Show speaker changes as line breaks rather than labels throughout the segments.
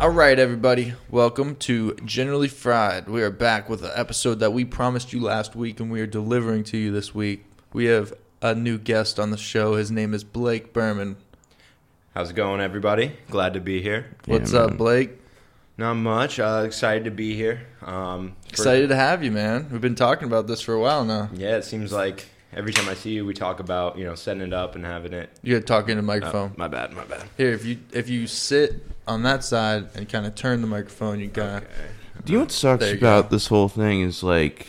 All right, everybody, welcome to Generally Fried. We are back with an episode that we promised you last week, and we are delivering to you this week. We have a new guest on the show. His name is Blake Berman.
How's it going, everybody? Glad to be here.
What's
Yeah,
up,
man.
Blake?
Not much. Uh, excited to be here. Um, for-
Excited to have you, man. We've been talking about this for a while now.
Yeah, it seems like every time I see you, we talk about you know setting it up and having it.
You're talking to the
Oh,
microphone.
my bad, my bad.
Here, if you if you sit on that side and kind of turn the microphone, you kind of
Okay.
Do you know what sucks
There you
about
go.
this whole thing is like,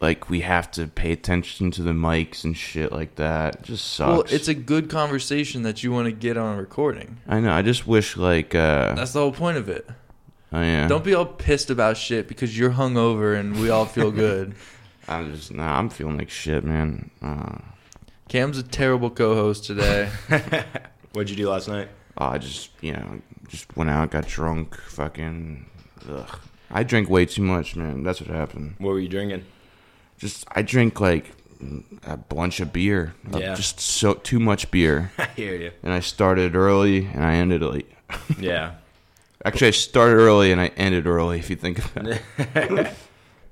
like we have to pay attention to the mics and shit like that. It just sucks.
Well, it's a good conversation that you want to get on a recording.
I know. I just wish like, uh,
That's the whole point of it.
oh yeah.
Don't be all pissed about shit because you're hungover and we all feel good.
I'm just nah. I'm feeling like shit, man. Uh,
Cam's a terrible co-host today.
What'd you do last night?
oh, I just you know just went out, got drunk, fucking. Ugh. I drink way too much, man. That's what happened.
What were you drinking?
Just I drink like a bunch of beer. Uh,
Yeah.
Just so too much beer,
I hear you.
and I started early and I ended late.
Yeah.
Actually, I started early and I ended early. If you think about it,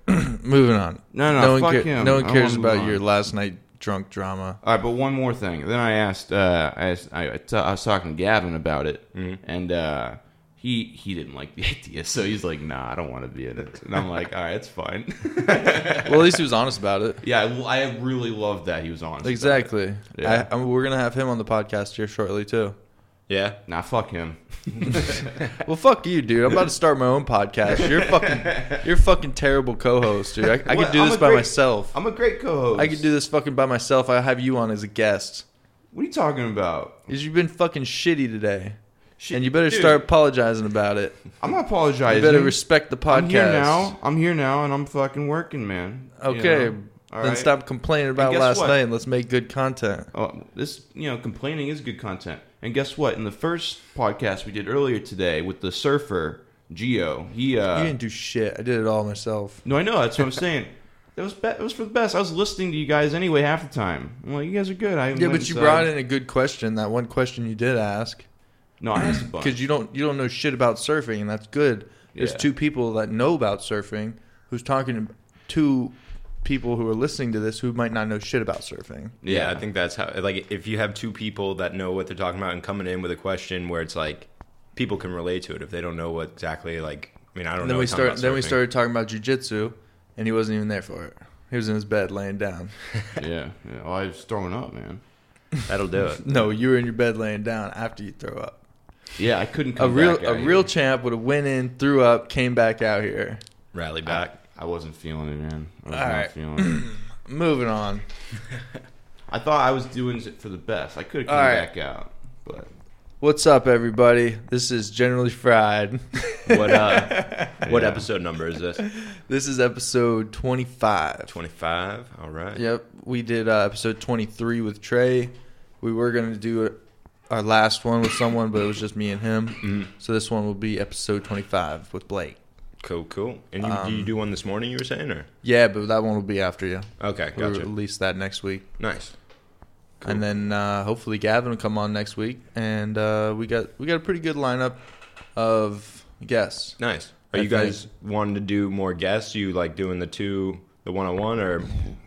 Moving on.
No, no,
no one,
fuck
care-
him.
no one
I
cares
wanna move
about
on.
your last night drunk drama.
all right. But one more thing. Then I asked, uh, I, asked I, I t- I was talking to Gavin about it,
Mm-hmm.
and uh, he he didn't like the idea, so he's like, "Nah, I don't want to be in it." And I'm like, "All right, it's fine."
Well, at least he was honest about it.
yeah, I, I really loved that he was honest. about it.
Exactly.
Yeah.
I, I mean, we're gonna have him on the podcast here shortly too.
Yeah.
Nah, fuck him.
Well, fuck you, dude. I'm about to start my own podcast. You're fucking, you're fucking terrible co-host, dude. I, I could
What?
do
I'm
this
a
by
great-
myself.
I'm a great co-host.
I could do this fucking by myself. I have you on as a guest.
What are you talking about?
Cause you've been fucking shitty today,
Shit,
and you better
dude,
start apologizing about it.
I'm not
You
apologizing.
better respect the podcast.
I'm here now. I'm here now, and I'm fucking working, man. You
Okay,
know? All
then
right?
stop complaining about
guess
last
what?
night and let's make good content.
Oh, this you know, complaining is good content. And guess what? In the first podcast we did earlier today with the surfer Geo, he
you
uh,
didn't do shit. I did it all myself.
no, I know that's what I'm saying. That was be- it was for the best. I was listening to you guys anyway half the time. I'm like, you guys are good. I
Yeah,
went
but you
inside.
brought in a good question. That one question you did ask,
No, I asked a bunch.
because you don't you don't know shit about surfing, and that's good. There's
Yeah.
two people that know about surfing who's talking to two people who are listening to this who might not know shit about surfing.
Yeah, I think that's how. Like, if you have two people that know what they're talking about and coming in with a question where it's like, people can relate to it if they don't know what exactly. Like, I mean, I don't
And
know.
then we
a ton
start
about
then we
surfing.
started talking about jujitsu, and he wasn't even there for it. He was in his bed laying down.
yeah, yeah. Oh, I was throwing up, man.
That'll do it.
No, you were in your bed laying down after you throw up.
Yeah, I couldn't.
A
Come
real
back
a
out here.
real champ would have went in, threw up, came back out here.
Rally
I,
back.
I wasn't feeling it, man. I was
All
not
right.
feeling it.
Moving on.
I thought I was doing it for the best. I could have come
All right.
back out, but
What's up, everybody? This is Generally Fried.
What uh, what
Yeah.
episode number is this?
This is episode 25.
Twenty five. All right.
Yep, we did uh, episode 23 with Trey. We were going to do it- our last one with someone, but it was just me and him. So this one will be episode 25 with Blake.
Cool, cool. And you, do
Um,
you do one this morning? You were saying, or
Yeah, but that one will be after you.
okay,
We'll
gotcha.
release that next week.
Nice. Cool.
and then uh, hopefully Gavin will come on next week, and uh, we got we got a pretty good lineup of guests.
Nice. Are
I
you guys wanting to do more guests? You like doing the two, the one on one, or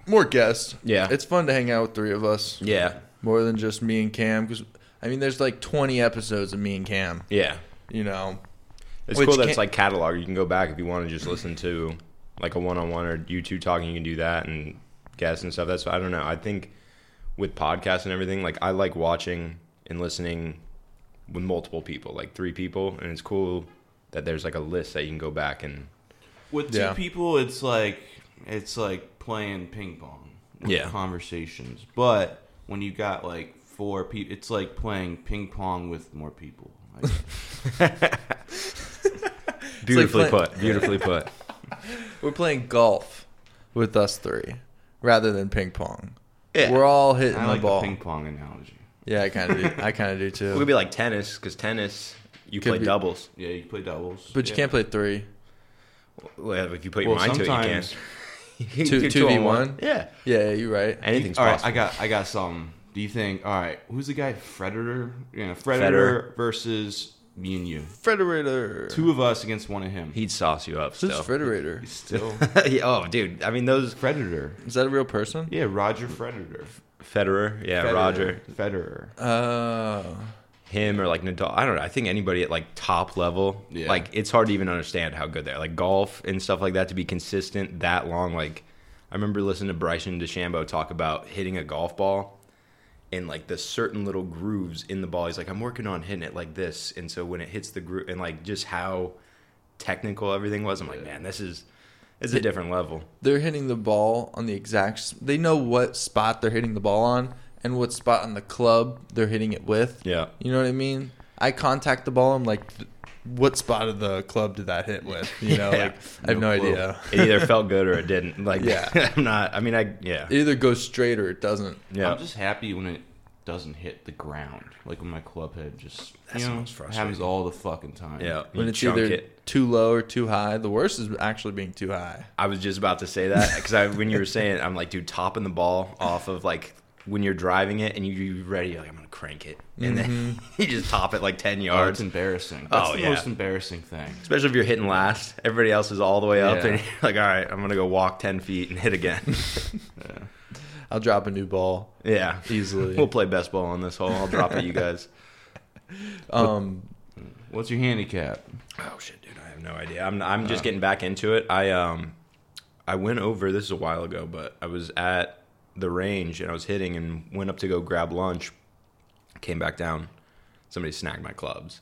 More guests.
Yeah.
it's fun to hang out with three of us
yeah,
more than just me and Cam. Because I mean, there's like 20 episodes of me and Cam.
yeah.
You know,
It's
Which
cool that
can't-
it's like catalog. You can go back if you want to just listen to like a one on one or you two talking. You can do that and guests and stuff. That's I don't know. I think with podcasts and everything, like I like watching and listening with multiple people, like three people, and it's cool that there's like a list that you can go back and
With two
Yeah.
people, it's like it's like playing ping pong. With
Yeah.
Conversations, but when you got like four people, it's like playing ping pong with more people. Like,
beautifully
play-
put. Beautifully put.
we're playing golf with us three rather than ping pong.
Yeah.
We're all hitting
I
the
like
ball.
the ping pong analogy.
yeah, I kind of do. I kind of do
It could
too.
be like tennis because tennis, you
Could
play
be.
doubles.
Yeah, you play doubles,
But you
Yeah.
can't play three.
Well, if you put your
Well,
mind to it, you can.
sometimes-
You can
Two-
do
two v one?
Yeah,
Yeah, you're right.
anything's
all right,
possible.
I got I got some. Do you think? All right, who's the guy? Frederer, you know, Frederer,
Federer.
versus me and you.
Frederator.
Two of us against one of him.
He'd sauce you up.
Who's
Still.
Frederator?
still
Yeah, oh, dude. I mean, those
Frederer.
Is that a real person?
Yeah, Roger Frederer.
Federer, yeah,
Federer.
Roger,
Federer.
Oh.
him or like Nadal. I don't know. I think anybody at like top level,
Yeah.
like it's hard to even understand how good they are. Like golf and stuff like that to be consistent that long. Like I remember listening to Bryson DeChambeau talk about hitting a golf ball and like the certain little grooves in the ball. He's like, I'm working on hitting it like this, and so when it hits the groove and like just how technical everything was, I'm like, man, this is it's a different level.
they're hitting the ball on the exact s- they know what spot they're hitting the ball on and what spot on the club they're hitting it with
Yeah.
you know what i mean i contact the ball i'm like "Th- what spot of the club did that hit with you know
Yeah.
like i have
No
no,
clue.
idea
It either felt good or it didn't. Like,
Yeah.
I'm not. I mean, I yeah,
it either goes straight or it doesn't
yeah.
I'm just happy when it doesn't hit the ground. Like when my club head just
That's
you
the
know,
most frustrating.
happens all the fucking time.
Yeah, you
when it's
chunk
either
it.
too low or too high the worst is actually being too high
I was just about to say that because I, when you were saying, it, I'm like, dude, topping the ball off of like when you're driving it and you, you're ready, you're like I'm gonna crank it, and then you just top it like ten
Oh, it's
yards.
embarrassing. That's
Oh,
the
yeah.
most embarrassing thing.
Especially if you're hitting last, everybody else is all the way up,
Yeah.
and you're like, all right, I'm gonna go walk ten feet and hit again.
i'll drop a new ball
yeah,
Easily.
We'll play best ball on this hole. I'll drop it, you guys.
um
What's your handicap?
Oh shit, dude, I have no idea. I'm I'm just getting back into it. I um I went over this is a while ago, but I was at the range and I was hitting and went up to go grab lunch. Came back down. Somebody snagged my clubs.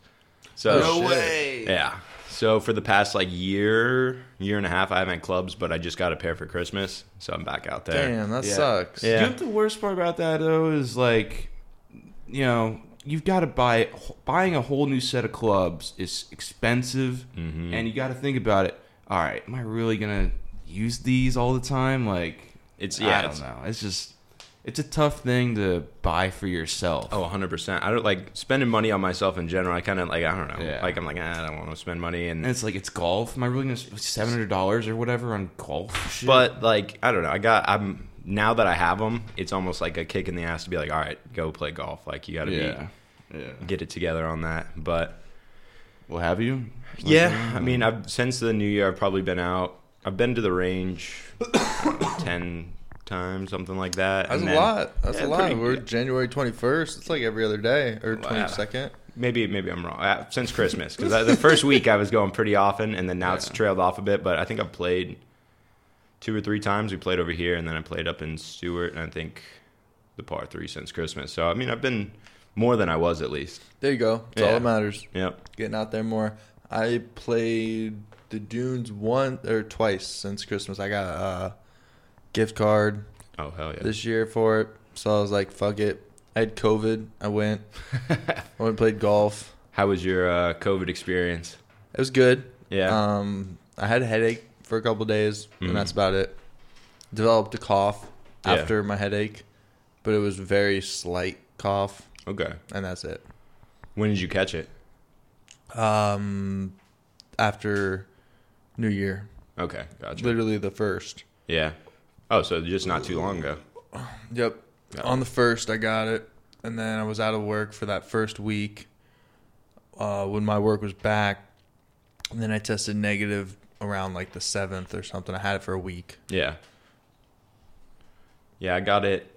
So
No shit. way.
Yeah. So for the past like year, year and a half I haven't had clubs, but I just got a pair for Christmas, so I'm back out there.
damn that
Yeah.
sucks
Yeah.
You know what the worst part about that though is like, you know, you've got to buy buying a whole new set of clubs is expensive,
Mm-hmm.
and you got to think about it. All right, am I really gonna use these all the time? Like,
It's-
I
yeah,
don't
it's-
know. It's just it's a tough thing to buy for yourself.
Oh, 100%. I don't like spending money on myself in general. I kind of like, I don't know.
Yeah.
Like, I'm like, ah, I don't want to spend money. And
And it's like it's golf. Am I really gonna spend seven hundred dollars or whatever on golf? Shit?
But like, I don't know. I got. I'm now that I have them. It's almost like a kick in the ass to be like, all right, go play golf. Like you got to
yeah, yeah.
be get it together on that. But
Well, have you?
yeah, I mean, I've since the new year, I've probably been out. I've been to the range ten times, something like that.
that's
and
a
then
lot that's
Yeah,
a lot
pretty-
we're january 21st it's like every other day or
Wow.
22nd
Maybe maybe I'm wrong. Uh, Since Christmas, because the first week I was going pretty often, and then now it's trailed off a bit. But I think I've played two or three times. We played over here, and then I played up in Stewart, and I think the par three since Christmas. So I mean, I've been more than I was at least.
there you go that's all
Yeah.
that matters
Yep.
getting out there more. I played the Dunes one or twice since Christmas. I got a uh, gift card
Oh hell yeah.
this year for it, so I was like, "Fuck it." I had COVID. I went. I went and played golf.
How was your uh, COVID experience?
It was good.
Yeah.
Um, I had a headache for a couple days,
Mhm.
and that's about it. Developed a cough
Yeah.
after my headache, but it was very slight cough,
okay.
and that's it.
When did you catch it?
Um, after New Year,
Okay, gotcha.
literally the first.
Yeah. Oh, so just not too long ago.
Yep.
Got
On the first, I got it, and then I was out of work for that first week. Uh, when my work was back, and then I tested negative around like the seventh or something. I had it for a week.
Yeah. Yeah, I got it.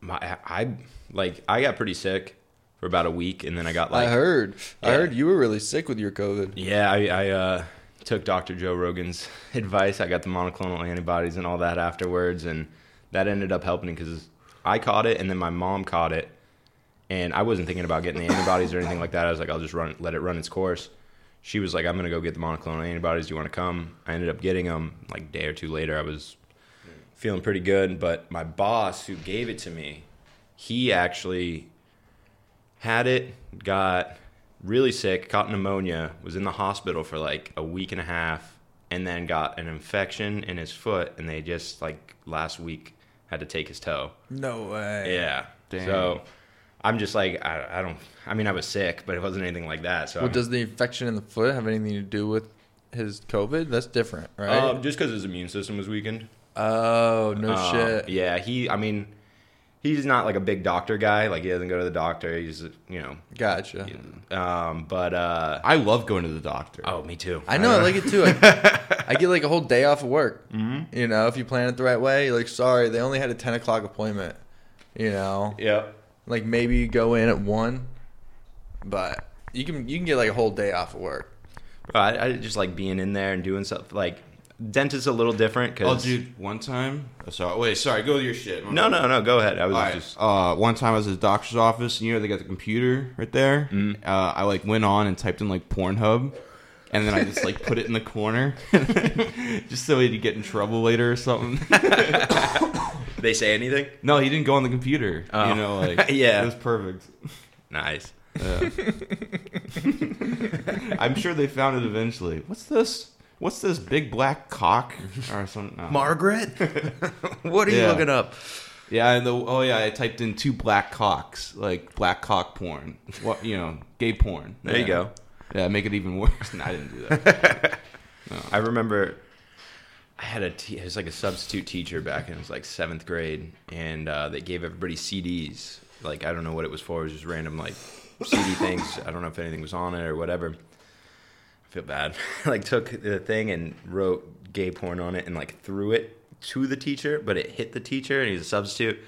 My I I- like I got pretty sick for about a week, and then I got like
I heard. I
Yeah.
heard you were really sick with your COVID.
yeah, I, I uh, took Dr. Joe Rogan's advice. I got the monoclonal antibodies and all that afterwards, and that ended up helping because I caught it, and then my mom caught it, and I wasn't thinking about getting the antibodies or anything like that. I was like, I'll just run, let it run its course. She was like, I'm gonna go get the monoclonal antibodies. Do you want to come? I ended up getting them. Like a day or two later, I was feeling pretty good, but my boss who gave it to me, he actually had it, got really sick, caught pneumonia, was in the hospital for like a week and a half, and then got an infection in his foot, and they just like last week had to take his toe.
No way.
Yeah.
Dang.
So I'm just like I, I don't. I mean, I was sick, but it wasn't anything like that. So
Well, does the infection in the foot have anything to do with his COVID? That's different, right?
Um, just because his immune system was weakened.
oh no
Um,
shit.
Yeah, he. I mean, he's not like a big doctor guy. Like he doesn't go to the doctor. He's you know.
Gotcha.
Um, but uh,
I love going to the doctor.
oh, me too.
I know. I like it too. I, I get like a whole day off of work. Mm-hmm. You know, if you plan it the right way. Like, sorry, they only had a ten o'clock appointment. You know,
Yeah.
like maybe you go in at one, but you can you can get like a whole day off of work.
Bro, I, I just like being in there and doing stuff. Like dentist's a little different
Oh,
because.
dude, one time. Oh, sorry, wait, sorry. Go with your shit.
no, no, no. Go ahead. I was
All right.
just.
Uh, one time I was at the doctor's office, and you know they got the computer right there.
Mm-hmm.
Uh, I like went on and typed in like Pornhub, and then I just like put it in the corner, just so he'd get in trouble later or something.
They say anything?
no, he didn't go on the computer.
Oh.
You know, like
Yeah.
it was perfect.
Nice.
Yeah. I'm sure they found it eventually. What's this? What's this big black cock or something? no.
Margaret, what are
Yeah.
up?
Yeah, and the oh yeah, I typed in two black cocks, like black cock porn. What you know, gay porn.
There you
Yeah.
go.
Yeah, make it even worse. No, I didn't do that.
I remember I had a te- it was like a substitute teacher back in it was like seventh grade, and uh, they gave everybody CDs. Like I don't know what it was for. It was just random like CD things. I don't know if anything was on it or whatever. I feel bad. like took the thing and wrote gay porn on it and like threw it to the teacher, but it hit the teacher and he's a substitute.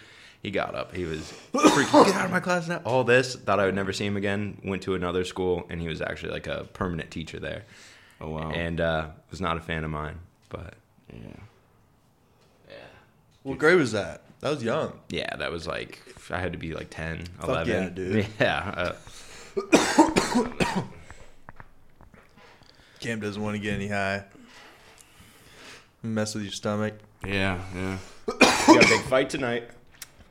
He got up. He was freaking get out of my class now. All this thought I would never see him again. Went to another school and he was actually like a permanent teacher there
Oh wow.
and uh, was not a fan of mine. But
yeah.
What grade was that? That was young.
yeah, that was like I had to be like 10,
Fuck
11.
yeah, dude.
Yeah, uh,
Cam doesn't want to get any high. Mess with your stomach.
Yeah, yeah.
we got a big fight tonight.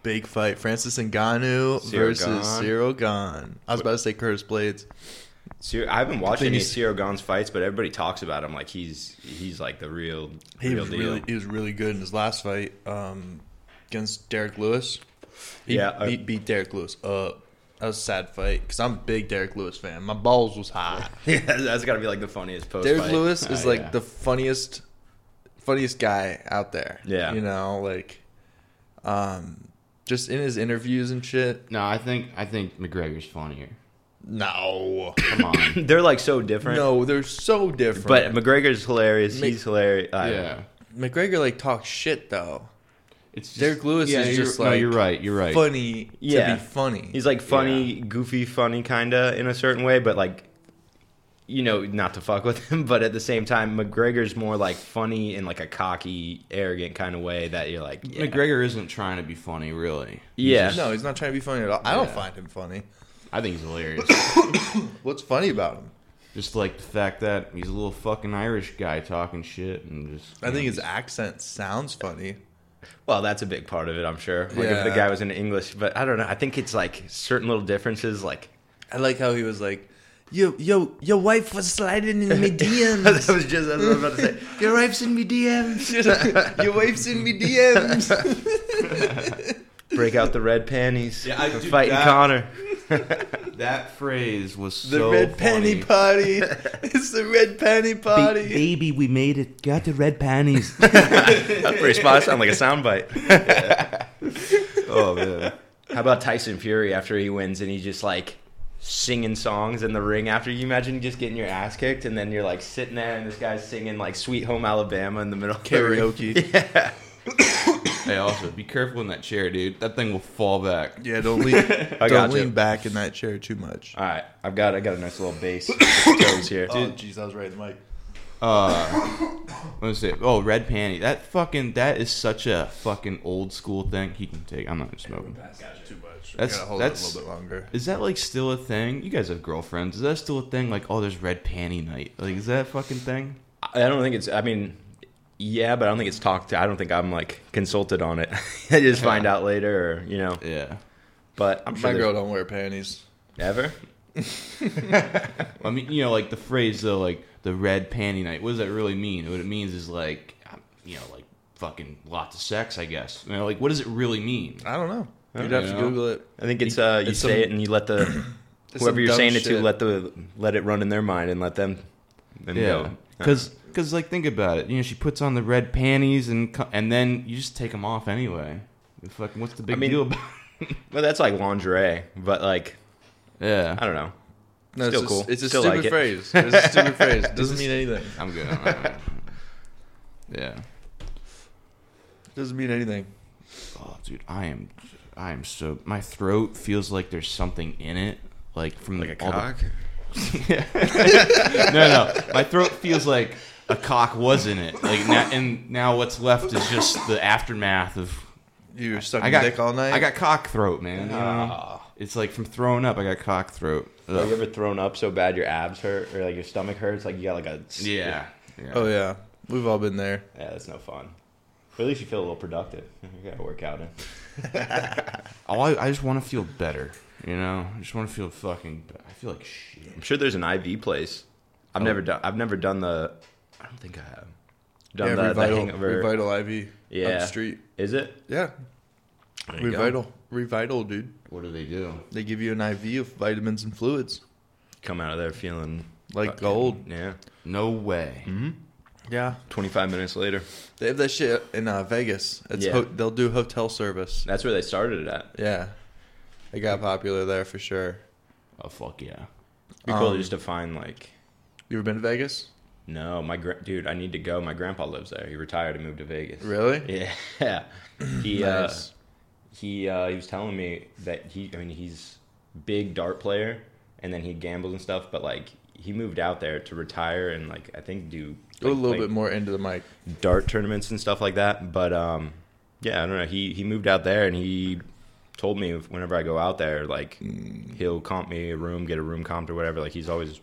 Big fight. Francis Ngannou
Cyril
versus
Gane.
Cyril Gane. I was about to say Curtis Blades.
Cyr- I haven't watched
thing
any of
is-
Ciro Gon's fights, but everybody talks about him like he's he's like the real
He
real
was
deal.
really he was really good in his last fight um, against Derek Lewis. He
Yeah, I-
beat, beat Derek Lewis up. That was a sad fight because I'm a big Derek Lewis fan. My balls was high.
yeah, that's got to be like the funniest post.
Derek
fight. Ah,
Lewis is
Oh,
like
yeah.
the funniest, funniest guy out there.
Yeah.
you know, like, um, just in his interviews and shit.
No, I think I think McGregor's funnier.
No,
Come on.
They're like so different.
no, they're so different.
But McGregor's hilarious.
Ma-
He's hilarious. I-
yeah.
McGregor like talks shit though.
It's just,
Derek Lewis
yeah,
is
you're-
just
no,
like
you're right. You're right.
Funny
Yeah.
to be funny.
He's like funny, goofy, funny, kinda in a certain way, but like, you know, not to fuck with him. But at the same time, McGregor's more like funny in like a cocky, arrogant kind of way that you're like, yeah.
McGregor isn't trying to be funny, really.
yeah.
no, he's not trying to be funny at all. I don't
Yeah.
find him funny.
I think he's hilarious.
What's funny about him?
just like the fact that he's a little fucking Irish guy talking shit and just.
I think
it's.
his accent sounds funny.
Well, that's a big part of it, I'm sure. Like if the
Yeah.
guy was in English, but I don't know. I think it's like certain little differences, like.
I like how he was like, "Yo, yo, your wife was sliding in me
that
DMs.
was just that's what I was about to say. Your wife's in me DMs.
your wife's in me DMs."
Break out the red panties.
Yeah, I
I'm
do
fighting
that.
Connor.
That phrase was
The
so
red panty
funny.
party. It's the red panty party.
baby, we made it. Got the red panties.
That pretty spot. I sound like a soundbite.
oh man.
How about Tyson Fury after he wins and he's just like singing songs in the ring after you imagine just getting your ass kicked and then you're like sitting there and this guy's singing like Sweet Home Alabama in the middle of the ring.
Karaoke.
Yeah.
Hey, also be careful in that chair, dude. That thing will fall back.
Yeah, don't lean.
I
don't
got
lean
you.
back in that chair too much.
All right, I've got I got a nice little bass toes here.
Oh, jeez, I was right in the mic.
What is it? Oh, red panty. That fucking that is such a fucking old school thing. He can take. I'm not smoking.
Too much.
That's-
gotta hold it a
that's-
little bit longer.
Is that like still a thing? You guys have girlfriends. Is that still a thing? Like, oh, there's red panty night. Like, is that a fucking thing?
I don't think it's. I mean, yeah, but I don't think it's talked. to. I don't think I'm like consulted on it. I just find out later, or you know.
Yeah.
But I'm sure
My girl
there's-
don't wear panties.
ever.
I mean, you know, like the phrase though, like the red panty night. What does that really mean? What it means is like, um, you know, like fucking lots of sex. I guess. You know, like, what does it really mean?
I don't know.
I
You'd
don't
have to
know.
Google it.
I think it's uh, you
It's
say
some-
it and you let the
It's some
whoever you're
dumb
saying it to
shit.
let the let it run in their mind and let them and
yeah,
go.
because like think about it. You know, she puts on the red panties and co- and then you just take them off anyway. Fucking, what's the big
mean-
deal? About
Well, that's like lingerie, but like I
yeah,
don't know.
No,
Still
it's
cool.
A, it's a
Still
stupid
like it.
phrase. It's a stupid phrase. It doesn't mean anything.
I'm good. on that one. yeah.
It doesn't mean anything.
Oh, dude, I am, I am so. My throat feels like there's something in it, like from
Like a
the, all the-
cock.
no, no, my throat feels like a cock was in it. Like now, and now what's left is just the aftermath of.
You were sucking
I got
dick all night.
I got cock throat, man. you know?
Ah.
It's like from throwing up. I got cock throat.
Oh,
Have you
Ugh.
ever thrown up so bad your abs hurt or like your stomach hurts? Like you got like a
Yeah. yeah.
Oh yeah, we've all been there.
Yeah, that's no fun. But at least you feel a little productive. You gotta work out.
All Oh, I, I just want to feel better. You know, I just want to feel fucking. be- I feel like shit.
I'm sure there's an IV place. I've never done. I've never done the. I don't think I have. Done
yeah,
the, the
revital,
hangover.
revital IV. Up
Yeah.
the street.
Is it?
Yeah,
There you go.
revital, revital, dude.
What do they do?
They give you an IV of vitamins and fluids,
Come out of there feeling
like
fucking-
gold.
Yeah.
No way.
Yeah,
25 minutes later.
they have that shit in uh, Vegas. It's
Yeah.
ho- they'll do hotel service.
That's where they started it at.
Yeah, it got popular there for sure.
Oh fuck yeah.
It'd be cool
Um,
just to find like.
You ever been to Vegas?
No, my gra- dude, I need to go. My grandpa lives there. He retired and moved to Vegas.
Really?
Yeah. He uh,
Nice.
he uh, he was telling me that he I mean he's big dart player and then he gambles and stuff, but like he moved out there to retire and like I think do
Go a
like,
little
play
bit more into the mic.
dart tournaments and stuff like that. But um, yeah, I don't know. He he moved out there and he told me if- whenever I go out there, like he'll comp me a room, get a room comped or whatever. Like he's always,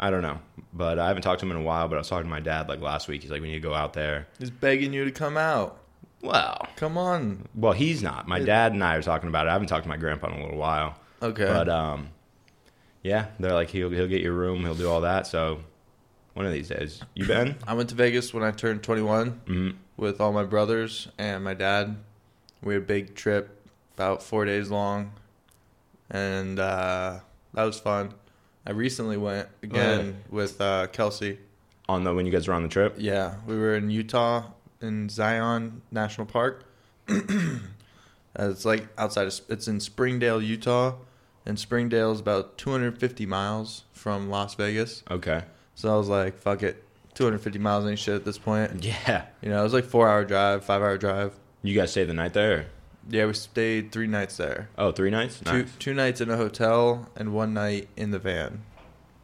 I don't know. But I haven't talked to him in a while. But I was talking to my dad like last week. He's like, we need to go out there.
He's begging you to come out.
Well,
Come on.
well, he's not. My dad and I are talking about it. I haven't talked to my grandpa in a little while.
Okay.
But um, yeah, they're like he'll he'll get your room, he'll do all that. So one of these days, you been?
I went to Vegas when I turned 21
Mhm.
with all my brothers and my dad. We had a big trip, about four days long, and uh, that was fun. I recently went again with uh, Kelsey.
on the when you guys were on the trip.
Yeah, we were in Utah in Zion National Park. Uh, it's like outside of it's in Springdale, Utah, and Springdale is about 250 miles from Las Vegas.
Okay.
So I was like, fuck it, 250 miles ain't shit at this point.
Yeah.
You know, it was like four hour drive, five hour drive.
You guys stay the night there?
Yeah, we stayed three nights there.
Oh, three nights? Nice.
Two two nights in a hotel and one night in the van.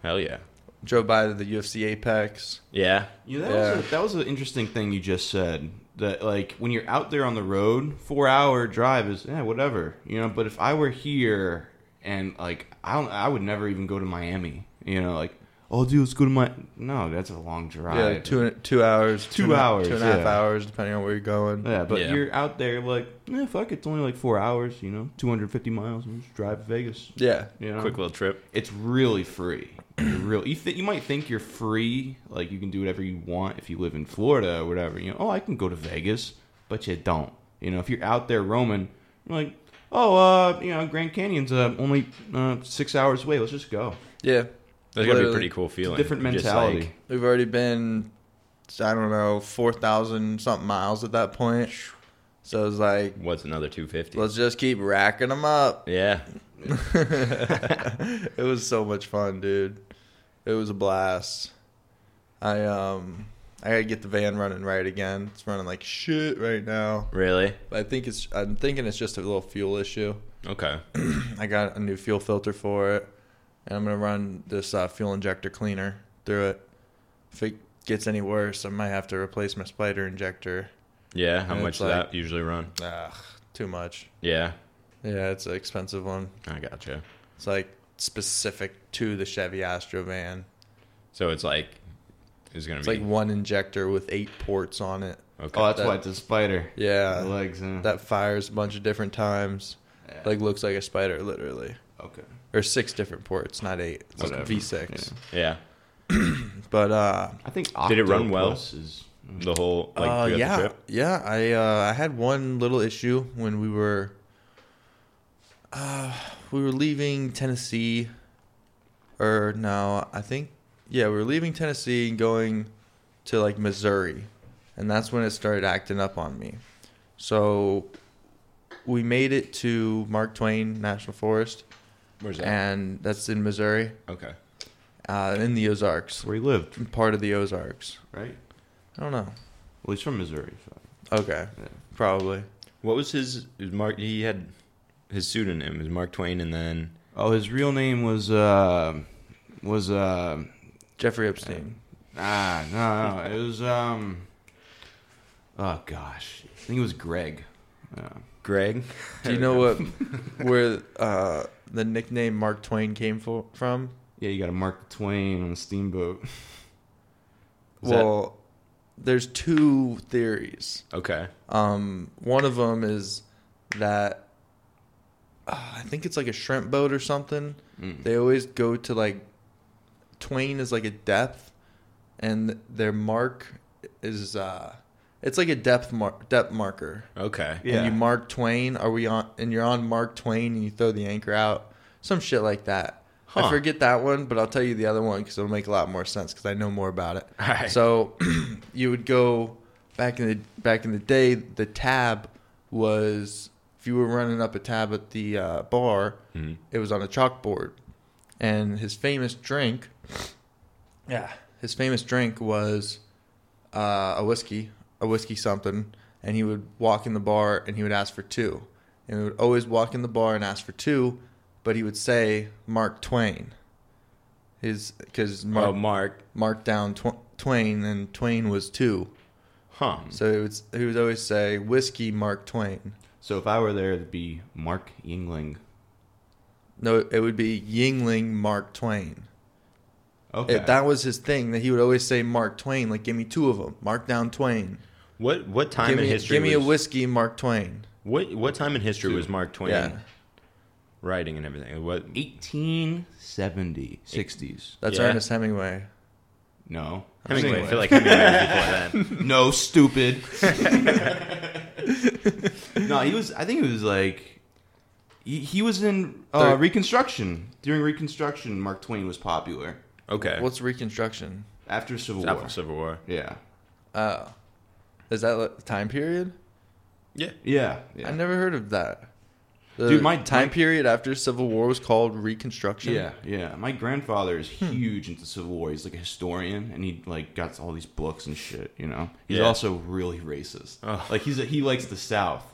Hell yeah.
Drove by the UFC Apex.
Yeah.
You know, that,
Yeah.
was a, that was an interesting thing you just said. That like when you're out there on the road, four hour drive is yeah, whatever you know. But if I were here and like I don't, I would never even go to Miami. You know, like oh dude, let's go to my no, that's a long drive.
Yeah, like two two hours,
Two
and a-
hours,
two and a half
yeah.
hours, depending on where you're going.
Yeah, but
Yeah.
you're out there like yeah, fuck, it's only like four hours. You know, 250 miles and just drive to Vegas.
Yeah,
You know,
Quick little trip.
it's really free. You're real. You, th- you might think you're free, like you can do whatever you want if you live in Florida or whatever. You know, oh, I can go to Vegas, but you don't. You know, if you're out there roaming, you're like, oh, uh, you know, Grand Canyon's uh, only uh, six hours away. Let's just go.
yeah.
That's gotta be a
Literally.
pretty cool feeling.
Different
Just,
mentality.
like,
We've already been, I don't know, four thousand something miles at that point. So it's like,
what's another two fifty?
let's just keep racking them up.
Yeah.
it was so much fun, dude. It was a blast. I um I gotta get the van running right again. It's running like shit right now.
Really?
But I think it's I'm thinking it's just a little fuel issue.
Okay.
I got a new fuel filter for it, and I'm gonna run this uh, fuel injector cleaner through it. If it gets any worse, I might have to replace my spider injector.
Yeah. How
And
much
it's
does
like-
that usually run?
Ugh, too much.
Yeah.
Yeah, it's an expensive one.
I gotcha.
It's like specific to the Chevy Astro van.
So it's like it's gonna
It's
be
like one injector with eight ports on it.
okay.
Oh, that's
That-
why it's a spider. The
Yeah,
legs. Huh?
that fires a bunch of different times.
Yeah.
Like looks like a spider, literally,
okay.
or six different ports, not eight. It's like
Whatever.
V6.
yeah.
But uh,
I think
Did it run well?
octopus Is,
The whole like
uh,
throughout
yeah,
the trip.
yeah. I uh, I had one little issue when we were uh, we were leaving Tennessee, or no, I think yeah, we were leaving Tennessee and going to like Missouri, and that's when it started acting up on me. So we made it to Mark Twain National Forest,
Where's that?
and that's in Missouri,
okay.
uh, in the Ozarks,
where he lived,
part of the Ozarks.
right?
I don't know.
Well, he's from Missouri. So.
Okay,
Yeah.
probably.
What was his, his Mark? He had his pseudonym is Mark Twain, and then
Oh, his real name was uh, was uh,
Jeffrey Epstein.
ah no, no it was um oh gosh I think it was Greg. Yeah.
Greg.
Do you know what where uh, the nickname Mark Twain came for, from?
Yeah, you got to mark Twain on a steamboat.
Is that-
well, there's two theories.
Okay.
Um, one of them is that uh, I think it's like a shrimp boat or something.
Mm.
They always go to like Twain is like a depth, and their mark is uh, it's like a depth mar- depth marker.
Okay.
Yeah.
and you mark Twain. Are we on? And you're on Mark Twain, and you throw the anchor out. Some shit like that.
Huh.
I forget that one, but I'll tell you the other one because it'll make a lot more sense because I know more about it.
All right.
So you would go back in the back in the day. The tab was if you were running up a tab at the uh, bar,
Mhm.
it was on a chalkboard, and his famous drink. Yeah, his famous drink was uh, a whiskey, a whiskey something, and he would walk in the bar and he would ask for two, and he would always walk in the bar and ask for two, but he would say Mark Twain. His because Mark
oh, Mark.
marked down tw- Twain, and Twain was two.
Huh.
So it was, he would always say whiskey Mark Twain.
So if I were there, it'd be Mark Yingling.
No, it would be Yingling Mark Twain.
Okay,
It, that was his thing that he would always say Mark Twain. Like, give me two of them. Mark down Twain.
What what time
give
in
me,
history?
give me a
was-
whiskey Mark Twain.
What what time in history was Mark Twain
Yeah.
writing and everything? What
1870, 60s.
That's
Yeah.
Ernest Hemingway.
No,
Hemingway? I
Anyway.
feel like Hemingway was before then.
no, stupid. no, he was. I think it was like he, he was in uh,
Thir-
Reconstruction. During Reconstruction, Mark Twain was popular
Okay.
What's Reconstruction?
after Civil
After
War.
Civil War?
Yeah,
Oh. Is that a time period?
Yeah.
yeah.
I
yeah.
never heard of that. The
Dude, my-
time
my-
period after Civil War was called Reconstruction.
Yeah, yeah. My grandfather is
Hmm.
huge into Civil War. He's like a historian, and he like got all these books and shit. You know, he's
Yeah.
also really racist.
Oh.
Like he's he likes the South.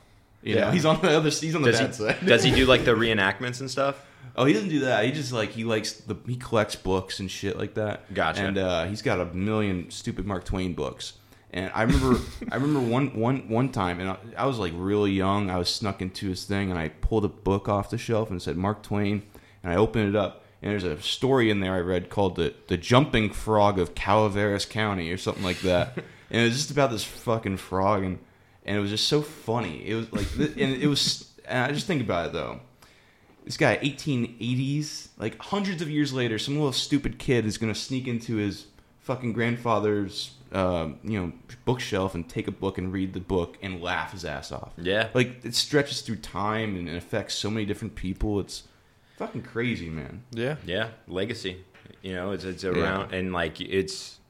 You
Yeah.
know, he's on the other he's on the
Does
bad
he
side.
does he do like the reenactments and stuff?
oh, he doesn't do that. He just like he likes the he collects books and shit like that.
Gotcha.
And uh, he's got a million stupid Mark Twain books. And I remember I remember one one one time, and I, I was like really young. I was snuck into his thing, and I pulled a book off the shelf and said Mark Twain, and I opened it up. And there's a story in there I read called the the jumping frog of Calaveras County or something like that, and it was just about this fucking frog, and and it was just so funny. It was like, th- and it was, and I just think about it though this guy 1880s like hundreds of years later some little stupid kid is going to sneak into his fucking grandfather's um, you know bookshelf and take a book and read the book and laugh his ass off
Yeah.
like it stretches through time and it affects so many different people it's fucking crazy man
Yeah.
Yeah. Legacy. You know, it's it's
Yeah.
around and like it's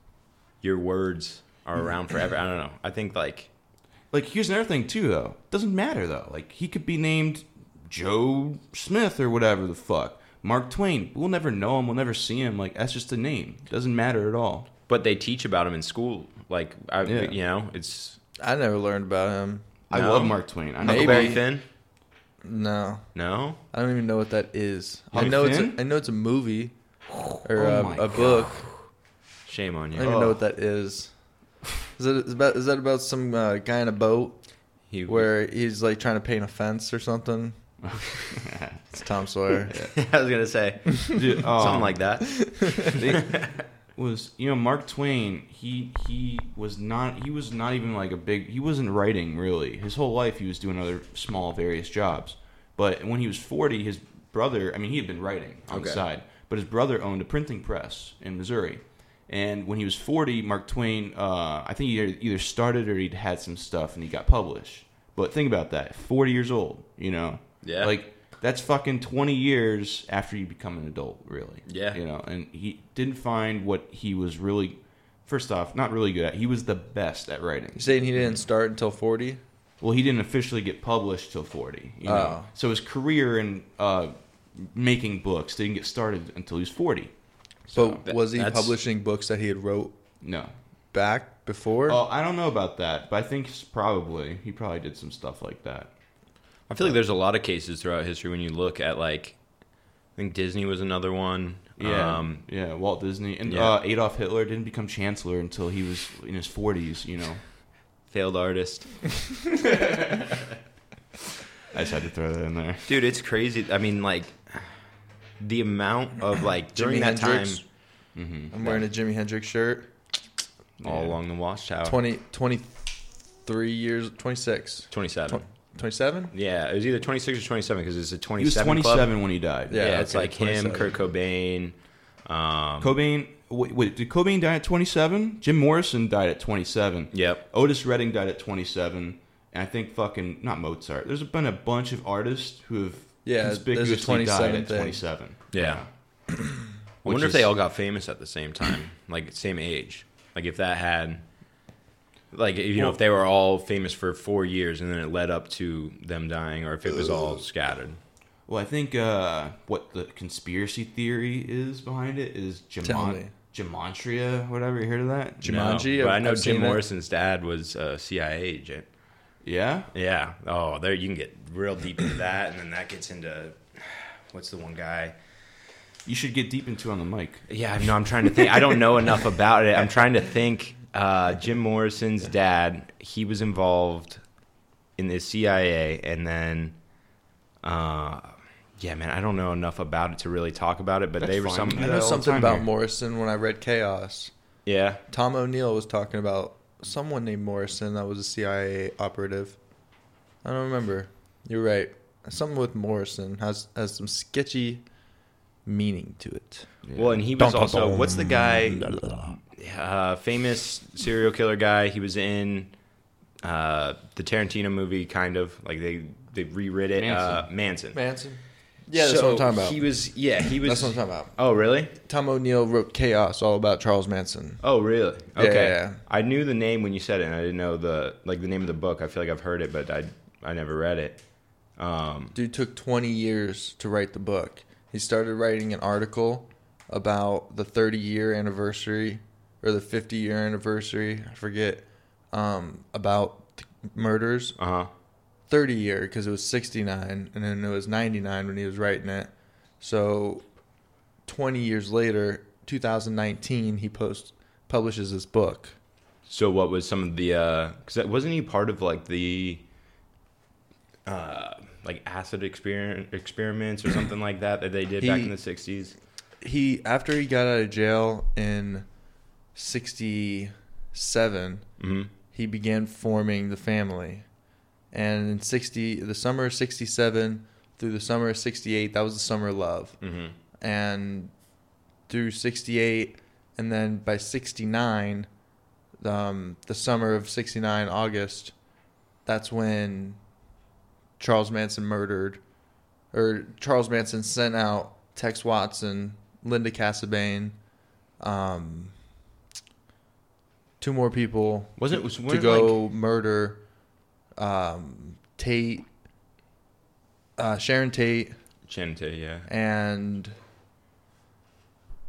your words are around forever. I don't know. I think like
like here's another thing too though doesn't matter though like he could be named joe smith or whatever the fuck mark twain we'll never know him we'll never see him like that's just a name doesn't matter at all
but they teach about him in school. Like I
Yeah.
you know, it's
I never learned about him.
i
No.
love mark twain i know
Maybe.
Huckleberry Finn?
No.
No?
I don't even know what that is. I
Huck
know it's a,
Finn?
I know it's a movie or
Oh
um,
my
a book.
Shame on
I
you.
don't even know what that is. Is it is about is that about some uh, guy in a boat
He-
where he's like trying to paint a fence or something? It's Tom Sawyer.
I was gonna say
Dude, um,
something like that.
they- was you know Mark Twain he he was not he was not even like a big he wasn't writing really his whole life he was doing other small various jobs but when he was 40 his brother I mean he had been writing on the
Okay.
side but his brother owned a printing press in Missouri and when he was 40 Mark Twain uh, I think he had either started or he'd had some stuff and he got published but think about that 40 years old you know
Yeah.
like that's fucking 20 years after you become an adult, really.
Yeah.
You know, and he didn't find what he was really, first off, not really good at. He was the best at writing.
You saying he didn't start until forty?
Well, he didn't officially get published till 40. You know?
Oh.
So his career in uh, making books didn't get started until he was 40. So,
But was he
that's-
publishing books that he had wrote
no.
back before?
Oh, I don't know about that, but I think s- probably. He probably did some stuff like that.
I feel like there's a lot of cases throughout history when you look at like, I think Disney was another one.
Yeah,
Um,
yeah. Walt Disney and
yeah.
uh, Adolf Hitler didn't become chancellor until he was in his forties. You know,
failed artist.
I just had to throw that in there.
Dude, it's crazy. I mean, like, the amount of like during
Jimi
that
Hendrix.
time,
I'm wearing a Jimi Hendrix shirt.
all
Yeah.
along the
Oh.
watchtower.
20, 23 years, 26,
27.
27?
yeah, it was either 26 or 27 because it's a
He was
27 club.
twenty-seven when he died.
Yeah,
Yeah,
it's
okay,
like him,
27.
Kurt Cobain. Um,
Cobain. Wait, wait, did Cobain die at twenty-seven? Jim Morrison died at twenty-seven.
yep.
Otis Redding died at twenty-seven, and I think fucking not Mozart. There's been a bunch of artists who have
Yeah, there's a
conspicuously died
27
at
thing.
twenty-seven.
Yeah. I
Which
wonder if
is-
they all got famous at the same time, like same age. Like if that had, like you know, if they were all famous for four years and then it led up to them dying, or if it was
Uh,
all scattered.
Well, I think uh, what the conspiracy theory is behind it is
Tell
Jamon-
me.
Jamantria, whatever. You heard of that?
Jumanji,
No,
I've-
but I know
I've seen
Jim
that.
Morrison's dad was a CIA agent.
Yeah.
Yeah. Oh, there you can get real deep into that, and then that gets into what's the one guy?
You should get deep into it on the mic.
Yeah, no, I'm trying to think. I don't know enough about it. I'm trying to think. Uh, Jim Morrison's dad, he was involved in the CIA, and then, uh, yeah, man, I don't know enough about it to really talk about it. But
That's
they were
fine.
some,
I
Yeah, all
know
the
something
time
about
here.
Morrison when I read Chaos.
yeah,
Tom O'Neill was talking about someone named Morrison that was a CIA operative. I don't remember. You're right. Something with Morrison has has some sketchy meaning to it.
Well, and he was
Dun, dun,
also
dun.
what's the guy? Uh, famous serial killer guy. He was in uh, the Tarantino movie, kind of like they they rewrit it. Uh, Manson.
Manson. Yeah, that's
So
what I'm talking about.
He was yeah he was.
that's what I'm talking about.
Oh really?
Tom O'Neill wrote Chaos, all about Charles Manson.
Oh really?
Yeah,
Okay.
yeah, yeah.
I knew the name when you said it, and I didn't know the like the name of the book. I feel like I've heard it, but I I never read it. Um,
Dude took 20 years to write the book. He started writing an article about the 30 year anniversary or the 50 year anniversary, I forget, um, about the murders.
uh huh.
30 year because it was 69 and then it was 99 when he was writing it. So 20 years later, 2019, he post publishes his book.
So what was some of the? uh 'cause that wasn't he part of like the, uh, like acid experiment experiments or something like that that they did back
He-
in the sixties?
He after he got out of jail in 67,
Mm-hmm.
he began forming the family. And in 60 the summer of 67 through the summer of 68, that was the summer of love.
Mm-hmm.
and through 68 and then by 69 um, the summer of 69 august that's when charles manson murdered or charles manson sent out tex watson linda cassabane um, two more people
Was it was
to
weren't, like-
go murder um, tate uh, sharon tate
Chente? Yeah.
and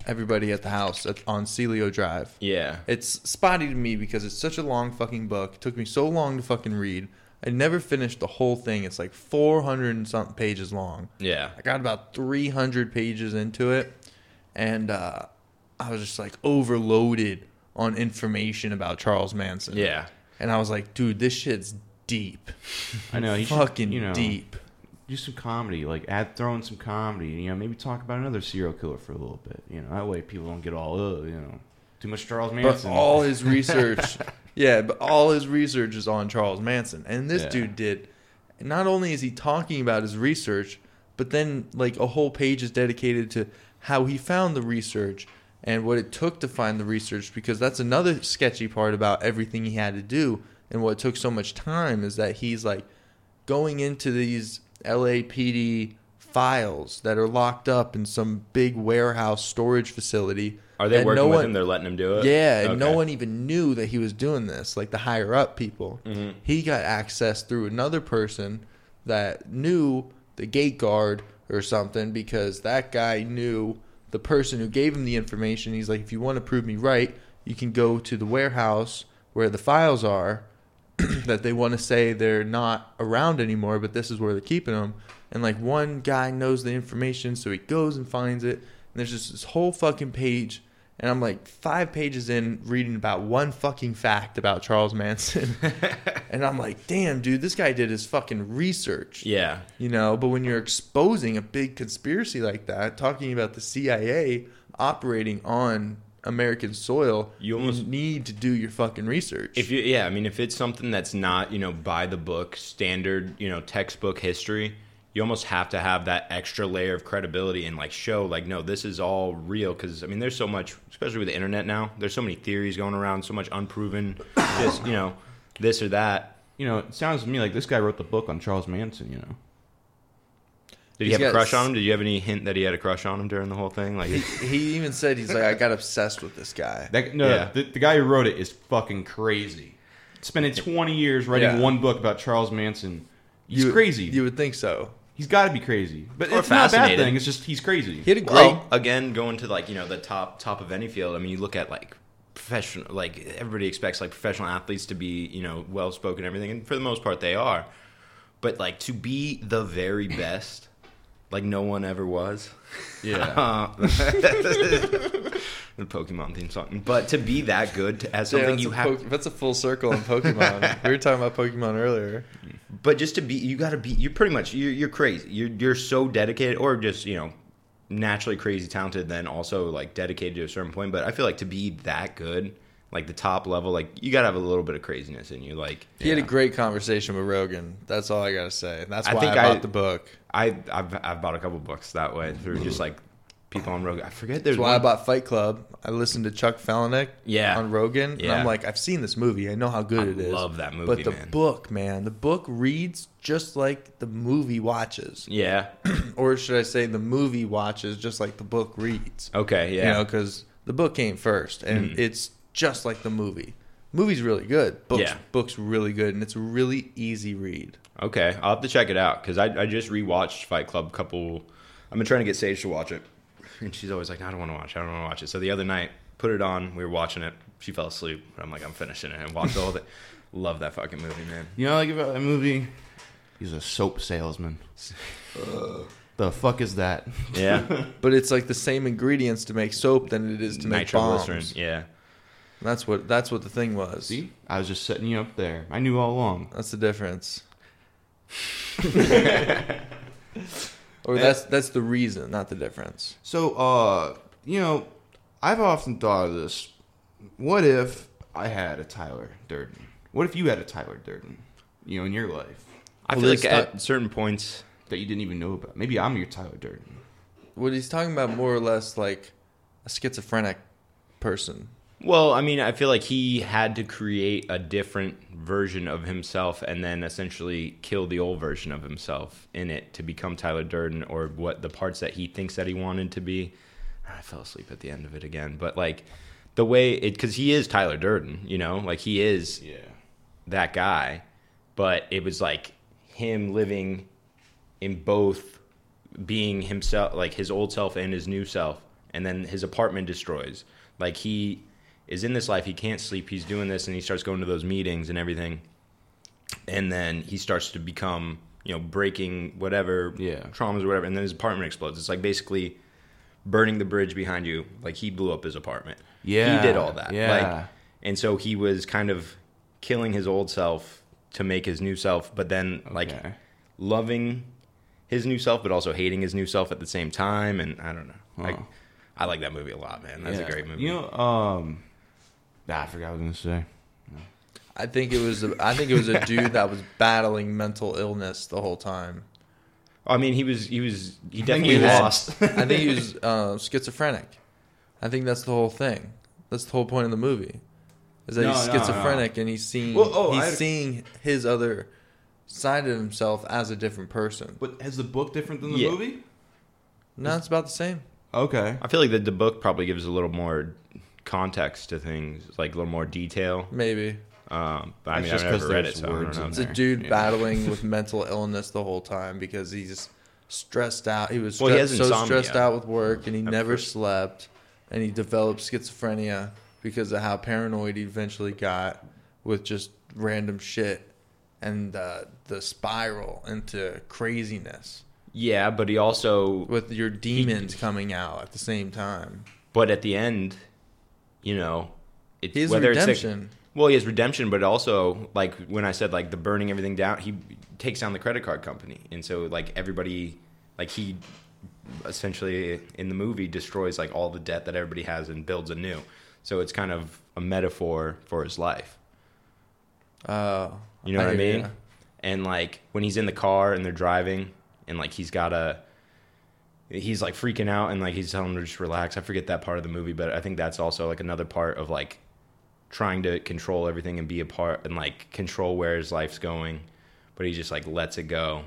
everybody at the house at, on Celio Drive.
Yeah.
It's spotty to me because it's such a long fucking book. It took me so long to fucking read. I never finished the whole thing. It's like 400 and something pages long.
Yeah.
I got about 300 pages into it, and uh, I was just like overloaded on information about Charles Manson.
Yeah.
And I was like, dude, this shit's deep.
I know. He
fucking
should, you know,
deep.
Do some comedy, like add throw in some comedy. You know, maybe talk about another serial killer for a little bit. You know, that way people don't get all ugh, you know, too much Charles
But
Manson.
all his research, yeah, but all his research is on Charles Manson, and this
Yeah.
dude did. Not only is he talking about his research, but then like a whole page is dedicated to how he found the research and what it took to find the research, because that's another sketchy part about everything he had to do and what took so much time is that he's like going into these LAPD files that are locked up in some big warehouse storage facility.
Are they
that
working
no
with
one,
him? They're letting him do it.
Yeah, and no
Okay.
one even knew that he was doing this, like the higher up people.
Mm-hmm.
He got access through another person that knew the gate guard or something because that guy knew the person who gave him the information. He's like, if you want to prove me right, you can go to the warehouse where the files are that they want to say they're not around anymore, but this is where they're keeping them. And like one guy knows the information, so he goes and finds it. And there's just this whole fucking page. And I'm like five pages in reading about one fucking fact about Charles Manson. and I'm like, damn, dude, this guy did his fucking research.
Yeah.
You know, but when you're exposing a big conspiracy like that, talking about the CIA operating on American soil,
You almost-
need to do your fucking research.
If you, yeah, I mean, if it's something that's not, you know, by the book, standard, you know, textbook history, you almost have to have that extra layer of credibility and like show, like, no, this is all real. Cause I mean, there's so much, especially with the internet now, there's so many theories going around, so much unproven, just, you know, this or that.
You know, it sounds to me like this guy wrote the book on Charles Manson. You know,
Did he
He's
have a
got
crush
s-
on him? Did you have any hint that he had a crush on him during the whole thing? Like,
He, he even said he's like, I got obsessed with this guy.
that no,
Yeah.
the, the guy who wrote it is fucking crazy. Spending 20 years writing
Yeah.
one book about Charles Manson, he's
You-
crazy.
You would think so.
he's got to be crazy, but
Or
it's not a bad
fascinated.
thing. It's just he's crazy.
He had a great.
Well, again, going to like you know the top top of any field. I mean, you look at like professional, like everybody expects like professional athletes to be you know well spoken and everything, and for the most part they are. But like to be the very best, like no one ever was.
yeah,
Uh, the Pokemon theme song, but to be that good to- as
yeah,
something
that's,
you
a
have,
Poke- that's a full circle in Pokemon. we were talking about Pokemon earlier.
but just to be, you got to be. You're pretty much you're, you're crazy. You're you're so dedicated, or just you know, naturally crazy talented. Then also like dedicated to a certain point. But I feel like to be that good, like the top level, like you got to have a little bit of craziness in you. Like
He had a great conversation with Rogan. That's all I gotta say. And that's why
I
I,
think
bought
I-
the book.
I I've I've bought a couple books that way through just like people on road. I forget there's
That's why I
one.
bought Fight Club. I listened to Chuck Palahniuk
Yeah.
on Rogan, and
Yeah.
I'm like, I've seen this movie. I know how good
I
it is.
love that movie,
But the
man.
book, man, the book reads just like the movie watches,
yeah.
or should I say, the movie watches just like the book reads.
Okay. Yeah. Mm-hmm.
you know because the book came first and it's just like the movie movie's really good books
Yeah.
books really good and it's a really easy read
Okay, I'll have to check it out because I, I just rewatched Fight Club. Couple, I've been trying to get Sage to watch it, and she's always like, "I don't want to watch. it. I don't want to watch it." So the other night, put it on. We were watching it. She fell asleep. I'm like, "I'm finishing it," and watched all of it. Love that fucking movie, man.
you know, like about that movie, he's a soap salesman. the fuck is that?
Yeah,
but it's like the same ingredients to make soap than it is to make
nitroglycerin.
bombs
Yeah,
that's what that's what the thing was
See, I was just setting you up there. I knew all along.
that's the difference or that's that's the reason not the difference
So, uh, you know, I've often thought of this. What if I had a Tyler Durden? What if you had a Tyler Durden, you know, in your life
I
Well,
feel
let's
like
not-
at certain points,
that you didn't even know about? Maybe I'm your Tyler Durden.
what he's talking about more or less like a schizophrenic person
Well, I mean, I feel like he had to create a different version of himself and then essentially kill the old version of himself in it to become Tyler Durden or what the parts that he thinks that he wanted to be. Ah, I fell asleep at the end of it again, but like the way it because he is Tyler Durden, you know, like he is
Yeah.
that guy, but it was like him living in both being himself, like his old self and his new self, and then his apartment destroys. Like he is in this life, he can't sleep, he's doing this, and he starts going to those meetings and everything, and then he starts to become, you know, breaking whatever
Yeah.
traumas or whatever, and then his apartment explodes. It's like basically burning the bridge behind you. Like he blew up his apartment.
Yeah,
he did all that.
yeah.
Like, and so he was kind of killing his old self to make his new self, but then like
Okay.
loving his new self, but also hating his new self at the same time. And I don't know. Like,
Huh.
I like that movie a lot, man. That's
Yeah.
a great movie.
You know, um, nah, I forgot what I was gonna say.
I think it was. A, I think it was a dude that was battling mental illness the whole time.
I mean, he was he was he
think
definitely
he had-
lost.
I think he was uh, schizophrenic. I think that's the whole thing. That's the whole point of the movie, is that
No,
he's
no, no.
schizophrenic and he's seeing
Well, oh,
he's
I-
seeing his other signed it himself as a different person.
But is the book different than the
Yeah.
movie?
No, it's about the same.
Okay.
I feel like the, the book probably gives a little more context to things, like a little more detail.
Maybe
Um, but I
It's
mean,
just
I've
'cause
never read it,
there's
so I don't
words
know.
in
it's
there.
a dude
Yeah.
battling with mental illness the whole time because he's stressed out. He was
Well, he
stre-
has
so
insomnia.
stressed out with work, and he
At
never
first.
slept, and he developed schizophrenia because of how paranoid he eventually got with just random shit and uh, the spiral into craziness
Yeah, but he also
with your demons coming out at the same time.
but at the end, you know, it's
He has
whether
redemption.
It's a, well, he has redemption, but also like when I said like the burning everything down, he takes down the credit card company, and so like everybody, like he essentially in the movie destroys like all the debt that everybody has and builds anew. So it's kind of a metaphor for his life.
Oh,
You know what I
hear
mean?
ya.
And like when he's in the car and they're driving and like he's got a he's like freaking out and like he's telling him to just relax. I forget that part of the movie, but I think that's also like another part of like trying to control everything and be a part and like control where his life's going. But he just like lets it go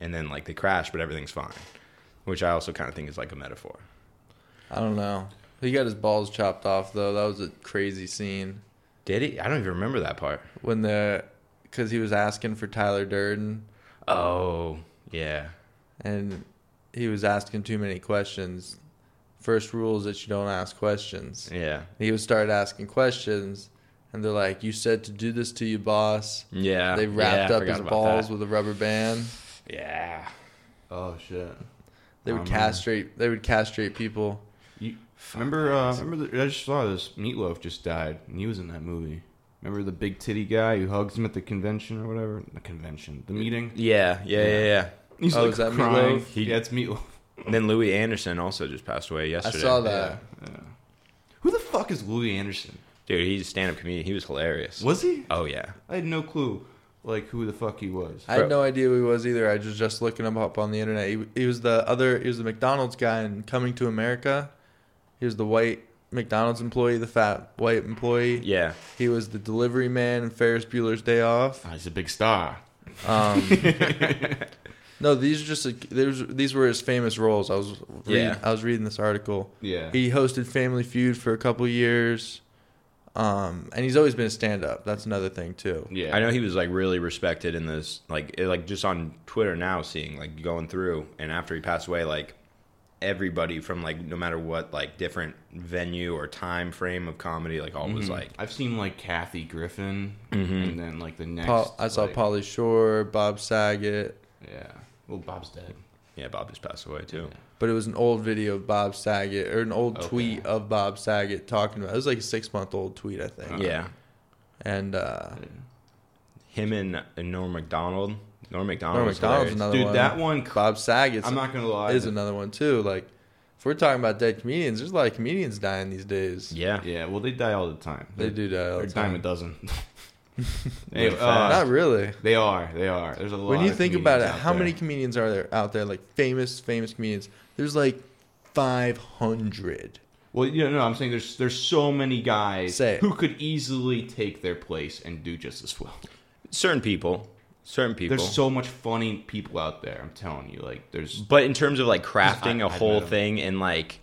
and then like they crash but everything's fine. Which I also kind of think is like a metaphor.
I don't know. He got his balls chopped off though. That was a crazy scene
Did he? I don't even remember that part.
when the because he was asking for Tyler Durden
Oh, yeah.
and he was asking too many questions. First rule is that you don't ask questions.
Yeah.
He would start asking questions, and they're like, "You said to do this to you, boss."
Yeah.
They wrapped
Yeah, I
up
forgot
his
about
balls
that.
with a rubber band.
Yeah.
Oh shit.
They would
Um,
castrate. They would castrate people.
You remember? Uh, remember? The, I just saw this. Meatloaf just died, and he was in that movie. Remember the big titty guy who hugs him at the convention or whatever? The convention, the meeting.
Yeah, yeah, yeah, yeah.
He's
Oh, is that Meatloaf?
He-
yeah, it's Meatloaf.
And then Louis Anderson also just passed away yesterday.
I saw that.
Yeah, yeah. Who the fuck is Louis Anderson?
Dude, he's a stand-up comedian. He was hilarious.
Was he?
Oh yeah.
I had no clue, like who the fuck he was.
I had no idea who he was either. I was just looking him up on the internet. He, he was the other. He was the McDonald's guy in Coming to America. He was the white McDonald's employee, the fat white employee.
Yeah.
He was the delivery man in Ferris Bueller's Day Off.
Ah, he's a big star.
Um, no, these are just like, there's these were his famous roles. I was reading,
Yeah.
I was reading this article.
Yeah.
He hosted Family Feud for a couple years, um, and he's always been a stand up. That's another thing too.
yeah.
I know he was like really respected in this, like, it, like just on Twitter now, seeing like going through, and after he passed away, like everybody from like no matter what like different venue or time frame of comedy, like all was like,
Hmm. I've seen like Kathy Griffin, and then like the next.
Mm-hmm. Paul, I saw
like-
Polly Shore, Bob Saget.
Yeah. Well, Bob's dead.
yeah, Bob just passed away too.
but it was an old video of Bob Saget or an old
Okay.
tweet of Bob Saget talking about. It was like a six month old tweet, I think.
Yeah,
Uh-huh.
And uh,
him and, and Norm Macdonald. Norm Macdonald.
Norm
was
McDonald's
hilarious.
another
Oh, Dude,
one.
that one.
Bob Saget's
I'm not gonna lie.
is another one too. Like if we're talking about dead comedians, there's a lot of comedians dying these days.
Yeah.
Yeah. Well, they die all the time.
They do die all
They're
the
dime a
time.
dozen. They-
Really
uh,
Not really.
They are. They are. There's a lot.
When you
of
think about it,
comedians out
how
there.
many comedians are there out there? Like famous, famous comedians. There's like five hundred.
Well, you know, no, I'm saying there's there's so many guys
Say it.
who could easily take their place and do just as well.
Certain people. Certain people.
There's so much funny people out there. I'm telling you, like there's
But in terms of like crafting
I-
a
I'd
whole
know.
thing and like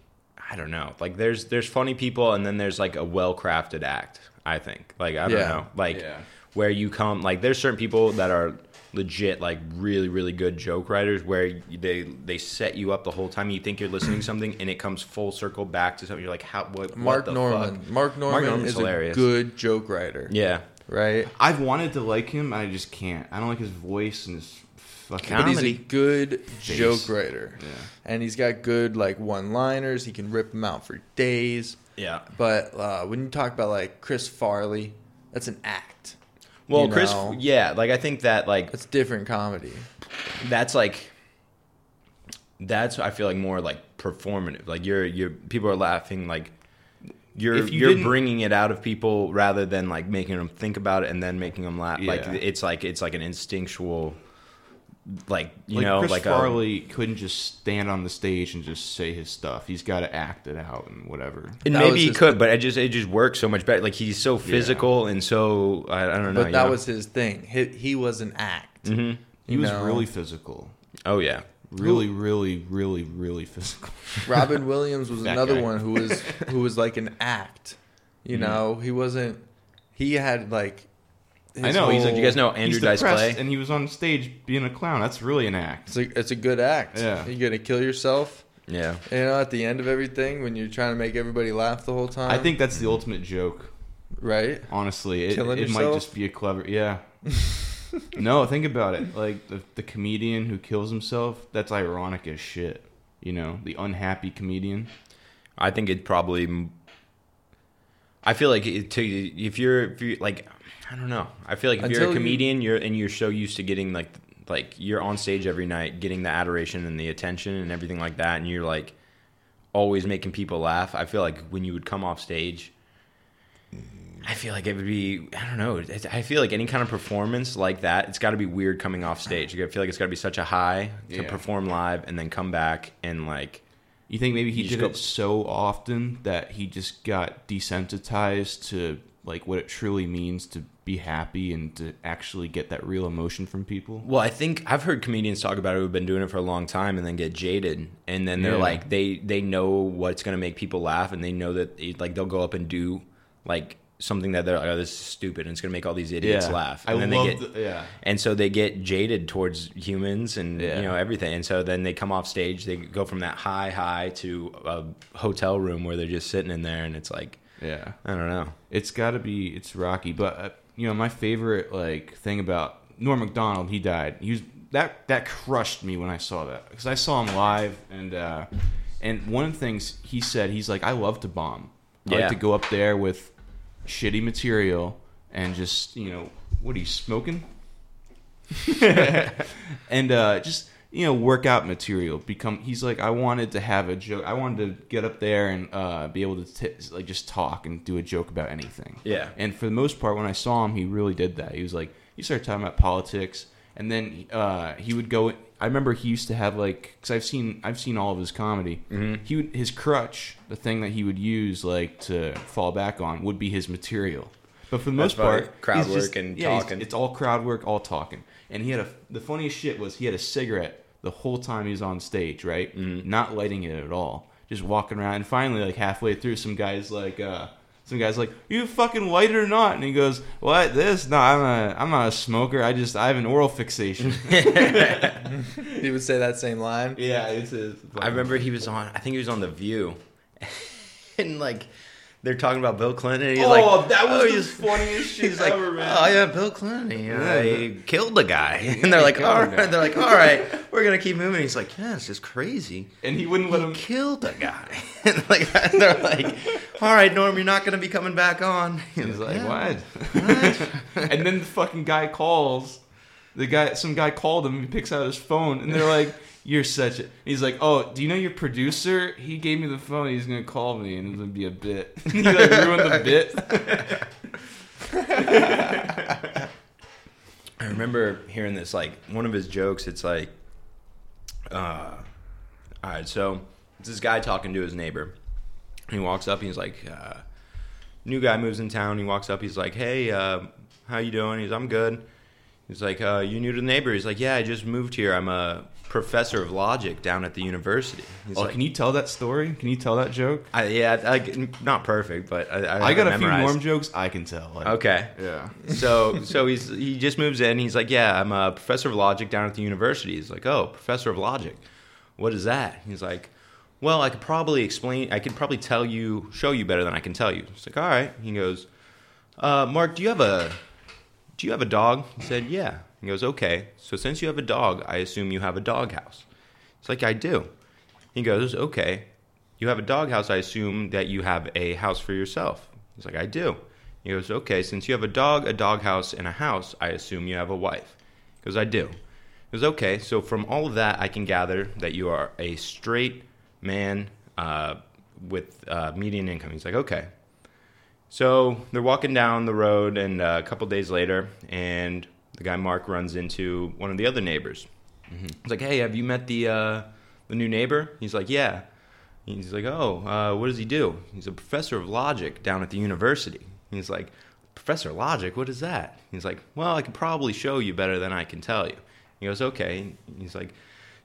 I don't know. Like there's there's funny people and then there's like a well crafted act, I think. Like I don't
Yeah.
know. Like
Yeah.
where you come like there's certain people that are legit like really really good joke writers where they they set you up the whole time you think you're listening to something and it comes full circle back to something you're like how what what
Mark
the
Norman.
fuck?
Mark Norman.
Norman's
is
hilarious.
a good joke writer.
yeah
Right.
I've wanted to like him, I just can't. I don't like his voice and his fucking.
But
But he's a
Comedy.
good joke writer.
Yeah.
And he's got good like one-liners. He can rip them out for days.
yeah
But uh, when you talk about like Chris Farley, that's an act.
well
You
Chris
know.
yeah like I think that like
That's different comedy.
that's like that's I feel like more like performative. Like you're you're people are laughing like you're
If you
you are
didn't-
bringing it out of people rather than like making them think about it and then making them laugh. Like
Yeah.
it's like it's like an instinctual like you
like
know
Chris
like a,
Farley couldn't just stand on the stage and just say his stuff. He's got to act it out and whatever.
and
That
maybe
was
he
his-
could, but it just it just works so much better. Like he's so physical and so I, I don't know.
But
you
that
know?
was his thing. He, he was an act.
Mm-hmm.
He was
No.
really physical.
Oh yeah.
Really, really, really, really physical.
Robin Williams was
That
another
guy.
one who was who was like an act. You know, he wasn't. He had like.
I
his
know, he's like,
You guys know Andrew
He's
Dice
depressed
Clay.
and he was on stage being a clown. That's really an act.
It's a, it's a good act.
Yeah.
You're gonna kill yourself.
Yeah.
You know, at the end of everything, when you're trying to make everybody laugh the whole time.
I think that's the ultimate joke.
Right.
Honestly, it,
Killing
it might
yourself?
just be a clever. Yeah. no, think about it. Like the, the comedian who kills himself. That's ironic as shit. You know, the unhappy comedian.
I think it probably. I feel like it, to, if you're if you like, I don't know. I feel like if you're
Until
a
you-
comedian, you... are and you're so used to getting like like you're on stage every night, getting the adoration and the attention and everything like that, and you're like always making people laugh. I feel like when you would come off stage. I feel like it would be I don't know. It's- I feel like any kind of performance like that, it's got to be weird coming off stage. I feel like it's got to be such a high to
Yeah.
perform live and then come back and like
You think maybe he
You just
did
go-
it so often that he just got desensitized to like what it truly means to be happy and to actually get that real emotion from people.
Well, I think I've heard comedians talk about it who've been doing it for a long time and then get jaded, and then they're
Yeah.
like they they know what's gonna make people laugh, and they know that like they'll go up and do like something that they're like, oh, this is stupid, and it's gonna make all these idiots laugh,
I
and then
love
they get
the- yeah.
and so they get jaded towards humans and
Yeah.
you know everything, and so then they come off stage, they go from that high high to a hotel room where they're just sitting in there, and it's like
Yeah.
I don't know,
It's got to be it's rocky, but uh, you know my favorite like thing about Norm Macdonald, he died. He was that that crushed me when I saw that because I saw him live and uh, and one of the things he said he's like I love to bomb. I
Yeah.
like to go up there with shitty material and just you know what are you smoking? and uh, just you know work out material become he's like i wanted to have a joke i wanted to get up there and uh, be able to t- like just talk and do a joke about anything
Yeah.
and for the most part when i saw him he really did that he was like he started talking about politics and then uh, he would go i remember he used to have like because i've seen i've seen all of his comedy he would his crutch the thing that he would use like to fall back on would be his material but for the
That's
most part
probably crowd
he's
work and
he's-
talking.
it's all crowd work, all talking. And he had a the funniest shit was he had a cigarette the whole time he was on stage, right? Not lighting it at all, just walking around. And finally, like halfway through, some guys like uh, some guys like you fucking light it or not? And he goes, "What this? No, I'm a I'm not a smoker. I just I have an oral fixation."
He would say that same line.
yeah, it's his.
I remember he was on. I think he was on The View, and like they're talking about Bill Clinton. And he's
Oh,
like,
that was
oh,
the
he's-
funniest shit
He's like,
ever, man.
oh yeah, Bill Clinton. He, uh, he killed the guy, and they're
he
like,
killed
all
the
right.
guy.
They're like, all right, we're gonna keep moving. He's like, yeah, this is crazy.
and he wouldn't let
He
him.
killed a guy. and like they're like, all right, Norm, you're not gonna be coming back on.
He's like, what? and then the fucking guy calls. The guy, some guy called him. He picks out his phone, and they're like, "You're such a." He's like, "Oh, do you know your producer? He gave me the phone. He's gonna call me, and it's gonna be a bit." he like ruined the bit.
I remember hearing this like one of his jokes. It's like, uh, all right, so it's this guy talking to his neighbor. He walks up. He's like, uh, new guy moves in town. He walks up. He's like, hey, uh, how you doing? He's, I'm good. He's like, uh, you new to the neighbor? He's like, yeah, I just moved here. I'm a professor of logic down at the university. He's
Oh,
like,
can you tell that story? Can you tell that joke?
I, yeah, like not perfect, but I, I,
I, got a
have it
few
memorized.
Norm jokes I can tell. Like,
Okay.
Yeah.
So so he's he just moves in. He's like, yeah, I'm a professor of logic down at the university. He's like, oh, professor of logic, what is that? He's like, well, I could probably explain. I could probably tell you, show you better than I can tell you. It's like, all right. He goes, uh, Mark, do you have a do you have a dog? He said, yeah. He goes, okay. So since you have a dog, I assume you have a dog house. It's like I do. He goes, okay. You have a dog house. I assume that you have a house for yourself. He's like, I do. He goes, okay. Since you have a dog, a dog house, and a house, I assume you have a wife. He goes, I do. He goes, okay. So from all of that, I can gather that you are a straight man uh, with uh, median income. He's like, okay. So they're walking down the road, and uh, a couple days later, and the guy Mark runs into one of the other neighbors. He's like, "Hey, have you met the uh, the new neighbor?" He's like, "Yeah." He's like, "Oh, uh, what does he do?" He's a professor of logic down at the university. He's like, Professor Logic, what is that? He's like, Well, I could probably show you better than I can tell you. He goes, Okay. He's like,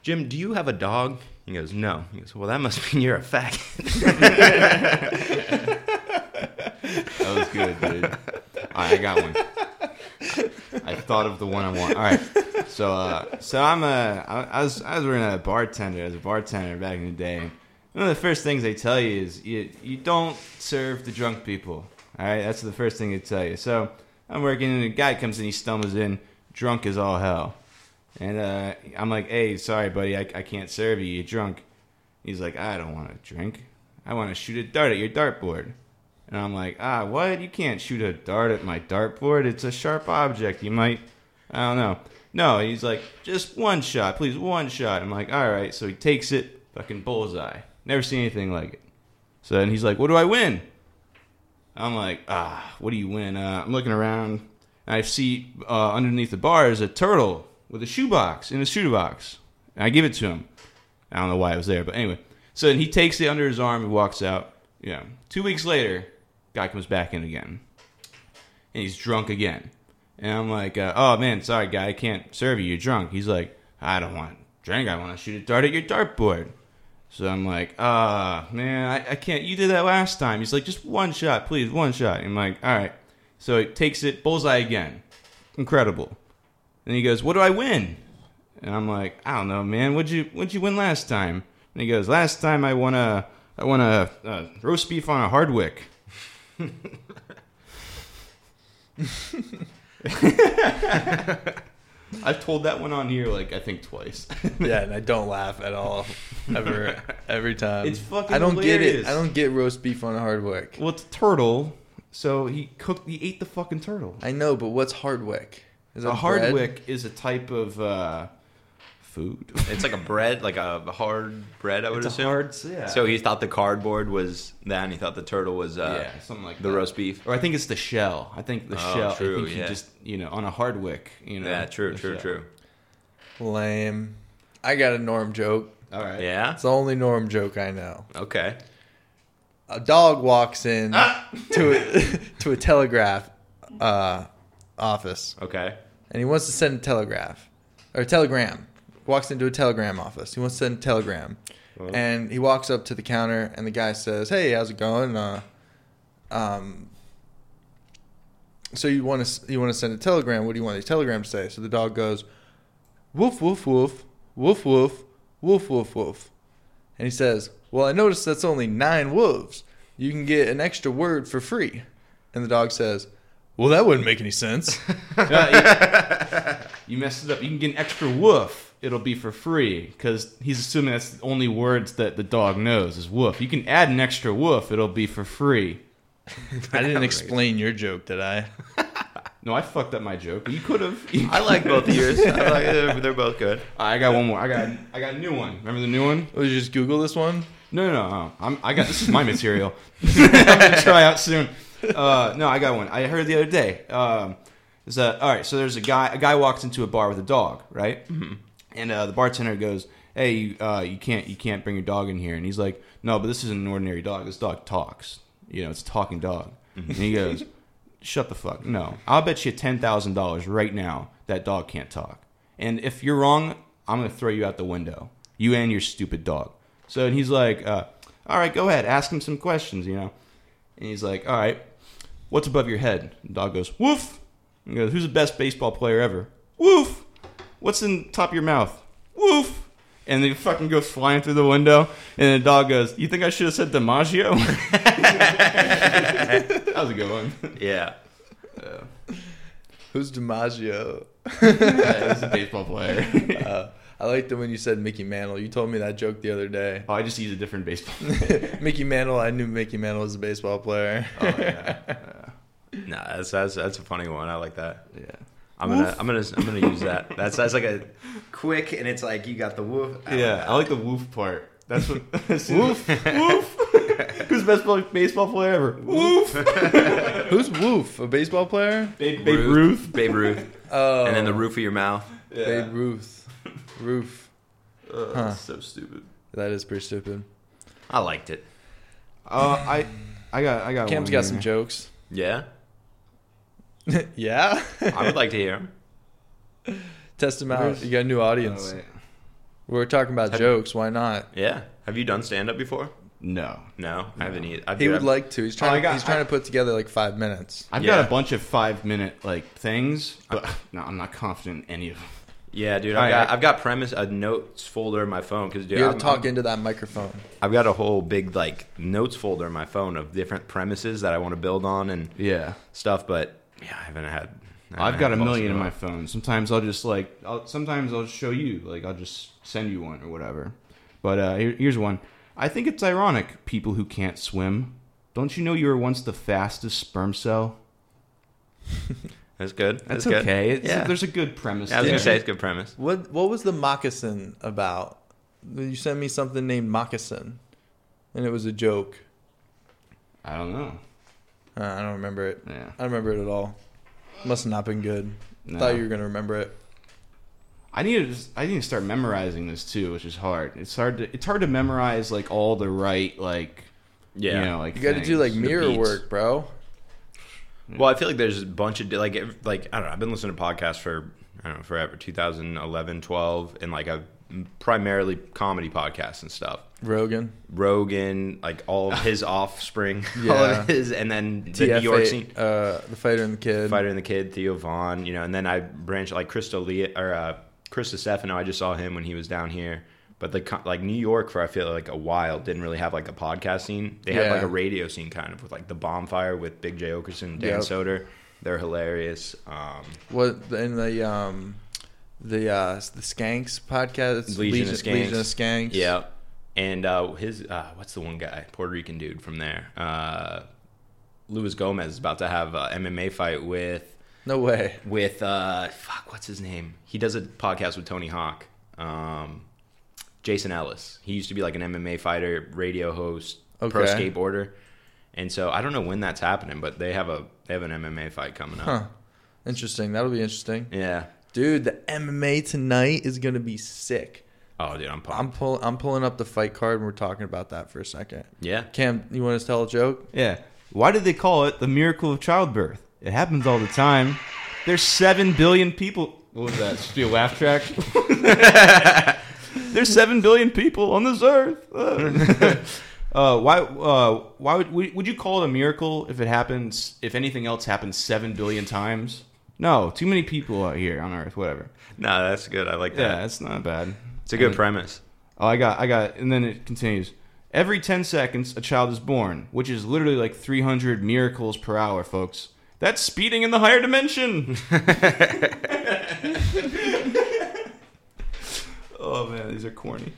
Jim, do you have a dog? He goes, No. He goes, Well, that must mean you're a faggot.
That was good, dude. All right, I got one. I thought of the one I want. All right, so uh, so I'm a I, I was I was working at a bartender as a bartender back in the day. One of the first things they tell you is you you don't serve the drunk people. All right, that's the first thing they tell you. So I'm working, and a guy comes in, he stumbles in, drunk as all hell, and uh, I'm like, "Hey, sorry, buddy, I, I can't serve you. You're drunk." He's like, "I don't want to drink. I want to shoot a dart at your dartboard." And I'm like, ah, what? You can't shoot a dart at my dartboard. It's a sharp object. You might, I don't know. No, he's like, just one shot, please, one shot. I'm like, all right. So he takes it, fucking bullseye. Never seen anything like it. So then he's like, what do I win? I'm like, ah, what do you win? Uh, I'm looking around, and I see uh, underneath the bar is a turtle with a shoebox in a shoebox. And I give it to him. I don't know why it was there, but anyway. So then he takes it under his arm and walks out. Yeah. Two weeks later, guy comes back in again, and he's drunk again. And I'm like, uh, oh man, sorry guy, I can't serve you. You're drunk. He's like, I don't want to drink. I want to shoot a dart at your dartboard. So I'm like, ah, man, I, I can't. You did that last time. He's like, just one shot, please, one shot. I'm like, all right. So it takes it bullseye again. Incredible. And he goes, what do I win? And I'm like, I don't know, man. What'd you What'd you win last time? And he goes, last time I won a I won a, a roast beef on a Hardwick. I've told that one on here like I think twice.
yeah, and I don't laugh at all ever every time.
It's fucking
I don't
hilarious.
get it. I don't get roast beef on Hardwick.
Well, it's a turtle, so he cooked. He ate the fucking turtle.
I know, but what's Hardwick? Is
A
bread?
hardwick is a type of uh, food.
it's like a bread, like a hard bread, I would
It's a
assume.
hard, yeah.
So he thought the cardboard was that, and he thought the turtle was uh,
yeah, something like
the
that.
roast beef.
Or I think it's the shell. I think the
Oh,
shell. I
true,
think he
yeah.
just you know on a hardwick. You know.
yeah, true,
the
true,
shell.
true.
Lame. I got a Norm joke.
All right.
Yeah.
It's the only Norm joke I know.
Okay.
A dog walks in to a, to a telegraph uh, office,
Okay.
and he wants to send a telegraph or a telegram. Walks into a telegram office. He wants to send a telegram, and he walks up to the counter, and the guy says, "Hey, how's it going? Uh, um, so you want to you want to send a telegram? What do you want the telegram to say?" So the dog goes, "Woof woof woof woof woof woof woof woof," and he says, "Well, I noticed that's only nine wolves. You can get an extra word for free." And the dog says, "Well, that wouldn't make any sense."
Uh, you, you messed it up. You can get an extra woof. It'll be for free because he's assuming that's the only words that the dog knows is woof. You can add an extra woof. It'll be for free.
I didn't explain your joke, did I?
No, I fucked up my joke. You could have.
I like both of yours. I like, they're, they're both good.
I got one more. I got. I got a new one. Remember the new one?
Let's just Google this one.
No, no, no. I'm, I got this is my material. I'm gonna try out soon. Uh, no, I got one. I heard the other day. Um, is that all right? So there's a guy. A guy walks into a bar with a dog, right? Mm-hmm. And uh, the bartender goes, "Hey, you, uh, you can't, you can't bring your dog in here." And he's like, "No, but this isn't an ordinary dog. This dog talks. You know, it's a talking dog." And he goes, "Shut the fuck. No, I'll bet you ten thousand dollars right now that dog can't talk. And if you're wrong, I'm gonna throw you out the window. You and your stupid dog." So and he's like, uh, "All right, go ahead. Ask him some questions. You know." And he's like, "All right, what's above your head?" The dog goes, "Woof." And he goes, "Who's the best baseball player ever?" "Woof." What's in the top of your mouth? "Woof." And they fucking go flying through the window. And the dog goes, "You think I should have said DiMaggio?" that was a good one.
Yeah.
Who's DiMaggio?
Yeah, he's a baseball player.
Uh, I liked it when you said Mickey Mantle. You told me that joke the other day.
oh, I just use a different baseball.
Mickey Mantle, I knew Mickey Mantle was a baseball player.
Oh, yeah.
No, that's, that's that's a funny one. I like that.
yeah.
I'm gonna I'm gonna I'm gonna use that. That's that's like a quick, and it's like you got the woof. I like
Yeah,
that.
I like the woof part. That's what woof woof. Who's the best baseball player ever? Woof.
Who's Woof? A baseball player?
Babe, Babe Ruth.
Babe Ruth,
Oh,
and then the roof of your mouth.
Yeah.
Babe Ruth. Roof.
Uh,
Huh.
So stupid.
That is pretty stupid.
I liked it.
Uh, I, I got, I got.
Cam's
one
got
here.
some jokes.
Yeah.
yeah.
I would like to hear him.
Test them out.
Where's-
You got a new audience.
Oh, wait.
we were talking about
Have-
jokes. Why not?
Yeah. Have you done stand up before?
No.
No, I haven't either. I
He would
I've-
like to. He's
Oh, I
trying.
got-
he's trying to put together like five minutes.
I've
Yeah.
got a bunch of five minute like things, but no, I'm not confident in any of them.
Yeah, dude.
All
I've
right,
got,
I-
I've got premise a notes folder in my phone because dude,
you
I'm,
have to talk into that microphone.
I've got a whole big like notes folder in my phone of different premises that I want to build on and
Yeah.
stuff. But yeah, I haven't had. I haven't
I've got
had
a
balls
million
to
in
do
my
it.
phone. Sometimes I'll just like, I'll, sometimes I'll show you, like I'll just send you one or whatever. But uh, here, here's one. I think it's ironic, people who can't swim. Don't you know you were once the fastest sperm cell?
That's good.
That's,
That's, good.
okay. It's,
yeah.
There's a good premise.
Yeah, I was
there.
gonna say it's a good premise.
What What was the moccasin about? You sent me something named moccasin, and it was a joke.
I don't know.
Uh, I don't remember it.
Yeah.
I don't remember it at all. Must have not been good.
No.
Thought you were gonna remember it.
I need to. just- I need to start memorizing this too, which is hard. It's hard to. It's hard to memorize like all the right like.
Yeah.
You know, like
You got to do like
things.
mirror
beats.
work, bro.
Well, I feel like there's a bunch of like ev- like I don't know. I've been listening to podcasts for I don't know forever, 2011, 12, and like I've primarily comedy podcasts and stuff.
Rogan.
Rogan, like all of his offspring, all
Yeah.
of his, and then the
TFA,
New York scene,
Uh, the fighter and the kid.
Fighter and the Kid, Theo Vaughn, you know, and then I branch like Krista Lee or uh, Krista Stefano. I just saw him when he was down here. But the co- like New York for I feel like a while didn't really have like a podcast scene. They had
Yeah.
like a radio scene kind of with like the Bonfire with Big J Okerson, Dan
Yep.
Soder. They're hilarious. Um,
What in the um the uh the Skanks podcast?
Legion of Skanks.
Legion of Skanks.
yeah, and uh, his uh, what's the one guy Puerto Rican dude from there? Uh, Luis Gomez is about to have a MMA fight with
No way.
with uh fuck what's his name he does a podcast with tony hawk um jason ellis he used to be like an mma fighter radio host pro
Okay.
skateboarder and so i don't know when that's happening but they have a they have an mma fight coming up
Huh. Interesting. That'll be interesting.
yeah
Dude, the MMA tonight is gonna be sick.
oh dude i'm pumped
I'm pull I'm pulling up the fight card and we're talking about that for a second.
yeah
Cam, you want us to tell a joke?
Yeah. Why do they call it the miracle of childbirth? It happens all the time. There's seven billion people. What was that? Should be a laugh track. There's seven billion people on this earth. Uh, uh, why? Uh, why would would would you call it a miracle if it happens? If anything else happens seven billion times? No, too many people out here on Earth. Whatever.
no that's good i like that
Yeah, it's not bad.
it's a good premise
Oh, I got, I got, and then it continues. Every 10 seconds, a child is born, which is literally like 300 miracles per hour, folks. That's speeding in the higher dimension. oh man, these are corny.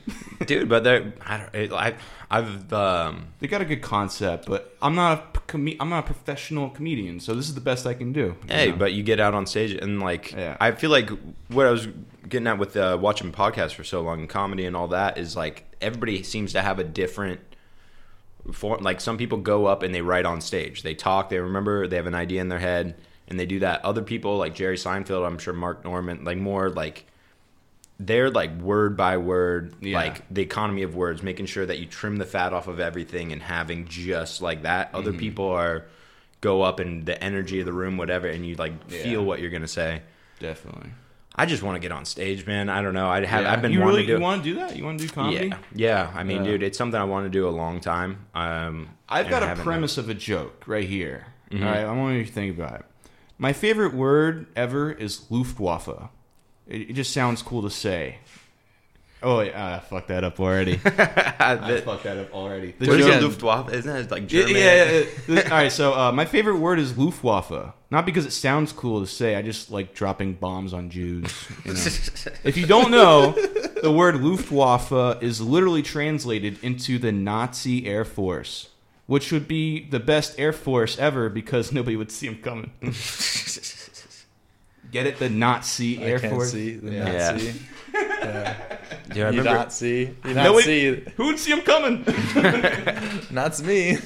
dude but they're i don't it, I, i've um
They got a good concept, but I'm not a com- I'm not a professional comedian, so this is the best I can do. you
Hey,
know?
but you get out on stage and like
Yeah.
I feel like what I was getting at with uh, watching podcasts for so long and comedy and all that is like everybody seems to have a different form. Like some people go up and they write on stage, they talk, they remember, they have an idea in their head, and they do that. Other people like Jerry Seinfeld, I'm sure Mark Norman, like more like they're like word by word,
Yeah.
like the economy of words, making sure that you trim the fat off of everything and having just like that. Other people are go up and the energy of the room, whatever, and you like
Yeah.
feel what you're gonna say.
definitely.
I just want to get on stage, man. I don't know. I have.
Yeah.
I've been
you
wanting to
really
do.
you
it.
want to do that? You want to do comedy?
yeah, yeah. I mean,
Yeah.
dude, it's something I want to do a long time. Um,
I've
and
got
I haven't-
a
Mm-hmm.
premise of a joke right here. All right, I want you to think about it. My favorite word ever is Luftwaffe. It, it just sounds cool to say. Oh, yeah, I fucked that up already. I
The-
fucked that up already. The
what is
German-
it, Luftwaffe? Isn't that like
Yeah,
German?
yeah, yeah, yeah. All right, so uh, my favorite word is Luftwaffe. Not because it sounds cool to say. I just like dropping bombs on Jews. you know. if you don't know, the word Luftwaffe is literally translated into the Nazi Air Force, which would be the best Air Force ever because nobody would see them coming. Get it? The Nazi Air
I can't
Force.
see the
Yeah.
Nazi.
Dude, I
You
remember.
not see. You not
Nobody-
see.
Who would see them coming?
Not me.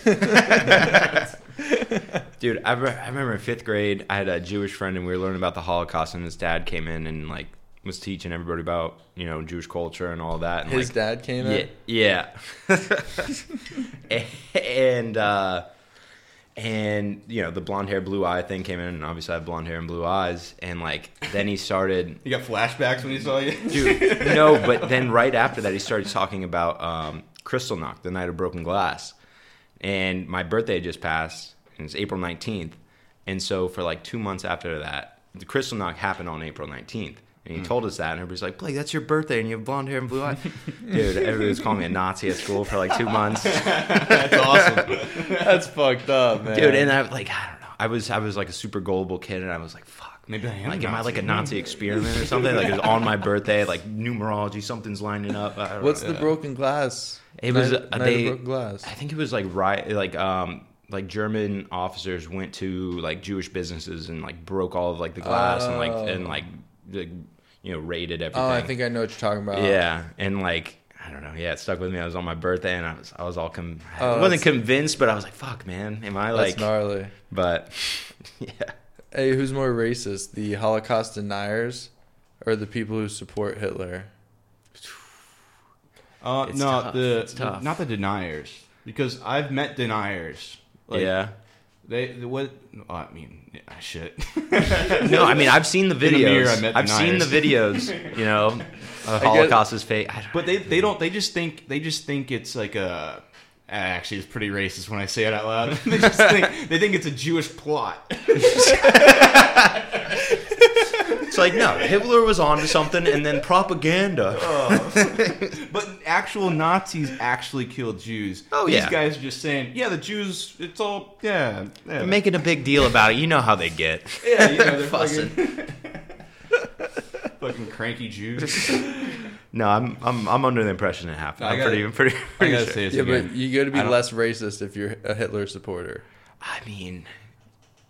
Dude, I, re- I remember in fifth grade, I had a Jewish friend, and we were learning about the Holocaust, and his dad came in and like was teaching everybody about you know Jewish culture and all that. And,
His
like,
dad came in.
Yeah. yeah. and uh, And you know the blonde hair, blue eye thing came in, and obviously I have blonde hair and blue eyes. And like then he started,
You got flashbacks when you saw you.
dude, no. But then right after that, he started talking about um, Kristallnacht, the night of broken glass. And my birthday had just passed, and it's April nineteenth. And so for like two months after that, the Kristallnacht happened on April nineteenth. And
Hmm.
he told us that, and everybody's like, "Blake, that's your birthday, and you have blonde hair and blue eyes." Dude, everybody was calling me a Nazi at school for like two months.
That's awesome.
That's fucked up, man.
dude. And I like I don't know. I was I was like a super gullible kid, and I was like, fuck.
Maybe I am.
Like,
a
am I like a
Nazi.
Nazi experiment or something? Like, it was on my birthday, like numerology, something's lining up. I don't
What's
know.
the broken glass?
It was
Night-
a
Night of
they-
broken glass.
I think it was like right, like um, like German officers went to like Jewish businesses and like broke all of like the glass and
Oh.
like and like, like you know raided everything.
Oh, I think uh, I know what you're talking about.
Yeah, and like I don't know. Yeah, it stuck with me. I was on my birthday, and I was I was all com-
Oh,
I wasn't
that's-
convinced, but I was like, fuck, man, am I
that's
like?
gnarly.
But yeah.
Hey, who's more racist, the Holocaust deniers or the people who support Hitler?
Uh,
It's
no,
tough.
the
It's tough.
not the deniers because I've met deniers. Like,
yeah.
They, they- what? oh, I mean, yeah, shit.
No, I mean I've seen the
the
videos.
mirror, I met
I've seen the
deniers.
videos. You know, uh, Holocaust is fake. I don't,
But they they don't. They just think they just think it's like a. Actually, it's pretty racist when I say it out loud. they just think they think it's a Jewish plot.
it's like no, Hitler was onto something, and then propaganda.
But actual Nazis actually killed Jews.
Oh,
These
yeah.
guys are just saying, yeah, the Jews. It's all yeah. yeah.
They're making a big deal about it. You know how they get.
yeah, you know, they're
Fussing.
fucking, fucking cranky Jews.
No, I'm I'm I'm under the impression it happened.
I
I'm
gotta-
pretty pretty.
I
pretty
gotta
sure.
say this
yeah,
again.
but you got to be
I don't-
less racist if you're a Hitler supporter.
I mean,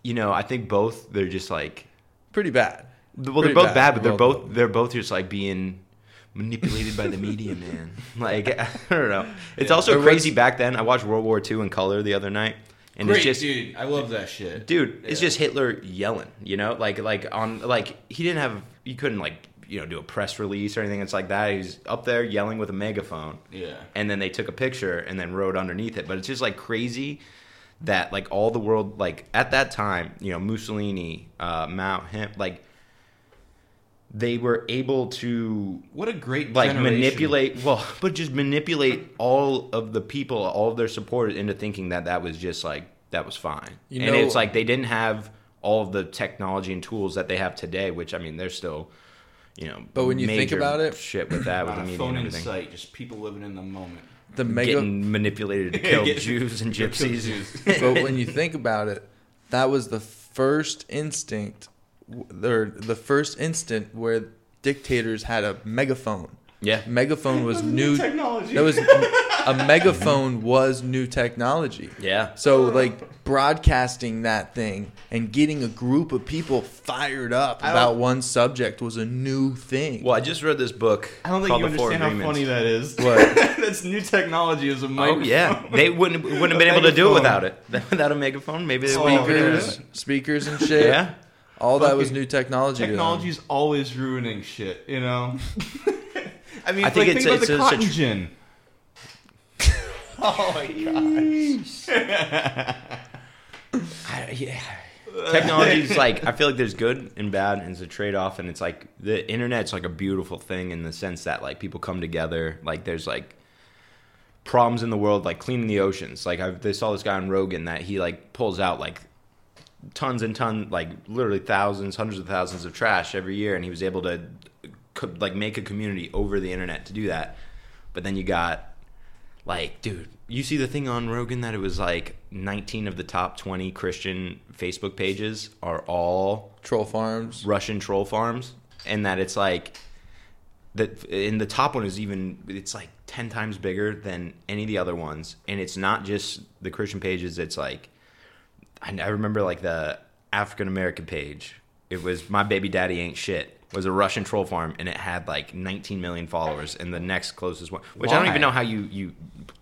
you know, I think both they're just like
Pretty bad.
well,
Pretty
they're both bad, but they're
Well,
both they're both just like being manipulated by the media, man. Like I don't know. It's
Or
also
what's-
crazy. Back then, I watched World War II in color the other night, and
Great,
it's just
dude. I love that shit.
dude it's
Yeah.
just hitler yelling you know like like on like he didn't have he couldn't like you know do a press release or anything it's like that he's up there yelling with a megaphone
Yeah.
and then they took a picture and then wrote underneath it but it's just like crazy that like all the world like at that time you know mussolini uh mao him like they were able to
What a great
like
generation.
manipulate well but just manipulate all of the people all of their supporters into thinking that that was just like that was fine
You
and
know-
it's like they didn't have all of the technology and tools that they have today which i mean they're still you know
But when you think
major
about it-
shit with that with the
Not a
media
Uh, phone
and
in
everything
sight, just people living in the moment.
The mega.
getting manipulated to kill
Get-
jews and
get killed
gypsies
Jews.
but when you think about it, that was the first instinct, w- or the first instant where dictators had a megaphone.
yeah
Megaphone was
New
new.
technology.
That was a megaphone was new technology.
yeah
So like broadcasting that thing and getting a group of people fired up
I
about
don't-
one subject was a new thing.
well i just read this book
I don't think
called
you
The Four
understand how
Agreements.
funny that is.
What?
That's new technology as a
Oh
microphone.
yeah, they wouldn't wouldn't have been able to do it without
megaphone.
it. Without a megaphone, maybe they
Oh,
wouldn't have been able to do
speakers,
it.
speakers and shit.
Oh, Yeah,
All that was
Fucking
new technology. to them.
Technology's always ruining shit, you know? I mean,
I
it's
think
like,
it's-
think about
it's
the
a-
cotton
it's a tr-
gin. oh my god.
I, yeah. Technology is like I feel like there's good and bad, and it's a trade off. And it's like the internet's like a beautiful thing in the sense that like people come together. Like there's like problems in the world, like cleaning the oceans. Like I they saw this guy on Rogan that he like pulls out like tons and tons, like literally thousands, hundreds of thousands of trash every year, and he was able to uh, co- like make a community over the internet to do that. But then you got like, dude, you see the thing on Rogan that it was like 19 of the top 20 Christian Facebook pages are all
troll farms.
Russian troll farms, and that it's like that. In the top one is even it's like 10 times bigger than any of the other ones, and it's not just the Christian pages. It's like I, I remember like the African American page. It was my baby daddy ain't shit. Was a Russian troll farm, and it had like 19 million followers, and the next closest one, which I don't
Why?
even know how you you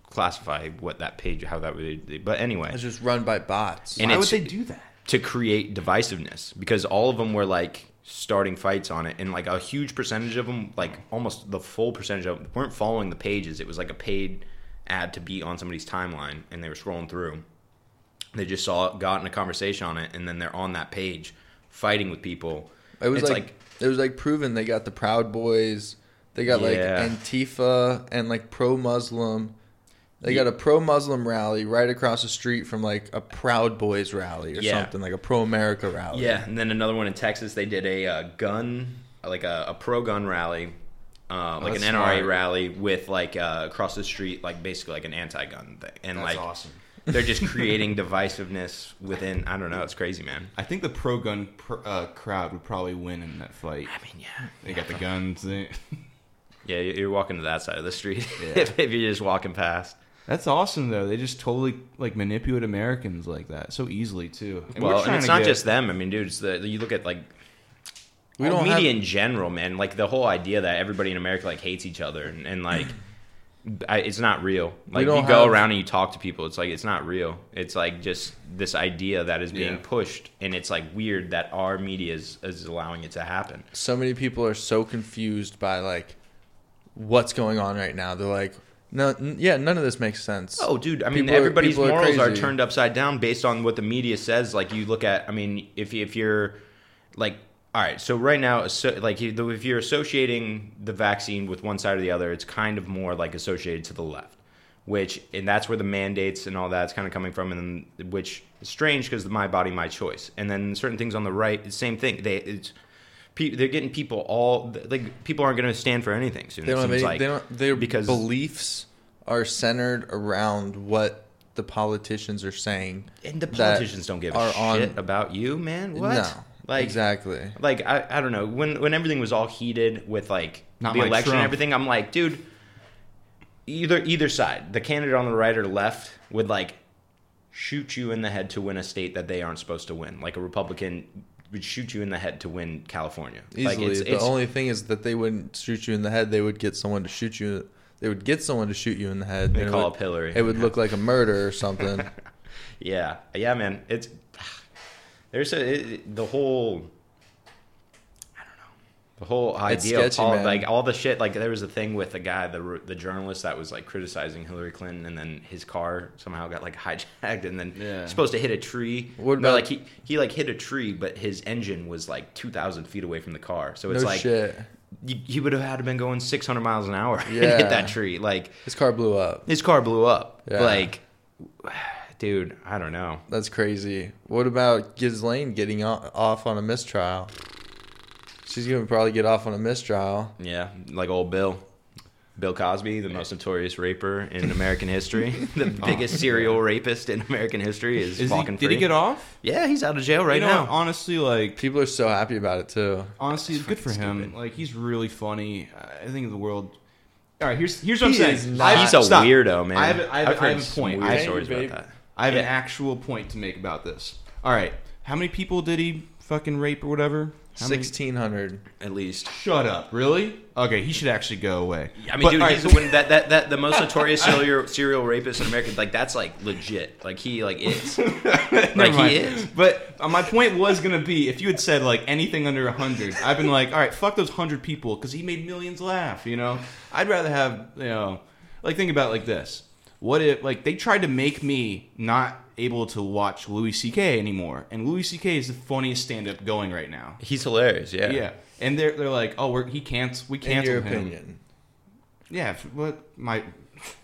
classify what that page, how that would, but anyway,
It's just run by bots.
And
Why would
it's-
they do that?
to create divisiveness because all of them were like starting fights on it and like a huge percentage of them like almost the full percentage of them weren't following the pages it was like a paid ad to be on somebody's timeline and they were scrolling through they just saw got in a conversation on it and then they're on that page fighting with people
It was
it's
like,
like,
it was like proven they got the Proud Boys, they got like
Yeah.
Antifa and like pro Muslim. They
Ye-
got a pro Muslim rally right across the street from like a Proud Boys rally or
Yeah.
something, like a pro America rally.
yeah and then another one in texas they did a uh, gun like a, a pro gun rally uh, like an
that's
nra
smart.
rally with like uh, across the street like basically like an anti-gun thing and
That's
like
awesome.
they're just creating divisiveness within i don't know it's crazy man
I think the pro gun pr- uh, crowd would probably win in that fight.
i mean yeah
They got the guns. they-
yeah you- you're walking to that side of the street
Yeah.
if if you're just walking past
That's awesome though. They just totally like manipulate Americans like that so easily too. we're
well and
trying
it's
to
not
get-
just them i mean dude it's the, you look at like
We
Well,
don't have-
media in general, man. Like the whole idea that everybody in America like hates each other and, and like I, it's not real. Like you
don't
go
have-
around and you talk to people, it's like it's not real. It's like just this idea that is being
Yeah.
pushed, and it's like weird that our media is, is allowing it to happen.
so many people are so confused by like what's going on right now. They're like, no, n- yeah, none of this makes sense.
Oh, dude! I mean,
People are-
everybody's
people are
morals are
crazy.
turned upside down based on what the media says. Like you look at, I mean, if if you're like, all right, so right now, so, like you- if you're associating the vaccine with one side or the other, it's kind of more like associated to the left, which and that's where the mandates and all that's kind of coming from, and then, which is strange because my body, my choice, and then certain things on the right, it's same thing. They it's. pe- They're getting people all like people aren't going to stand for anything soon.
they don't
it
have
seems
any,
like
they don't, their
because-
beliefs are centered around what the politicians are saying.
And the
that
politicians don't give a
are on-
shit about you, man. What?
No,
like
exactly.
Like I, I don't know. When when everything was all heated with like
Not
the
my
election and
Trump.
everything, I'm like, dude, either either side, the candidate on the right or left would like shoot you in the head to win a state that they aren't supposed to win. Like a Republican would shoot you in the head to win California. like
Easily. the only thing is that they wouldn't shoot you in the head. They would get someone to shoot you. They would get someone to shoot you in the head.
They
and it
call
would-
up Hillary.
It would look like a murder or something.
Yeah, yeah, man. It's there's a it, the whole. I don't know. The whole idea
sketchy,
of poli-
man.
like all the shit, like there was a thing with a guy, the r- the journalist that was like criticizing Hillary Clinton, and then his car somehow got like hijacked, and then
Yeah.
supposed to hit a tree.
What
no,
about-
like he he like hit a tree, but his engine was like two thousand feet away from the car, so it's
no
like
shit.
You, he would have had to been going six hundred miles an hour and
Yeah.
hit that tree. Like
His car blew up.
his car blew up.
Yeah.
Like, dude, I don't know.
That's crazy. What about Ghislaine getting o- off on a mistrial? She's gonna probably get off on a mistrial.
Yeah, like old Bill. Bill Cosby, the most notorious raper in American history, the biggest serial rapist in American history, is,
Oh, Is he,
walking
did
free.
he get off?
Yeah, he's out of jail right
you know
now.
what? honestly, like
People are so happy about it too.
honestly, it's good for
fucking
him.
stupid.
Like he's really funny. I think the world. All right, here's here's what
He
I'm
is
saying.
not-
I-
he's a
stop.
weirdo, man.
I have, a- I have,
I've
I
heard
have a
some
point.
Weird
I,
stories
Hey,
about that.
I have an
Yeah.
actual point to make about this. All right, how many people did he fucking rape or whatever? How many-
Sixteen hundred.
At least.
Shut up! Really? Okay, he should actually go away.
I mean,
But,
dude,
all right,
he's the one that, that that the most notorious serial serial rapist in America. Like that's like legit. Like he like is. like
Never mind.
he is.
But uh, my point was gonna be if you had said like anything under hundred, I've been like, all right, fuck those hundred people because he made millions laugh. You know, I'd rather have you know, like think about it like this: what if like they tried to make me not able to watch Louis C.K. anymore? And Louis C.K. is the funniest stand-up going right now.
He's hilarious. Yeah.
Yeah, and they're they're like, oh, we're, he can't, we
In
cancel
your
him.
opinion,
Yeah, f- what my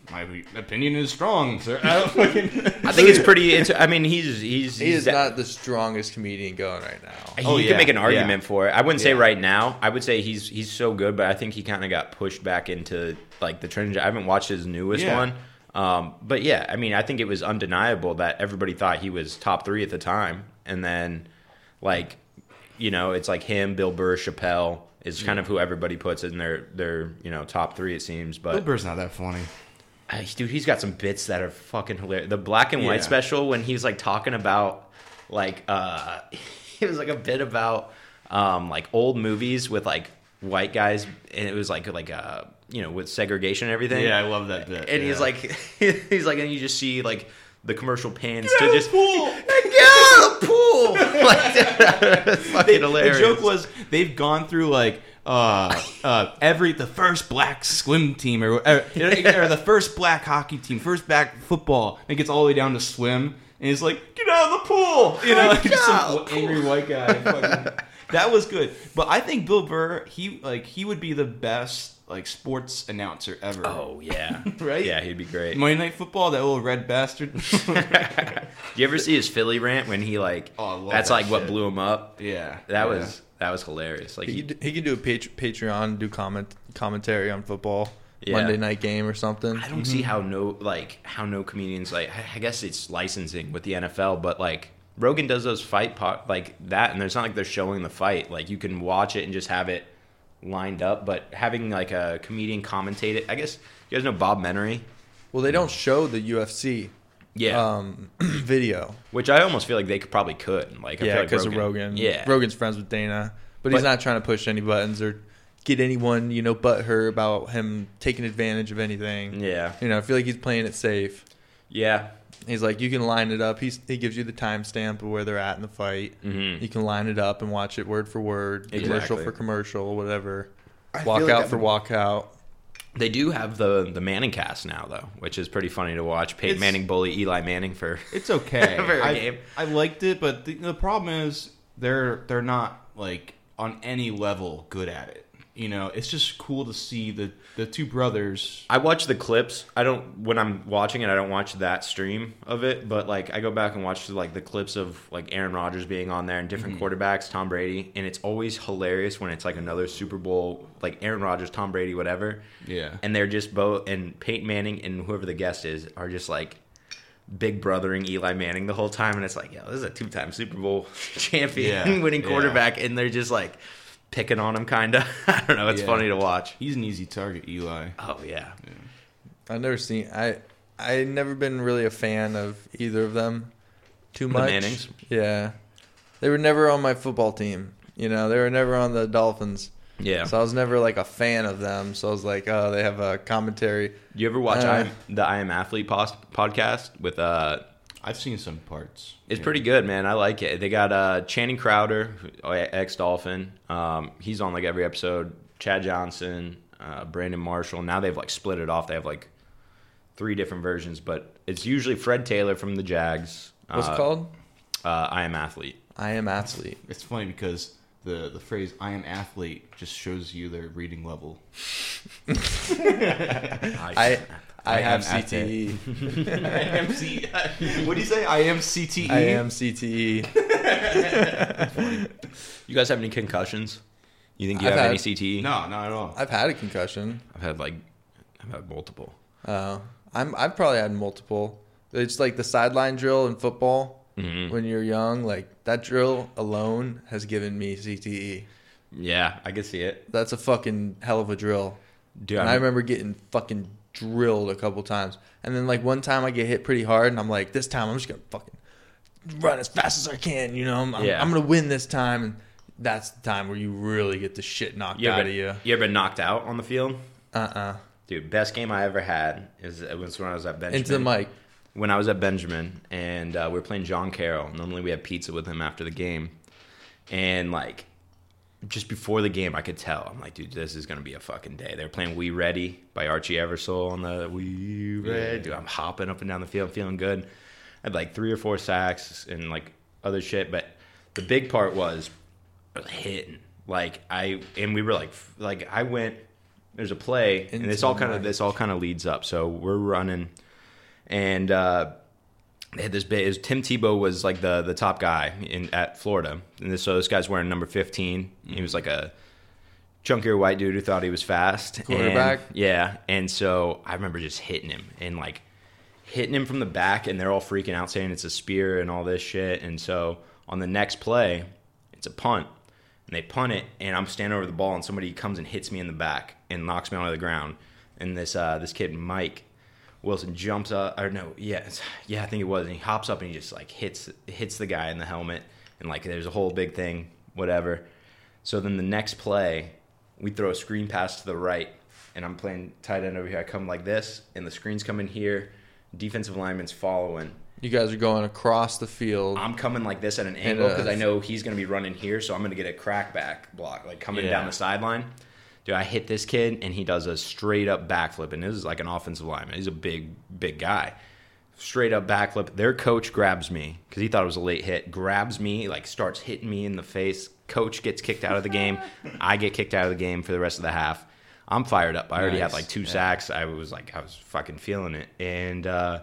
my opinion is strong, sir. I don't fucking.
I think it's pretty. It's. I mean, he's he's
he is
that-
not the strongest comedian going right now.
He,
Oh,
you
yeah.
can make an argument
Yeah.
for it. I wouldn't say
Yeah.
right now. I would say he's he's so good, but I think he kind of got pushed back into like the trend. I haven't watched his newest
Yeah.
one, um, but yeah, I mean, I think it was undeniable that everybody thought he was top three at the time, and then like you know, it's like him, Bill Burr, Chappelle is kind of who everybody puts in their their you know top three. It seems, but
Bill Burr's not that funny.
uh, dude, he's got some bits that are fucking hilarious. The black and white
Yeah.
special when he was like talking about like uh it was like a bit about um like old movies with like white guys and it was like like uh you know with segregation and everything.
Yeah, I love that bit.
And he's
yeah.
like he's like and you just see like the commercial pans
Get
to
out of
just
the pool!
get out of the pool. like that's fucking hilarious.
The joke was they've gone through like uh, uh, every the first black swim team or, or, or the first black hockey team, first black football. And it gets all the way down to swim, and and he's like, "Get out of the pool!" You know, like just some
out.
angry white guy. Fucking- that was good, but I think Bill Burr, he like he would be the best like sports announcer ever.
Oh yeah,
right?
Yeah, he'd be great.
Monday Night Football, that little red bastard.
Do you ever see his Philly rant when he like?
Oh, I love
that's
that
like what
shit.
blew him up.
yeah,
That was that was hilarious. Like
He
he,
could, he could do a pat- Patreon, do comment commentary on football,
Yeah.
Monday night game or something.
I don't see how no like how no comedians like. I, I guess it's licensing with the NFL, but like Rogan does those fight po- like that, and there's not like they're showing the fight. Like you can watch it and just have it lined up, but having like a comedian commentate it. I guess you guys know Bob Menery.
Well, they don't show the UFC
Yeah,
um, video.
which I almost feel like they could probably could. Like I
yeah,
feel like
because of Rogan.
Yeah,
Rogan's friends with Dana, but, he's
But-
not trying to push any buttons or get anyone you know but her about him taking advantage of anything.
Yeah,
You know, I feel like he's playing it safe.
yeah.
He's like, you can line it up. He's, he gives you the timestamp of where they're at in the fight.
Mhm.
You can line it up and watch it word for word, commercial
Exactly.
for commercial, whatever.
I feel
Walk
like
out
I-
for walkout.
They do have the the Manning cast now though, which is pretty funny to watch. Peyton
It's-
Manning bully Eli Manning for
It's okay.
For a
I,
game.
I liked it, but the, the problem is they're they're not like on any level good at it. You know, it's just cool to see the the two brothers.
I watch the clips. I don't when I'm watching it. I don't watch that stream of it, but like I go back and watch like the clips of like Aaron Rodgers being on there and
Mm-hmm.
different quarterbacks, Tom Brady, and it's always hilarious when it's like another Super Bowl, like Aaron Rodgers, Tom Brady, whatever.
Yeah.
and they're just both and Peyton Manning and whoever the guest is are just like big brothering Eli Manning the whole time, and it's like, yo, this is a two time Super Bowl champion,
Yeah,
winning
yeah.
quarterback, and they're just like picking on him, kind of. I don't know. It's
Yeah.
funny to watch.
He's an easy target, Eli.
Oh yeah.
I've never seen. I I never been really a fan of either of them too
The
much.
Mannings?
Yeah, they were never on my football team. You know, they were never on the Dolphins.
Yeah.
So I was never like a fan of them. So I was like, oh, they have a commentary.
Do you ever watch
Uh,
I Am- the I Am Athlete pos- podcast with uh?
I've seen some parts.
It's
Yeah.
pretty good, man. I like it. They got uh Channing Crowder, ex Dolphin. Um, he's on like every episode. Chad Johnson, uh, Brandon Marshall. Now they've like split it off. They have like three different versions, but it's usually Fred Taylor from the Jags.
What's
uh,
it called?
Uh, I Am Athlete.
I am athlete.
It's funny because the the phrase "I am athlete" just shows you their reading level.
I I,
I
have E.
am
CTE.
I am C. What do you say? I am E? CTE.
I am E. CTE.
You guys have any concussions? You think you
I've
have any
had-
CTE?
No, not at all.
I've had a concussion.
I've had like I've had multiple.
Uh, I'm I've probably had multiple. It's like the sideline drill in football
Mhm.
when you're young. Like that drill alone has given me CTE.
Yeah, I can see it.
That's a fucking hell of a drill.
Dude,
and I
I'm-
remember getting fucking drilled a couple times. And then like one time I get hit pretty hard, and I'm like, this time I'm just gonna fucking run as fast as I can. You know, I'm, I'm-
Yeah.
I'm, gonna win this time. And that's the time where you really get the shit knocked
You
out
ever,
of you.
you ever been knocked out on the field?
Uh uh
Dude, best game I ever had is it was when I was at Benjamin.
Into the mic.
When I was at Benjamin, and uh, we were playing John Carroll. Normally, we have pizza with him after the game, and like just before the game, I could tell. I'm like, dude, this is gonna be a fucking day. They're playing "We Ready" by Archie Eversole on the "We Ready." Dude, I'm hopping up and down the field, feeling good. I had like three or four sacks and like other shit, but the big part was hitting. Like I and we were like f- like I went. There's a play, and
Into
this all
the
kind of
night.
this all kind of leads up. So we're running, and uh, they had this bit. It was Tim Tebow was like the the top guy in at Florida, and this, so this guy's wearing number 15 He was like a chunkier white dude who thought he was fast. And-
Quarterback?
yeah, and so I remember just hitting him and like hitting him from the back, and they're all freaking out saying it's a spear and all this shit. And so on the next play, it's a punt, and they punt it, and I'm standing over the ball, and somebody comes and hits me in the back and knocks me onto the ground. And this uh, this kid Mike Wilson jumps up, or no, yeah, it's- yeah, I think it was, and he hops up and he just like hits hits the guy in the helmet, and like there's a whole big thing, whatever. So then the next play, we throw a screen pass to the right, and I'm playing tight end over here. I come like this, and the screen's coming here. Defensive lineman's following.
You guys are going across the field.
I'm coming like this at an angle
uh,
because I know he's going to be running here, so I'm going to get a crackback block, like coming
Yeah.
down the sideline. Dude, I hit this kid, and he does a straight up backflip, and this is like an offensive lineman. He's a big, big guy. straight up backflip. Their coach grabs me because he thought it was a late hit. Grabs me, like starts hitting me in the face. Coach gets kicked out of the game. I get kicked out of the game for the rest of the half. I'm fired up. I already had
Nice.
like two sacks. I was like, I was fucking feeling it. And uh,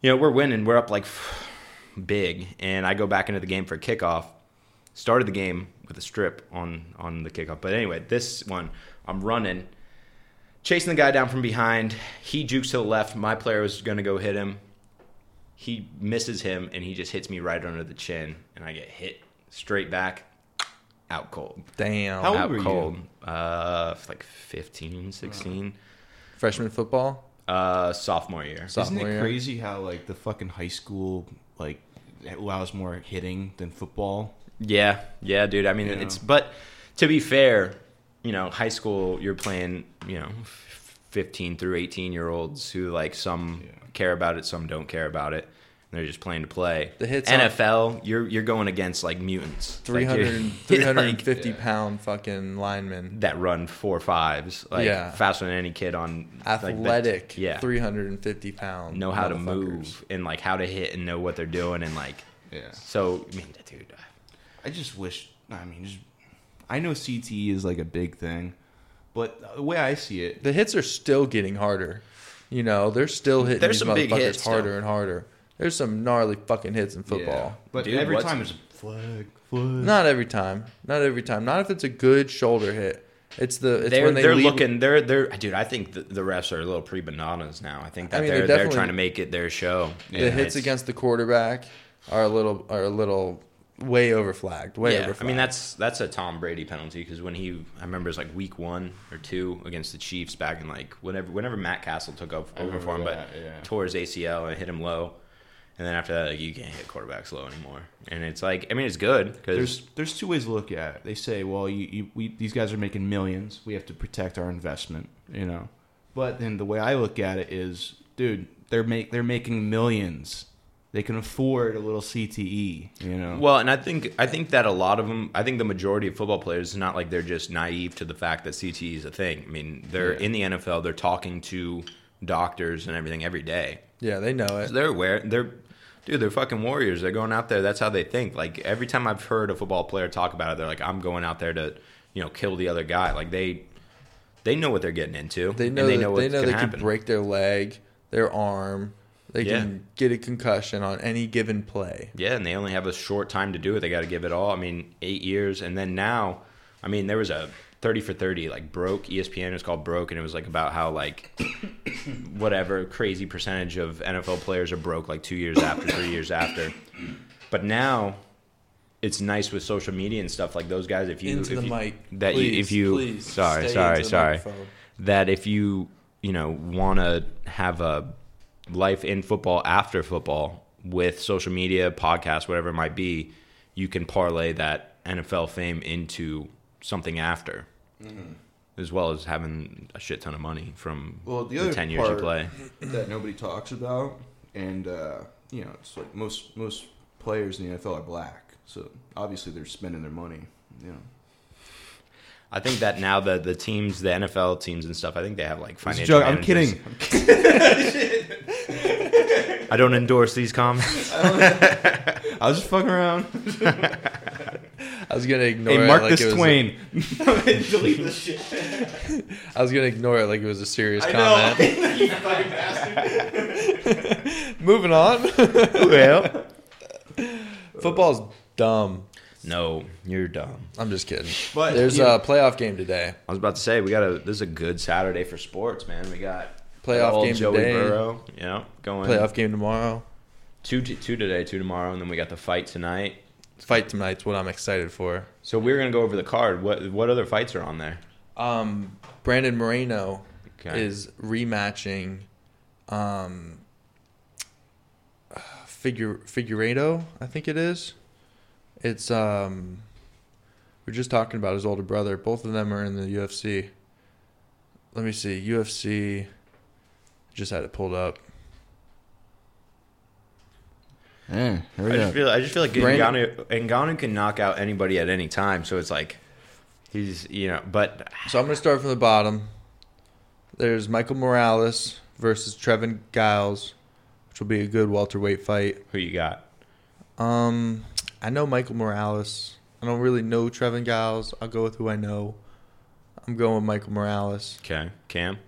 you know, we're winning. We're up like big, and I go back into the game for a kickoff. Started the game with a strip on on the kickoff. But anyway, this one, I'm running chasing the guy down from behind. He jukes to the left. My player was going to go hit him. He misses him, and he just hits me right under the chin, and I get hit straight back, out cold.
Damn.
How- old
out
were you?
cold. Uh, like 15, 16.
Freshman football.
Uh, sophomore year.
Isn't
Sophomore
it
year.
crazy how like the fucking high school like allows more hitting than football?
Yeah, yeah, dude. I mean,
You
it's
know.
but to be fair, you know, high school you're playing, you know, f- 15 through 18 year olds who like some
Yeah.
care about it, some don't care about it. And they're just playing to play.
The hits on-
NFL, you're you're going against like mutants. Like,
300,
you're-
350
yeah.
pound fucking lineman.
that run four fives, like
Yeah.
faster than any kid on like, the-
Athletic.
yeah,
350 pound.
know how to
motherfuckers.
move and like how to hit and know what they're doing and like.
Yeah.
So I mean, dude,
I just wish. I mean, just, I know CTE is like a big thing, but the way I see it,
The hits are still getting harder. You know, they're still hitting
There's
these
some big
motherfuckers
hits still.
harder and harder. There's some gnarly fucking hits in
yeah,
football.
but
Dude,
every
what's-
time it's a flag, flag.
Not every time. Not every time. Not if it's a good shoulder hit. It's the it's
they're
when they
they are
lead-
looking they're they're dude. I think the, the refs are a little pre bananas now. I think that
I mean,
they're
they're
they're trying
definitely-
to make it their show.
the hits against the quarterback are a little are a little way over flagged. Way
yeah.
over
I mean that's that's a Tom Brady penalty because when he I remember it's like week one or two against the Chiefs back in like whenever whenever Matt Castle took over, over
remember
for him,
that,
but
yeah.
tore his ACL and hit him low. And then after that, like, you can't hit quarterbacks low anymore. And it's like I mean it's good because
There's there's two ways to look at it. They say, well, you, you we, these guys are making millions. We have to protect our investment, you know. But then the way I look at it is, dude, they're make they're making millions. They can afford a little CTE, you know.
Well, and I think I think that a lot of them, I think the majority of football players is not like they're just naive to the fact that CTE is a thing. I mean, they're
Yeah.
in the NFL, they're talking to doctors and everything every day.
yeah, they know it.
So they're aware. They're dude, they're fucking warriors. They're going out there. That's how they think. Like every time I've heard a football player talk about it, they're like, "I'm going out there to, you know, kill the other guy." Like they they know what they're getting into.
They know
and
they know, they,
what's
know
gonna
they can
happen.
break their leg, their arm. They
Yeah.
can get a concussion on any given play.
Yeah, and they only have a short time to do it. They got to give it all. I mean, eight years, and then now, I mean, there was a thirty for thirty like broke. E ESPN it was called broke, and it was like about how like whatever crazy percentage of NFL players are broke like two years after, three years after. But now, it's nice with social media and stuff like those guys. If you
into
if
the
you-
mic.
that
please,
you, if you
please
sorry
stay
sorry
into the
sorry
microphone.
that if you you know want to have a life in football after football with social media podcasts whatever it might be you can parlay that nfl fame into something after as well as having a shit ton of money from
Well, the
the,
other
10 years you
part-
play
that nobody talks about, and uh, you know, it's like most most players in the NFL are black, so obviously they're spending their money. You know,
i think that now the, the teams the nfl teams and stuff i think they have like
It's a
financial
joke. I'm
managers.
kidding.
i don't endorse these comments
I was just fucking around.
I was gonna ignore
Hey,
it.
Mark
like it
this
was
Twain. Delete this shit.
A, I was gonna ignore it like it was a serious
I know.
comment. Moving on.
well
Football's dumb.
no you're dumb
I'm just kidding.
But,
There's
you know-
a playoff game today.
I was about to say we got a this is a good Saturday for sports, man. We got
Playoff
old
game
Joey
today.
Burrow, you know, going
Playoff game tomorrow.
two t- two today, two tomorrow, and then we got the fight tonight.
Fight tonight's what I'm excited for.
So we're gonna go over the card. What what other fights are on there?
Um, Brandon Moreno
Okay.
is rematching um, figure Figueredo, I think it is. It's um, we are just talking about his older brother. Both of them are in the UFC. Let me see UFC. Just had it pulled up.
Yeah, here
I just feel I just feel like
Brandon-
Ngannou, Ngannou can knock out anybody at any time. So it's like he's you know, but
So I'm going to start from the bottom. There's Michael Morales versus Trevin Giles which will be a good welterweight fight.
Who you got?
Um, I know Michael Morales. I don't really know Trevin Giles. I'll go with who I know. I'm going with Michael Morales.
Okay, Cam.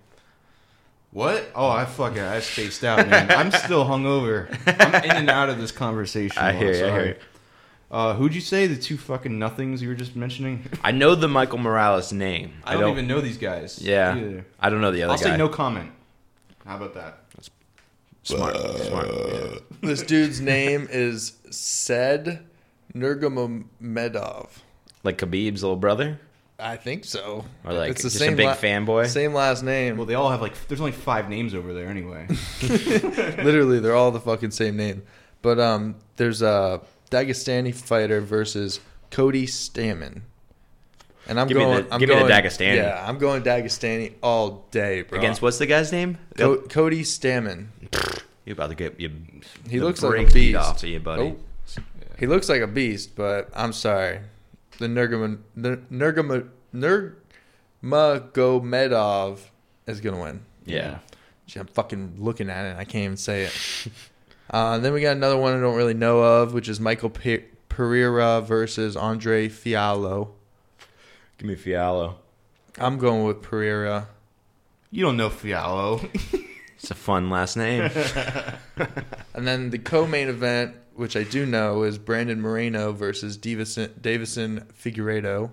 What? Oh, I fucking I spaced out, man. I'm still hungover. I'm in and out of this conversation.
I hear
I'm
you, I hear
sorry.
you.
Uh, who'd you say the two fucking nothings you were just mentioning?
I know the Michael Morales name.
I don't, even know these guys.
Yeah,
either.
I don't know the other
I'll
guy.
say no comment. How about that?
Smart, smart. yeah.
This dude's name is Said Nurmagomedov.
Like Khabib's little brother,
I think so.
or like
It's the
just a
same
big
la-
fanboy.
Same last name.
Well, they all have like there's only five names over there anyway.
Literally, they're all the fucking same name. But um, there's a Dagestani fighter versus Cody Stamen. And I'm
Give me
going.
the-
I'm
give me the
going-
Dagestani.
Yeah, I'm going Dagestani all day, bro.
Against what's the guy's name?
Co- Cody Stamen.
You about to get you?
He
the
looks like a
brakes beat
beast.
off to you, buddy.
Oh. He looks like a beast, but I'm sorry. The Nurgaman Nurgaman Nurmagomedov is gonna win.
Yeah.
Shit, I'm fucking looking at it. I can't even say it. Uh, then we got another one I don't really know of, which is Michael Pe- Pereira versus Andre Fiallo.
Give me Fiallo.
I'm going with Pereira.
You don't know Fiallo.
It's a fun last name.
And then the co-main event, which I do know, is Brandon Moreno versus Davison, Davison Figueredo,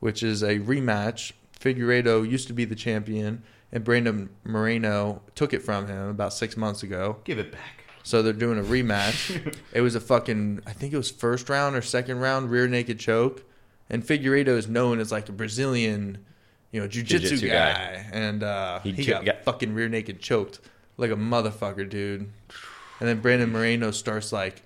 which is a rematch. Figueredo used to be the champion, and Brandon Moreno took it from him about six months ago.
Give it back.
So they're doing a rematch. it was a fucking, I think it was first round or second round rear naked choke. And Figueredo is known as like a Brazilian, you know, jujitsu
Jiu-jitsu
guy.
guy.
And uh,
He
he,
took-
got
got-
fucking rear naked choked like a motherfucker, dude. And then Brandon Moreno starts like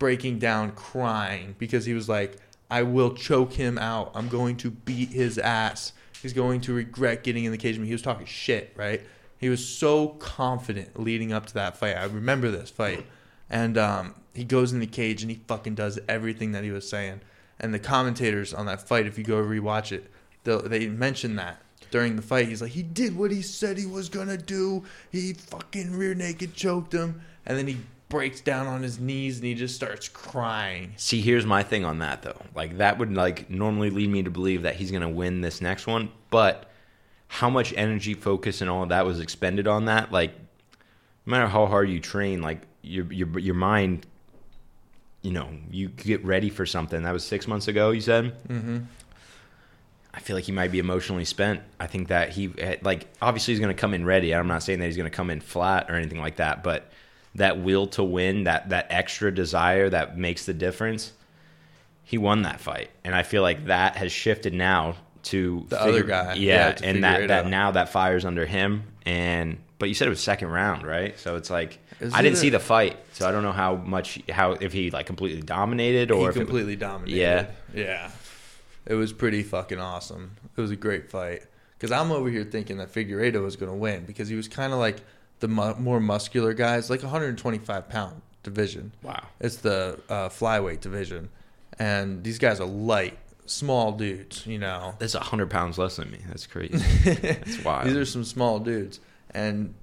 breaking down, crying because he was like, I will choke him out. I'm going to beat his ass. He's going to regret getting in the cage. I mean, he was talking shit, right? He was so confident leading up to that fight. I remember this fight. And um, he goes in the cage and he fucking does everything that he was saying. And the commentators on that fight, if you go rewatch it, they'll- they mention that during the fight. He's like, he did what he said he was gonna do. He fucking rear naked choked him, and then he breaks down on his knees and he just starts crying.
See, here's my thing on that though. Like that would like normally lead me to believe that he's going to win this next one, but how much energy, focus, and all of that was expended on that? Like, no matter how hard you train, like your your your mind, you know, you get ready for something. That was six months ago. You said. Mm-hmm. I feel like he might be emotionally spent. I think that he eh, like obviously he's going to come in ready. I'm not saying that he's going to come in flat or anything like that, but that will to win, that that extra desire that makes the difference. He won that fight, and I feel like that has shifted now to
The other guy.
yeah,
Yeah, to
and
figure
that
it
that
out.
now that fires under him and but you said it was second round right so it's like
Is
i didn't
it-
see the fight so i don't know how much how if he like completely dominated or
he
if it-
completely dominated.
Yeah.
yeah. It was pretty fucking awesome. It was a great fight because I'm over here thinking that Figueredo was gonna win because he was kind of like the mu- more muscular guys, like 125 pound division.
wow
It's the uh, flyweight division, and these guys are light, small dudes. You know,
that's 100 pounds less than me that's crazy that's wild
these are some small dudes, and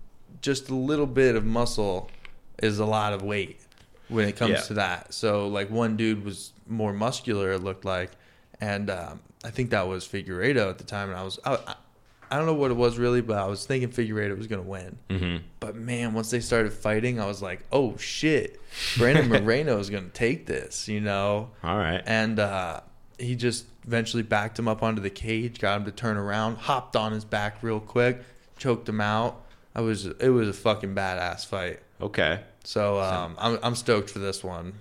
just a little bit of muscle is a lot of weight when it comes
Yeah.
to that. So, like one dude was more muscular, it looked like, and um, I think that was Figueredo at the time. And I was, I, I- I don't know what it was really, but I was thinking Figueredo was going to win.
Mhm.
But man, once they started fighting, I was like, oh shit, Brandon Moreno is going to take this, you know?
all right
And uh, he just eventually backed him up onto the cage, got him to turn around, hopped on his back real quick, choked him out. I was it was a fucking badass fight.
okay
So um, I'm I'm stoked for this one.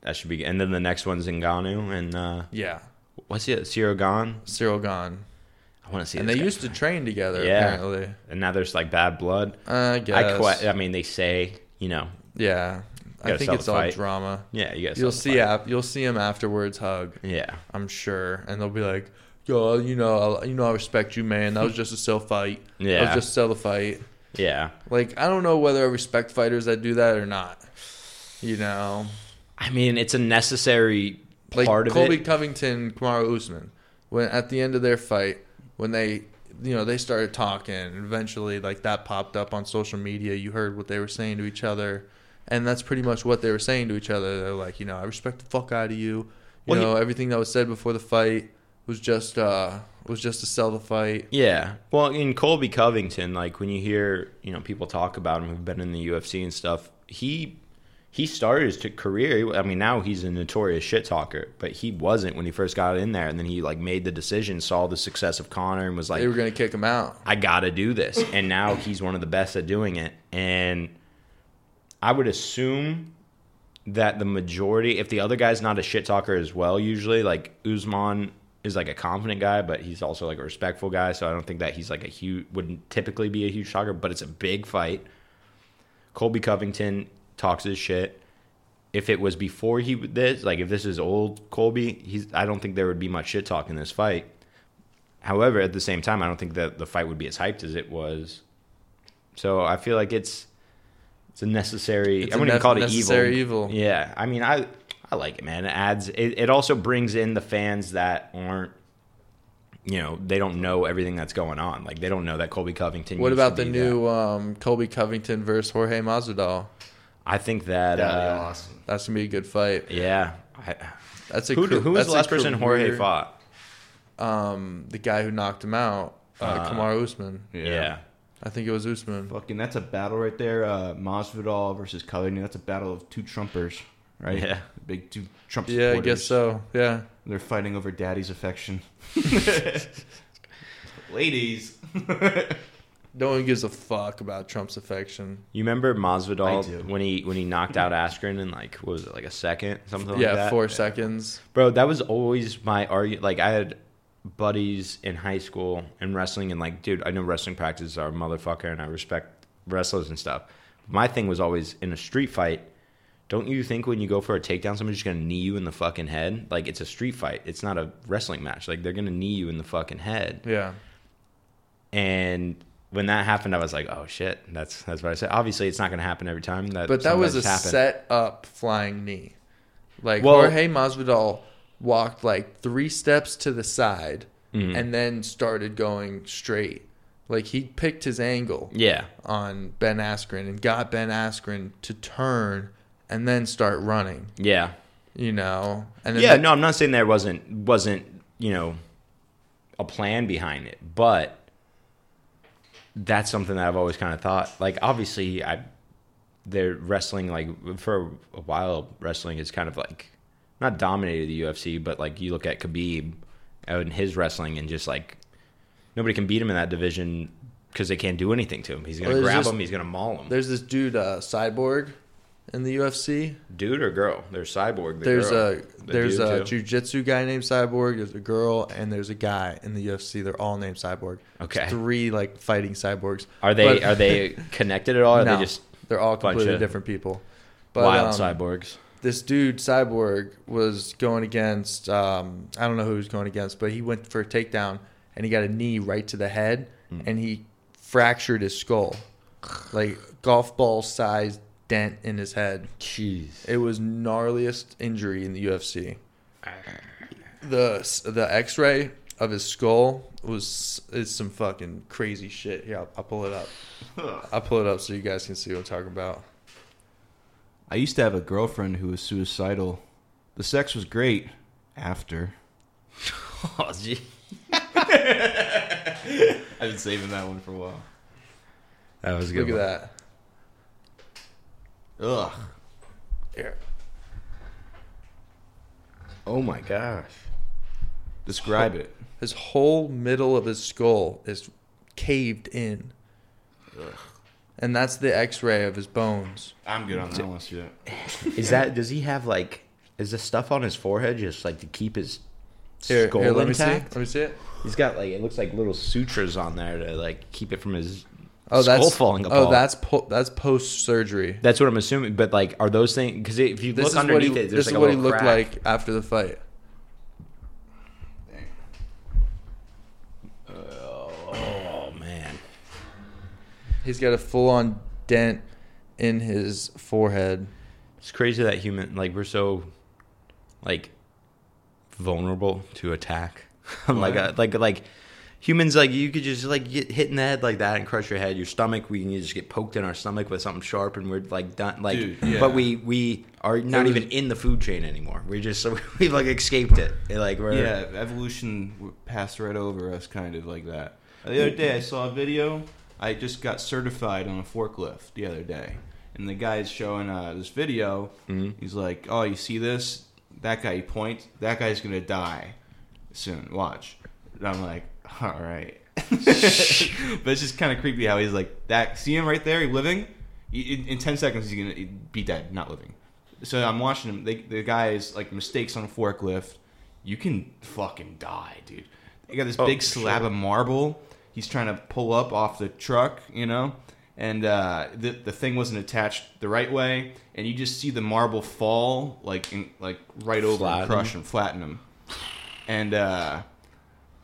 that should be and then the next one's Ngannou and uh
Yeah,
what's it Ciro Gone
Cyril gone,
I want to see
and
this
they
guy.
used to train together
Yeah.
apparently.
and now there's like bad blood
I guess.
I quite I mean they say you know
Yeah, I
Gotta
think
sell
it's
the
all
fight.
drama.
yeah you guys
You'll see ap- you'll see him afterwards hug.
yeah
I'm sure, and they'll be like, "Yo, you know, I- you know, I respect you, man. That was just a sell fight. that
Yeah.
was just sell a fight."
yeah
Like I don't know whether I respect fighters that do that or not. You know,
I mean, it's a necessary
like
part of
Colby
it.
Covington, Kamaru Usman, when at the end of their fight, when they you know, they started talking. and Eventually, like that popped up on social media. You heard what they were saying to each other, and that's pretty much what they were saying to each other. They're like, you know, I respect the fuck out of you. You
Well, he-
know, everything that was said before the fight was just uh was just to sell the fight.
Yeah. Well, in Colby Covington, like when you hear, you know, people talk about him who've been in the UFC and stuff, he he started his t- career. I mean, now he's a notorious shit talker, but he wasn't when he first got in there. And then he like made the decision, saw the success of Connor, and was like,
They were gonna kick him out.
I got to do this. And now he's one of the best at doing it. And I would assume that the majority, if the other guy's not a shit talker as well, usually, like Usman is like a confident guy, but he's also like a respectful guy. So I don't think that he's like a huge, wouldn't typically be a huge talker, but it's a big fight. Colby Covington talks his shit. If it was before he this, like if this is old Colby, he's I don't think there would be much shit talk in this fight. However, at the same time, I don't think that the fight would be as hyped as it was. So I feel like it's it's a necessary.
It's
I
a
wouldn't even
nef-
call it
necessary
evil.
evil.
Yeah, I mean, I I like it, man. It adds. It, it also brings in the fans that aren't. You know, they don't know everything that's going on. Like they don't know that Colby Covington.
What
used to
about the
be
new
that.
um, Colby Covington versus Jorge Masvidal?
I think that. uh,
That's gonna be a good fight.
Yeah. I,
That's a
who
cr-
who was
that's
the
a
last person Jorge
career-
fought?
Um, the guy who knocked him out, uh, Kamar Usman.
Yeah.
I think it was Usman.
Fucking, that's a battle right there. Uh, Masvidal versus Covington. That's a battle of two Trumpers, right?
Yeah.
Big two Trump
Yeah, I guess
supporters.
so. Yeah.
They're fighting over daddy's affection. Ladies.
No one gives a fuck about Trump's affection.
You remember
I
Masvidal
do.
when he when he knocked out Askren in like what was it like a second something like
yeah,
that?
four seconds.
Bro, that was always my argument. Like I had buddies in high school and wrestling, and like, dude, I know wrestling practices are a motherfucker, and I respect wrestlers and stuff. My thing was always in a street fight. Don't you think when you go for a takedown, somebody's just gonna knee you in the fucking head? Like it's a street fight. It's not a wrestling match. Like they're gonna knee you in the fucking head.
Yeah.
And when that happened, I was like, oh shit, that's that's what I said. Obviously, it's not gonna happen every time. That
But that was a
sometimes happens.
set up flying knee. Like
Well-
Jorge Masvidal walked like three steps to the side
Mm-hmm.
and then started going straight. Like he picked his angle
Yeah,
on Ben Askren and got Ben Askren to turn and then start running.
yeah.
You know, and then
yeah,
the-
no, I'm not saying there wasn't wasn't you know a plan behind it, but that's something that I've always kind of thought. Like, obviously, I they're wrestling like for a while. Wrestling is kind of like not dominated the UFC, but like you look at Khabib and his wrestling, and just like nobody can beat him in that division because they can't do anything to him. He's gonna
Well, there's
grab
just-
him. He's gonna maul him.
there's this dude uh, Cyborg in the UFC.
Dude or girl? There's cyborg. the
There's
girl.
a
The
there's
dude,
a
too.
jujitsu guy named Cyborg. There's a girl and there's a guy in the UFC. They're all named Cyborg. There's
Okay.
three like fighting cyborgs.
Are they
But-
are they connected at all? Are
no,
they just
they're all
bunch
completely
of
different people. But um,
wild cyborgs.
this dude Cyborg was going against um, I don't know who he was going against, but he went for a takedown and he got a knee right to the head
Hmm.
and he fractured his skull, like golf ball sized dent in his head.
Jeez.
It was gnarliest injury in the UFC. The the X ray of his skull was is some fucking crazy shit. Here, I'll, I'll pull it up. I'll pull it up so you guys can see what I'm talking about.
I used to have a girlfriend who was suicidal. The sex was great after.
Oh, gee.
I've been saving that one for a while.
That was a good.
Look at
one.
that.
Ugh.
Here.
Oh my gosh.
Describe it.
His whole middle of his skull is caved in. And that's the x ray of his bones.
I'm good on that. I want to see that.
Is that? Does he have like? Is the stuff on his forehead just like to keep his
Here,
skull
here let me see. it.
intact?
Let me see it.
He's got like it looks like little sutures on there to like keep it from his
Oh,
skull
that's
falling apart.
Oh, that's po- that's post surgery.
that's what I'm assuming. But like, are those things? Because if you
This
look
is what he,
underneath it,
this
there's
is
like a
what he
little
looked
crack.
like after the fight.
Oh man.
He's got a full on dent in his forehead.
It's crazy that human like we're so like vulnerable to attack. like
Wow.
uh, like like humans like you could just like get hit in the head like that and crush your head. Your stomach, we can just get poked in our stomach with something sharp, and we're like done. Like,
Dude, yeah.
but we we are not
was-
even in the food chain anymore. We're just so we've like escaped it. Like we're
Yeah, evolution w- passed right over us, kind of like that. The other day, I saw a video. I just got certified on a forklift the other day, and the guy's showing uh, this video. He's like, "Oh, you see this? That guy, he points. That guy's gonna die soon. Watch." And I'm like, "All right." but it's just kind of creepy how he's like that. See him right there, he living. He- In, in ten seconds, he's gonna be dead, not living. So I'm watching him. They, the guy's like mistakes on a forklift. You can fucking die, dude. You got this
Oh,
big
for
slab
sure.
of marble. He's trying to pull up off the truck, you know, and uh, the the thing wasn't attached the right way, and you just see the marble fall like in, like right over,
Flatten.
and crush and flatten him. And uh,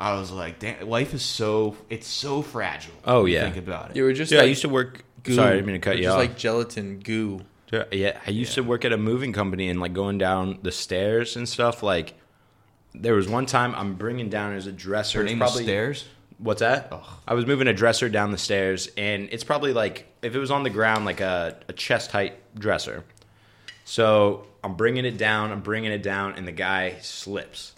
I was like, damn, life is so it's so fragile.
Oh,
when you
yeah.
Think about it.
You were just
Dude, I
like
used to work.
goo.
Sorry, I didn't mean to cut
You're
you
just
off.
like gelatin goo.
Dude, Yeah, I used to work at a moving company and like going down the stairs and stuff. Like, there was one time I'm bringing down as a dresser.
Her
it's
name
probably-
is stairs.
What's that?
Ugh.
I was moving a dresser down the stairs, and it's probably like if it was on the ground, like a, a chest height dresser. So I'm bringing it down, I'm bringing it down, and the guy slips,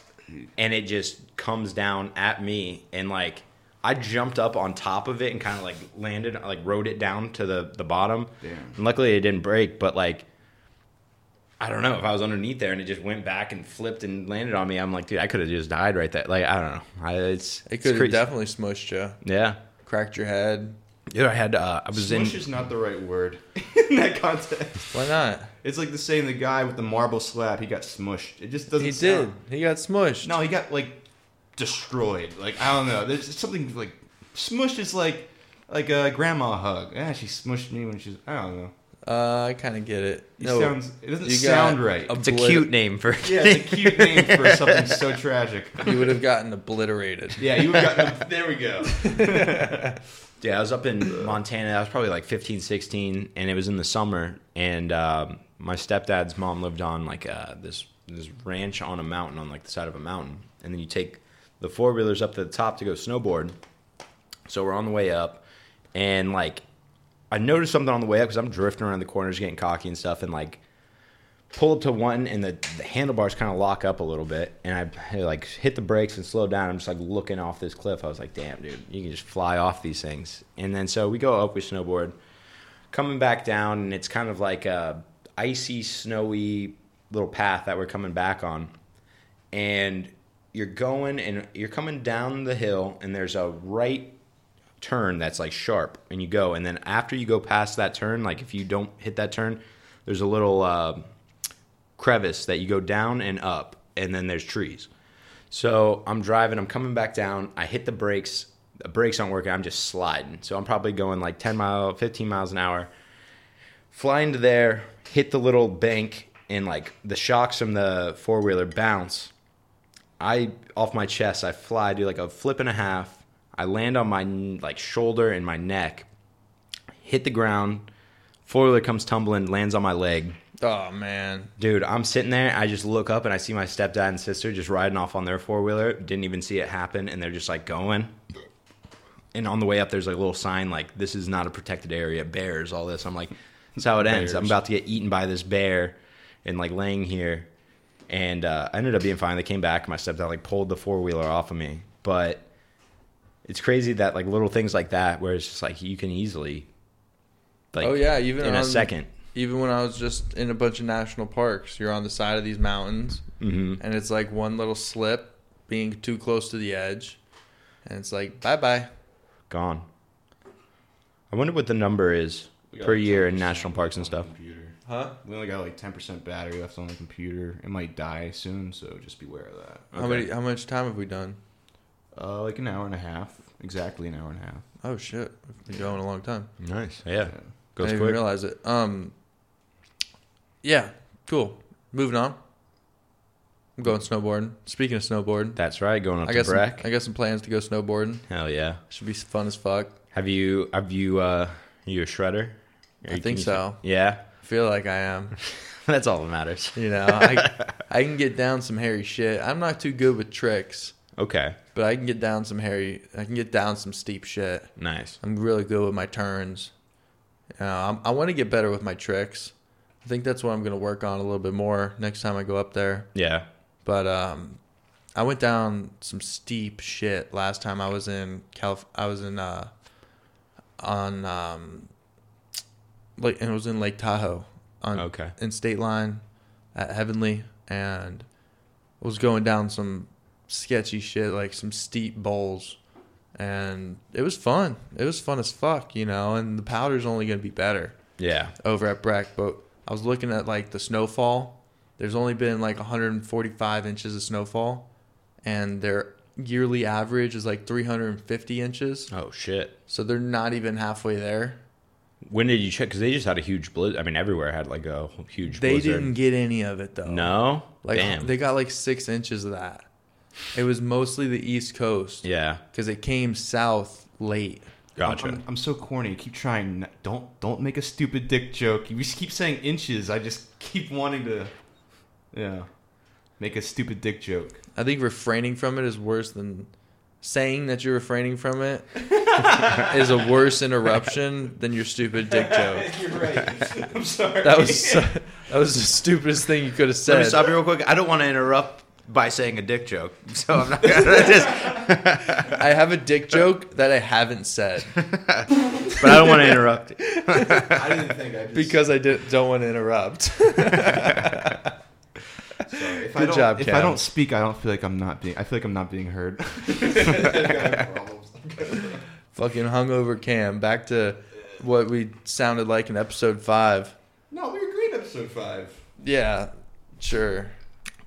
and it just comes down at me, and like I jumped up on top of it and kind of like landed, like rode it down to the the bottom.
Damn.
And luckily it didn't break, but like. I don't know if I was underneath there and it just went back and flipped and landed on me. I'm like, dude, I could have just died right there. Like, I don't know. I, it's
It
it's
could have
crazy.
definitely smushed you,
Yeah.
cracked your head.
Dude, I had uh, I was
Smush
in
is not the right word in that context.
Why not?
It's like the saying the guy with the marble slab, he got smushed. It just doesn't
He did.
sound-
He got smushed.
No, he got like destroyed. Like I don't know. There's something like smushed is like like a grandma hug. Yeah, she smushed me when she's I don't know.
Uh, I kind of get it.
It
No,
sounds it doesn't
you
sound
got
right.
a-
it's a cute name for
yeah, it's a cute name for something so tragic.
you would have gotten obliterated.
Yeah, you got there we go.
Yeah, I was up in Montana. I was probably like 15, 16, and it was in the summer. And um, my stepdad's mom lived on like uh, this this ranch on a mountain, on like the side of a mountain. And then you take the four wheelers up to the top to go snowboard. So we're on the way up, and like I noticed something on the way up because I'm drifting around the corners, getting cocky and stuff, and like pull up to one, and the, the handlebars kind of lock up a little bit, and I like hit the brakes and slow down. I'm just like looking off this cliff. I was like, damn, dude, you can just fly off these things. And then so we go up, we snowboard, coming back down, and it's kind of like a icy, snowy little path that we're coming back on, and you're going and you're coming down the hill, and there's a right turn that's like sharp and you go and then after you go past that turn like if you don't hit that turn there's a little uh, crevice that you go down and up and then there's trees so i'm driving i'm coming back down i hit the brakes the brakes aren't working i'm just sliding so i'm probably going like 10 mile 15 miles an hour fly into there hit the little bank and like the shocks from the four-wheeler bounce I off my chest, I fly, do like a flip and a half. I land on my like shoulder and my neck, hit the ground. Four wheeler comes tumbling, lands on my leg.
Oh man,
Dude, I'm sitting there. I just look up and I see my stepdad and sister just riding off on their four wheeler. Didn't even see it happen, and they're just like going. And on the way up, there's like a little sign like "This is not a protected area. Bears, all this." I'm like, "That's how it ends. I'm
Bears.
about to get eaten by this bear," and like laying here. And uh, I ended up being fine. They came back. My stepdad like pulled the four wheeler off of me, but it's crazy that like little things like that where it's just like you can easily like
Oh, yeah, even
in a
on-
second.
even when I was just in a bunch of national parks, you're on the side of these mountains,
Mm-hmm.
and it's like one little slip, being too close to the edge, and it's like bye bye.
Gone. I wonder what the number is
We got
per
like
year in
10%
national parks and stuff.
Computer.
Huh?
We only got like ten percent battery left on the computer. It might die soon, so just beware of that.
How
Okay.
many? How much time have we done?
Uh, like an hour and a half, exactly an hour and a half.
Oh shit, we've been going a long time.
Nice. Yeah.
Yeah.
I
Goes
didn't
quick.
even realize it. Um, yeah, cool. Moving on. I'm going snowboarding. Speaking of snowboarding,
That's right. Going up
I
to
got some,
Breck.
I got some plans to go snowboarding.
Hell yeah.
Should be fun as fuck.
Have you, have you, uh, are you a shredder?
I
Are
think
you- can you-
so.
Yeah.
Feel like I am.
That's all that matters.
You know, I I can get down some hairy shit. I'm not too good with tricks,
Okay.
but I can get down some hairy. I can get down some steep shit.
Nice.
I'm really good with my turns. Uh, I'm, I want to get better with my tricks. I think that's what I'm going to work on a little bit more next time I go up there.
Yeah.
But um, I went down some steep shit last time I was in Calif. I was in uh, on um, like and it was in Lake Tahoe on
Okay.
in State Line at Heavenly, and was going down some sketchy shit like some steep bowls, and it was fun. It was fun as fuck, you know. And the powder's only gonna be better
Yeah.
over at Breck, but I was looking at like the snowfall. There's only been like 145 inches of snowfall, and their yearly average is like 350 inches.
Oh shit.
So they're not even halfway there.
When did you check? Because they just had a huge blizzard. I mean, everywhere had like a huge
They
blizzard.
didn't get any of it though.
No.
like
Damn.
they got like six inches of that. It was mostly the East Coast
yeah.
because it came south late.
Gotcha.
I'm, I'm so corny. I keep trying. n- Don't don't make a stupid dick joke. You just keep saying inches. I just keep wanting to, yeah, make a stupid dick joke.
I think refraining from it is worse than saying that you're refraining from it is a worse interruption than your stupid dick joke.
You're right. I'm sorry.
That was so, that was the stupidest thing you could have
Let me
said.
stop you real quick. I don't want to interrupt by saying a dick joke, so
Oh,
I'm not gonna just.
I have a dick joke that I haven't said
But I don't want to interrupt.
I didn't think I just.
because I di- don't want to interrupt.
if I
Good
don't,
job,
If I
Kev.
don't speak, I don't feel like I'm not being. I feel like I'm not being heard.
Fucking hungover Cam. Back to what we sounded like in episode five.
no, we were great episode five.
Yeah, sure.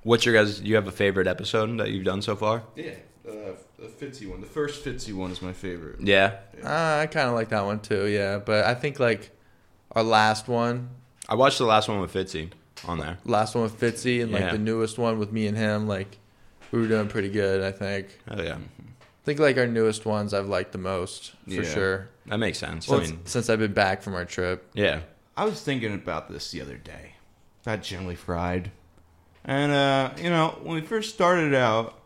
What's your guys? Do you have a favorite episode that you've done so far?
Yeah, uh, the Fitzy one. The first Fitzy one is my favorite.
Yeah,
Uh, I kind of like that one too. Yeah, but I think like our last one,
I watched the last one with Fitzy on there.
last one with Fitzy, and like
Yeah.
the newest one with me and him, like we were doing pretty good. I think.
Oh yeah,
I think like our newest ones I've liked the most for
Yeah.
sure.
that makes sense.
Well,
I mean,
since I've been back from our trip.
yeah,
I was thinking about this the other day. About generally fried. And uh, you know, when we first started out,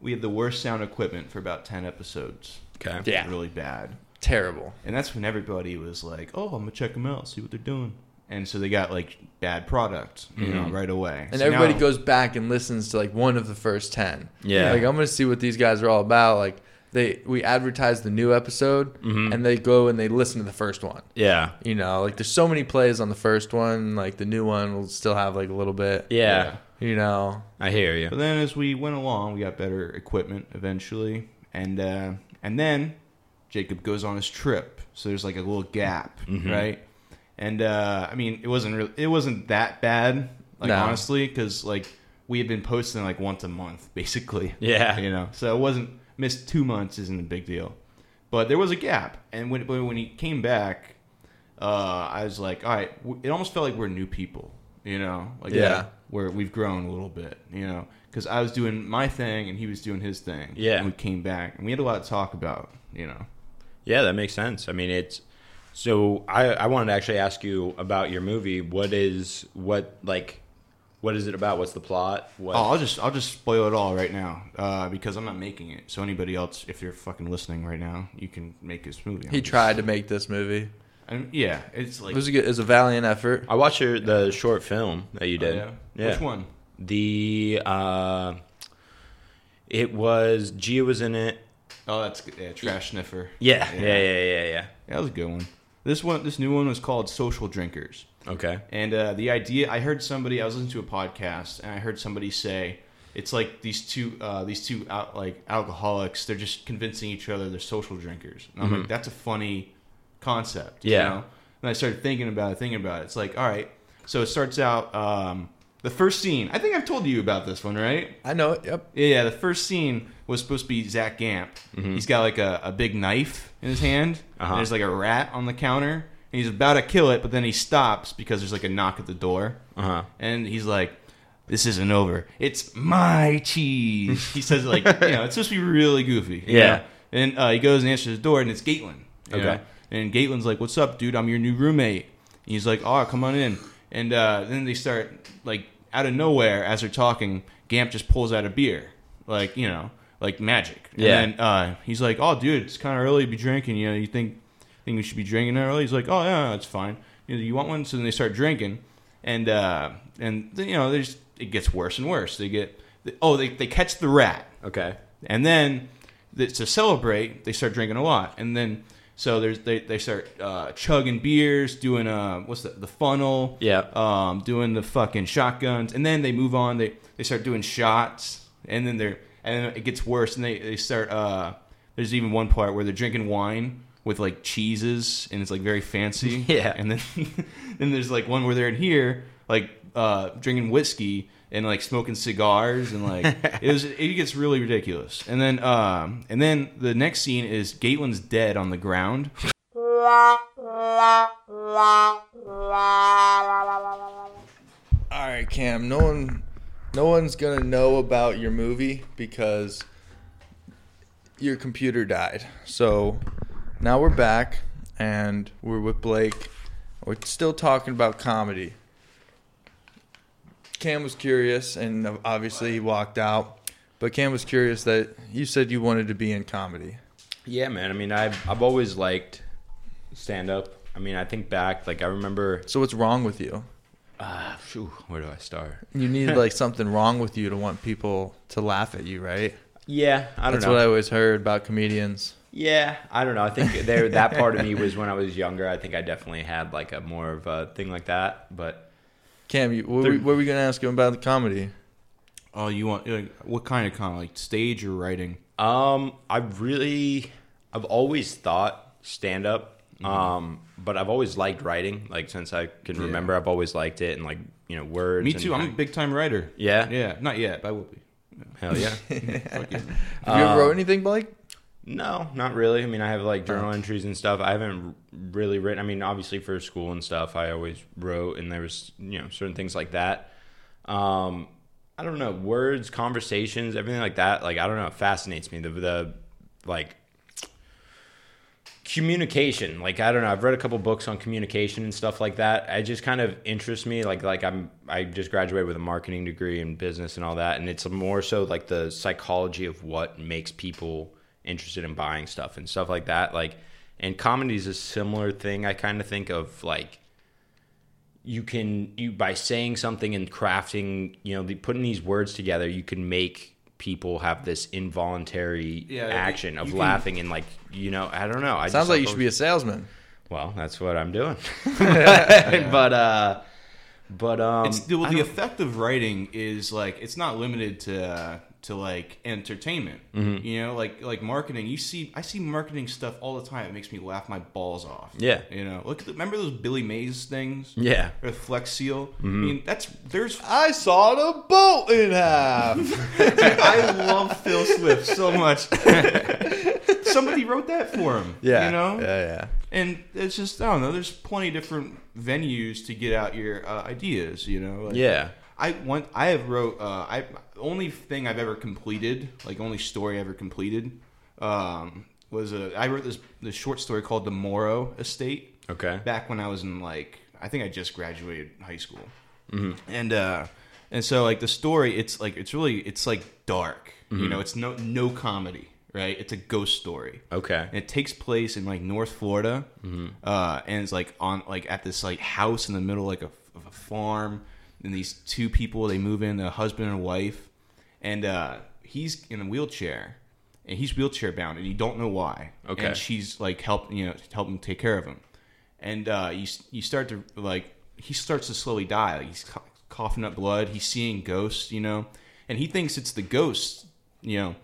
we had the worst sound equipment for about ten episodes.
okay,
Yeah.
Really bad.
Terrible.
And that's when everybody was like, "Oh, I'm gonna check them out, see what they're doing." And so they got like bad product, you know, right away.
Mm-hmm. And
So
everybody
now-
goes back and listens to like one of the first ten.
Yeah.
Like I'm gonna see what these guys are all about. Like they we advertise the new episode and they go and they listen to the first one.
yeah,
You know, like there's so many plays on the first one, like the new one will still have like a little bit.
yeah,
Yeah.
You know.
I hear
But
you.
then as we went along, we got better equipment eventually, and uh, and then Jacob goes on his trip. So there's like a little gap,
Mm-hmm.
right? And uh, I mean, it wasn't really, it wasn't that bad, like
No.
honestly, because like we had been posting like once a month, basically.
Yeah.
you know, so it wasn't missed two months isn't a big deal, but there was a gap, and when but when he came back, uh, I was like, all right, w- it almost felt like we're new people, you know, like
Yeah.
where we've grown a little bit, you know, because I was doing my thing and he was doing his thing.
Yeah.
and we came back and we had a lot to talk about, you know.
Yeah, that makes sense. I mean, it's so I I wanted to actually ask you about your movie. What is what like what is it about? What's the plot? What
Oh, I'll just I'll just spoil it all right now uh, because I'm not making it. So anybody else, if you're fucking listening right now, you can make this movie.
He
I'm just-
tried to make this movie.
I'm- yeah, it's like
It was a good, it was a valiant effort.
I watched your, the short film that you
Oh,
did.
yeah? Which one?
The uh, it was Gia was in it.
Oh, that's good. Yeah, trash sniffer.
Yeah, yeah, yeah, yeah, yeah.
That was a good one. This one, this new one was called Social Drinkers.
Okay.
And uh, the idea, I heard somebody, I was listening to a podcast, and I heard somebody say, it's like these two, uh, these two out, like alcoholics. They're just convincing each other they're social drinkers. And I'm like, that's a funny concept. you
Mm-hmm. Yeah.
know? And I started thinking about it, thinking about it. It's like, all right. So it starts out um, the first scene. I think I've told you about this one, right?
I know it. Yep.
Yeah, yeah, the first scene was supposed to be Zach Gamp. He's got like a, a big knife in his hand.
Mm-hmm. Uh-huh.
And there's like a rat on the counter. And he's about to kill it, but then he stops because there's like a knock at the door.
Uh huh.
And he's like, This isn't over. It's my cheese. he says, it like, you know, it's supposed to be really goofy. you
Yeah.
know? And uh, he goes and answers the door, and it's Gaitlin. you
Okay.
know? And Gaitlin's like, What's up, dude? I'm your new roommate. And he's like, Oh, come on in. And uh, then they start, like, out of nowhere, as they're talking, Gamp just pulls out a beer. Like, you know, like magic. And
Yeah.
then, uh, he's like, "Oh, dude, it's kind of early to be drinking. You know, you think think we should be drinking that early?" He's like, "Oh yeah, it's fine. You, know, you want one?" So then they start drinking, and uh, and you know, they just it gets worse and worse. They get oh they they catch the rat.
Okay.
And then th- to celebrate, they start drinking a lot. And then so there's they, they start uh, chugging beers, doing uh what's that the funnel?
Yeah. Uh,
Um, doing the fucking shotguns, and then they move on. They they start doing shots, and then they're and then it gets worse, and they they start uh. There's even one part where they're drinking wine with like cheeses, and it's like very fancy.
Yeah.
And then then there's like one where they're in here like uh, drinking whiskey and like smoking cigars and like it was it gets really ridiculous. And then um and then the next scene is Gaitlin's dead on the ground.
All right, Cam. No one, no one's gonna know about your movie because your computer died. So now we're back, and we're with Blake. We're still talking about comedy. Cam was curious, and obviously he walked out. But Cam was curious that you said you wanted to be in comedy.
Yeah, man. I mean, I've I've always liked stand up. I mean, I think back, like I remember.
So what's wrong with you?
Uh, phew, where do I start?
You need like something wrong with you to want people to laugh at you, right?
Yeah, I don't
That's
know.
what I always heard about comedians.
yeah, I don't know. I think there that part of me was when I was younger. I think I definitely had like a more of a thing like that. But
Cam, you, what, were, what were we going to ask him about the comedy?
Oh, you want like, what kind of comedy? Like stage or writing?
um, I really, I've always thought stand up. Um, but I've always liked writing. Like since I can remember, I've always liked it and like you know words.
Me
and-
too. I'm a big time writer.
yeah,
Yeah, not yet, but I will be.
hell yeah.
Have you ever wrote anything, Blake?
No, not really. I mean, I have like journal entries and stuff. I haven't really written. I mean, obviously for school and stuff, I always wrote, and there was you know certain things like that. Um, I don't know words, conversations, everything like that. Like I don't know, it fascinates me. The the like communication like i don't know i've read a couple books on communication and stuff like that it just kind of interests me like like i'm i just graduated with a marketing degree in business and all that and it's more so like the psychology of what makes people interested in buying stuff and stuff like that like and comedy is a similar thing i kind of think of like you can you by saying something and crafting you know the, putting these words together you can make people have this involuntary
Yeah,
action of
you can-
laughing and like you know i don't know I
Sounds like you should be a salesman.
well, that's what I'm doing. but uh but um
It's the, well, the effect of writing is like it's not limited to uh, to like entertainment. You know, like like marketing. You see, I see marketing stuff all the time. It makes me laugh my balls off.
Yeah.
you know, look. At the, remember those Billy Mays things?
yeah.
Or Flex Seal. I mean, that's there's.
I saw the boat in half.
I love Phil Swift so much. Somebody wrote that for him.
yeah.
you know,
Yeah, yeah.
and it's just I don't know. There's plenty of different venues to get out your uh, ideas. You know, like,
Yeah.
I want. I have wrote. Uh, I only thing I've ever completed, like only story I ever completed, um, was a. I wrote this this short story called The Morrow Estate
Okay.
back when I was in like I think I just graduated high school, and uh, and so like the story, it's like it's really it's like dark. You know, it's no no comedy, right? It's a ghost story.
Okay.
And it takes place in like North Florida, uh, and it's like on like at this like house in the middle like a, of a farm. And these two people they move in, a husband and wife, and uh, he's in a wheelchair, and he's wheelchair bound, and you don't know why.
Okay.
And she's like help you know helping take care of him, and uh, you s- you start to like he starts to slowly die. Like, he's cou- coughing up blood. He's seeing ghosts, you know, and he thinks it's the ghost, you know.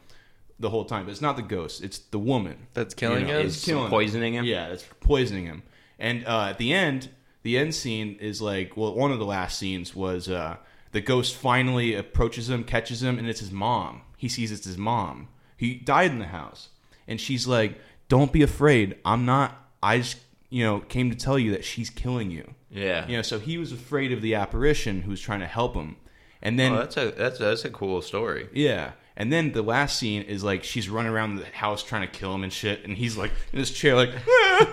The whole time, but it's not the ghost; it's the woman
That's killing
know,
us.
it's- killing him.
poisoning him.
yeah, that's poisoning him. And uh, at the end, the end scene is like, well, one of the last scenes was uh, the ghost finally approaches him, catches him, and it's his mom. He sees it's his mom. He died in the house, and she's like, "Don't be afraid. I'm not. I just, you know, came to tell you that she's killing you."
Yeah.
You know, so he was afraid of the apparition who was trying to help him, and then
Oh, that's a that's that's a cool story.
yeah. And then the last scene is like she's running around the house trying to kill him and shit, and he's like in his chair like Yeah.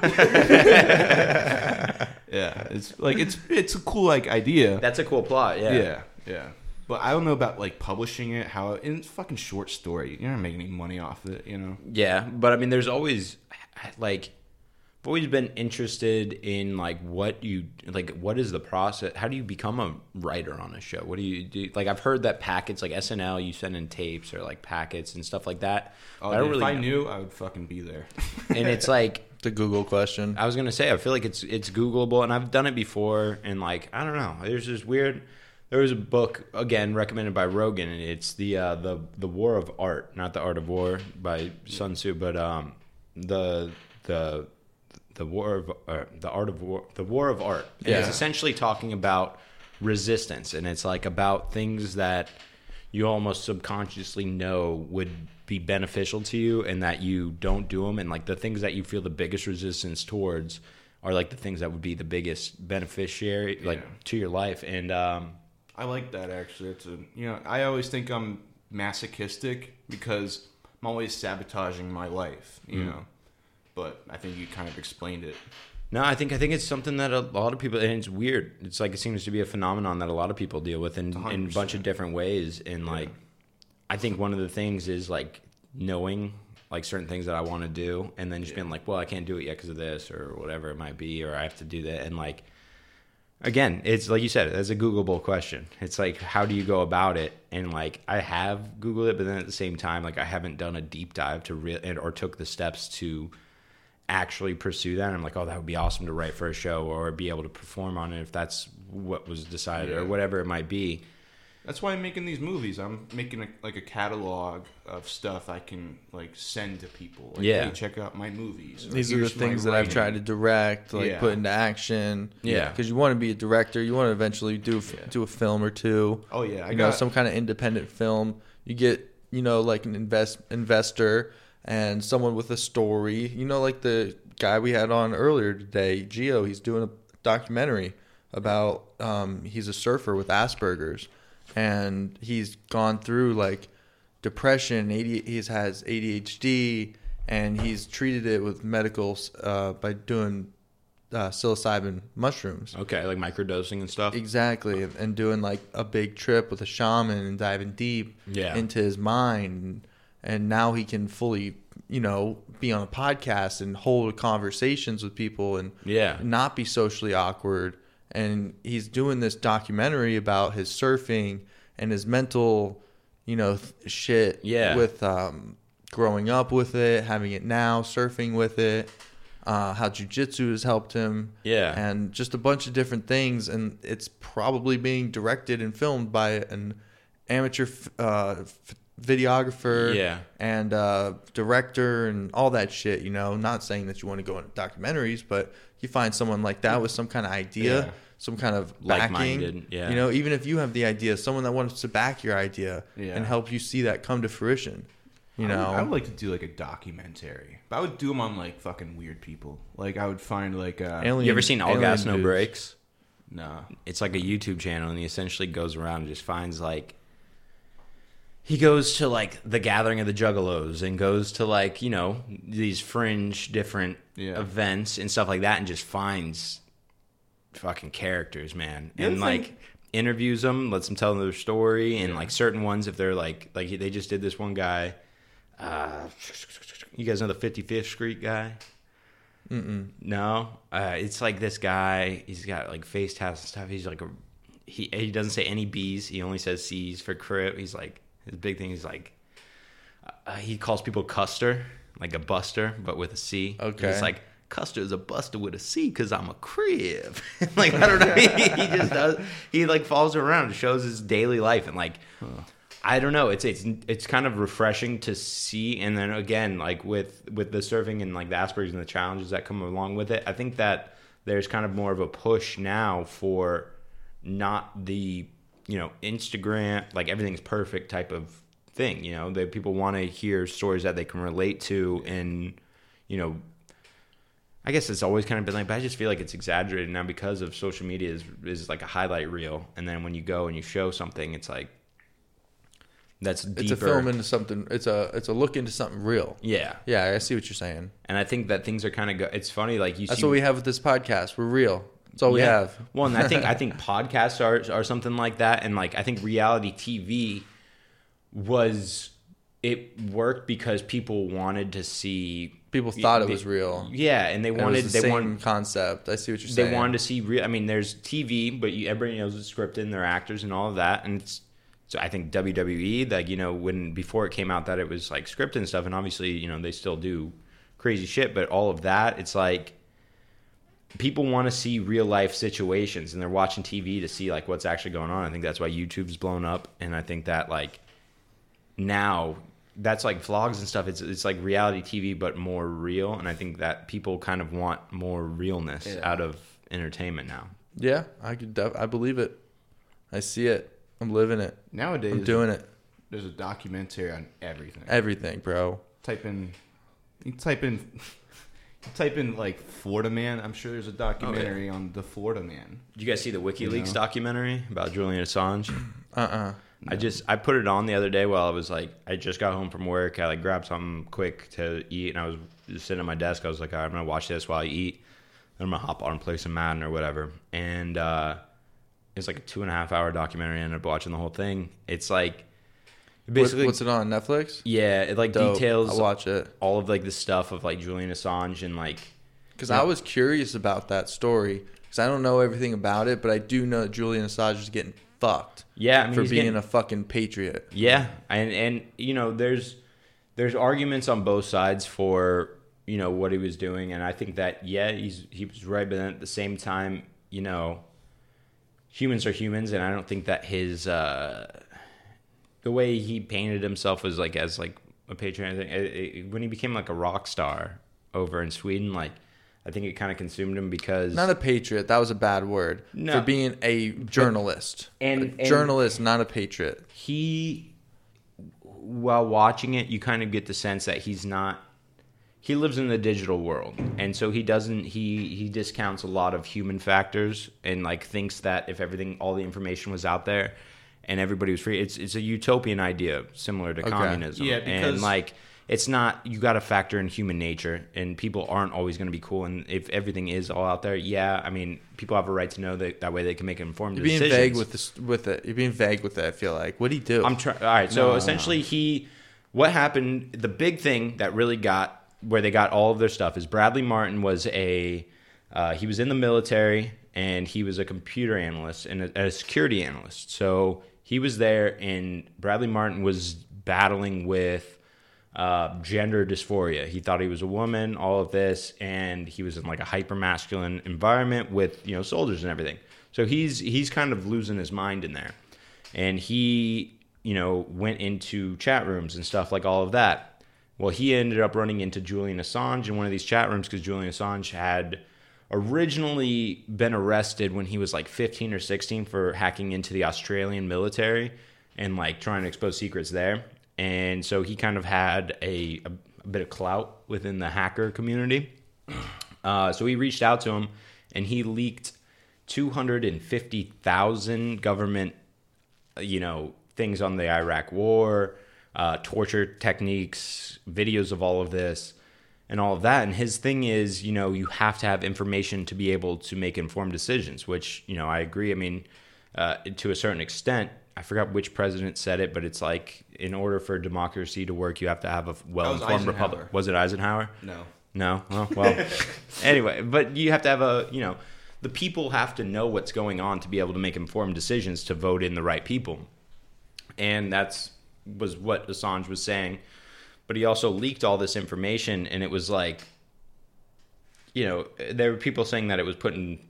It's like it's it's a cool like idea.
That's a cool plot. Yeah.
yeah. Yeah. But I don't know about like publishing it. How and it's a fucking short story. You're not making any money off it. You know.
Yeah, but I mean, there's always like I've always been interested in like what you like. What is the process? How do you become a writer on a show? What do you do? Like I've heard that packets like SNL, you send in tapes or like packets and stuff like that.
Oh,
but I don't really.
dude, if I
know.
knew, I would fucking be there.
And it's like
The Google question.
I was gonna say, I feel like it's it's Googleable, and I've done it before, and like I don't know, there's this weird. There was a book again recommended by Rogan, and it's the uh, the the War of Art, not the Art of War by Sun Tzu, but um the the the War of uh, the Art of War, the War of Art. And It's
Yeah.
essentially talking about resistance, and it's like about things that you almost subconsciously know would be beneficial to you and that you don't do them and like the things that you feel the biggest resistance towards are like the things that would be the biggest beneficiary like
Yeah.
to your life and um
I like that actually. It's a you know I always think I'm masochistic because I'm always sabotaging my life.
Hmm.
You know, but I think you kind of explained it.
no i think i think it's something that a lot of people and it's weird it's like it seems to be a phenomenon that a lot of people deal with in, in a bunch of
100%.
different ways and like i think one of the things is like knowing like certain things that i want to do and then just being like well i can't do it yet because of this or whatever it might be or i have to do that and like again it's like you said it's a googleable question it's like how do you go about it and like i have googled it but then at the same time like i haven't done a deep dive to real and or took the steps to actually pursue that and i'm like oh that would be awesome to write for a show or be able to perform on it if that's what was decided
Yeah.
or whatever it might be
That's why I'm making these movies. I'm making a, like a catalog of stuff I can like send to people. Like,
Yeah.
hey, check out my movies. or
These are the
here's my
things that I've tried
writing.
to direct, like
Yeah.
put into action.
Yeah.
because you want to be a director. You want to eventually do a f-
Yeah.
do a film or two.
Oh yeah, I
you
got
know some kind of independent film you get you know like an invest investor and someone with a story you know like the guy we had on earlier today geo he's doing a documentary about um, he's a surfer with asperger's and he's gone through like depression AD, he's has adhd and he's treated it with medicals uh, by doing uh, psilocybin mushrooms
okay like microdosing and stuff
Exactly, and doing like a big trip with a shaman and diving deep
Yeah.
into his mind, and now he can fully, you know, be on a podcast and hold conversations with people and
Yeah.
not be socially awkward. And he's doing this documentary about his surfing and his mental, you know, th- shit.
Yeah.
with um, growing up with it, having it now, surfing with it. Uh, how jujitsu has helped him,
Yeah.
and just a bunch of different things. And it's probably being directed and filmed by an amateur f- uh, f- videographer
Yeah.
and uh, director and all that shit. You know, not saying that you want to go into documentaries, but you find someone like that with some kind of idea,
Yeah.
some kind of backing.
Like-minded, yeah.
You know, even if you have the idea, someone that wants to back your idea
Yeah.
and help you see that come to fruition. You
I would-
know,
I would, like to do like a documentary, but I would do them on like fucking weird people. Like I would find like uh,
Alien-
you ever seen all
alien
gas no
dudes.
breaks
nah.
it's like a YouTube channel, and he essentially goes around and just finds like he goes to like the gathering of the juggalos and goes to like you know these fringe different
Yeah.
events and stuff like that, and just finds fucking characters, man,
The
and
other thing-
like interviews them, lets them tell their story, and like certain ones if they're like like they just did this one guy. Uh, you guys know the 55th Street guy? No, uh, it's like this guy. He's got like face tats and stuff. He's like a he. He doesn't say any B's. He only says C's for crip. He's like his big thing. He's like uh, he calls people Custer, like a Buster, but with a C. And
Okay.
it's like Custer is a Buster with a C because I'm a crib. like I don't know. he, he just does. He like falls around, and shows his daily life, and like. I don't know. It's it's it's kind of refreshing to see, and then again, like with with the surfing and like the Asperger's and the challenges that come along with it, I think that there's kind of more of a push now for not the you know Instagram like everything's perfect type of thing. You know that people want to hear stories that they can relate to, and you know I guess it's always kind of been like, but I just feel like it's exaggerated now because of social media is is like a highlight reel, and then when you go and you show something, it's like that's deeper.
it's a film into something. It's a it's a look into something real.
yeah,
Yeah, I see what you're saying.
and I think that things are kind of. Go- it's funny, like you
That's
see,
what we have with this podcast. We're real. That's all we
Yeah.
have.
Well, and I think I think podcasts are are something like that, and like I think reality TV was it worked because people wanted to see
People thought it
They-
was real.
Yeah, and they
It was
wanted
the
they
same
wanted
concept. I see what you're
they
saying.
wanted to see real. I mean, there's TV, but you, everybody knows it's scripted and they're actors and all of that. And it's, so I think WWE, like you know, when before it came out that it was like scripted and stuff, and obviously you know they still do crazy shit, but all of that, it's like people want to see real life situations and they're watching TV to see like what's actually going on. I think that's why YouTube's blown up, and I think that like now that's like vlogs and stuff. It's it's like reality TV, but more real. And I think that people kind of want more realness
Yeah.
out of entertainment now.
Yeah, I could. Def- I believe it. I see it. I'm living it.
Nowadays,
I'm doing it.
there's a documentary on everything.
Everything, bro.
type in, you type in, you type in like Florida Man. I'm sure
Oh,
there's a documentary on the Florida Man.
Did you guys see the WikiLeaks
know.
documentary about Julian Assange?
Uh-uh.
I just I put it on the other day while I was like I just got home from work. I like grabbed something quick to eat, and I was just sitting at my desk. I was like, All right, I'm gonna watch this while I eat. Then I'm gonna hop on and play some Madden or whatever. And uh, it's like a two and a half hour documentary. I ended up watching the whole thing. It's like
Basically,
basically
what's it on Netflix?
yeah, it like
Dope.
details
I watch it
all of like the stuff of like Julian Assange and like
because I was curious about that story because I don't know everything about it, but I do know that Julian Assange is getting fucked
yeah I mean,
for
he's
being
getting-
a fucking patriot.
Yeah, and and you know, there's there's arguments on both sides for you know what he was doing, and I think that yeah, he's he was right, but then at the same time, you know, humans are humans, and I don't think that his uh, the way he painted himself was like as like a patriot. I think it- it- when he became like a rock star over in Sweden, like I think it kind of consumed him because
Not a patriot. That was a bad word
No.
for being a journalist.
and-
a
and-
journalist, not a patriot.
he while watching it you kind of get the sense that he's not he lives in the digital world and so he doesn't he he discounts a lot of human factors and like thinks that if everything all the information was out there and everybody was free it's it's a utopian idea similar to communism
Yeah,
and
because-
like it's not you got to factor in human nature and people aren't always going to be cool and if everything is all out there yeah i mean people have a right to know that that way they can make informed
You're being
decisions
vague with this, with it. You're being vague with it. I feel like. What would he do?
I'm trying. All right. So
No, no,
essentially, he what happened? The big thing that really got where they got all of their stuff is Bradley Martin was a uh, he was in the military and he was a computer analyst and a, a security analyst. So he was there, and Bradley Martin was battling with uh, gender dysphoria. He thought he was a woman, all of this, and he was in like a hyper masculine environment with you know soldiers and everything. So he's he's kind of losing his mind in there, and he you know went into chat rooms and stuff like all of that. Well, he ended up running into Julian Assange in one of these chat rooms because Julian Assange had originally been arrested when he was like 15 or 16 for hacking into the Australian military and like trying to expose secrets there. And so he kind of had a, a, a bit of clout within the hacker community. Uh, so he reached out to him and he leaked 250,000 government uh, you know things on the Iraq War, uh, torture techniques, videos of all of this, and all of that. And his thing is, you know, you have to have information to be able to make informed decisions. Which you know, I agree. I mean, uh, to a certain extent. I forgot which president said it, but it's like in order for democracy to work, you have to have a well-informed
Eisenhower.
republic. Was it Eisenhower?
No.
No. Oh, well. anyway, but you have to have a, you know, the people have to know what's going on to be able to make informed decisions to vote in the right people. And that's was what Assange was saying. But he also leaked all this information and it was like you know, there were people saying that it was putting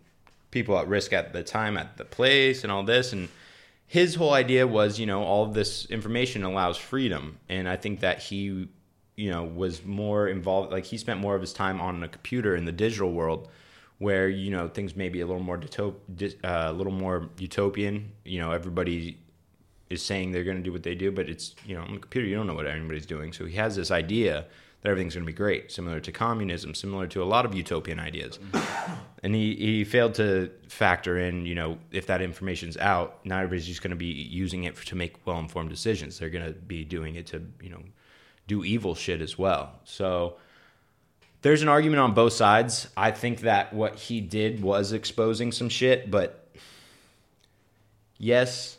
people at risk at the time at the place and all this and his whole idea was, you know, all of this information allows freedom and I think that he you know was more involved like he spent more of his time on a computer in the digital world where you know things may be a little more ditop- di- uh, a little more utopian, you know, everybody is saying they're going to do what they do, but it's you know on the computer you don't know what anybody's doing. So he has this idea that everything's going to be great, similar to communism, similar to a lot of utopian ideas. and he he failed to factor in you know if that information's out, not everybody's just going to be using it for, to make well informed decisions. They're going to be doing it to you know do evil shit as well. So there's an argument on both sides. I think that what he did was exposing some shit, but yes,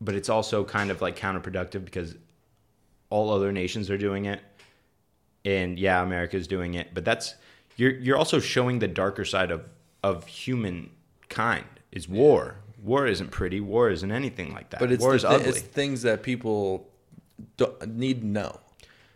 but it's also kind of like counterproductive because all other nations are doing it. And yeah, America's doing it, but that's you're you're also showing the darker side of of humankind is war. War isn't pretty. War isn't anything like that.
But it's,
war
the
is
thi-
ugly.
it's things that people do- need to know,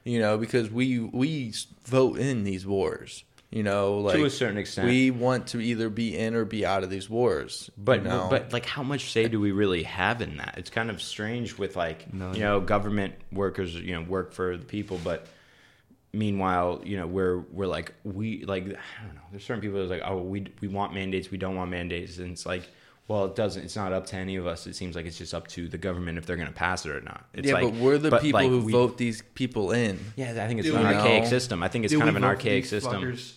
you know, because we we s- vote in these wars, you know, like
a certain extent.
we want to either be in or be out of these wars.
But
you know?
but like how much say do we really have in that? It's kind of strange with like you know government workers you know work for the people, but meanwhile you know we're we're like we like I don't know. There's certain people that's like oh we we want mandates, we don't want mandates, and it's like well it doesn't. It's not up to any of us. It seems like it's just up to the government if they're going to pass it or not. It's
yeah,
like,
but we're the
but,
people
like,
who
we-
vote these people in.
Yeah, I think it's
Do
an
we
archaic
know?
system. I think it's
Do
kind
we
of an
vote for
archaic
these
system.
fuckers?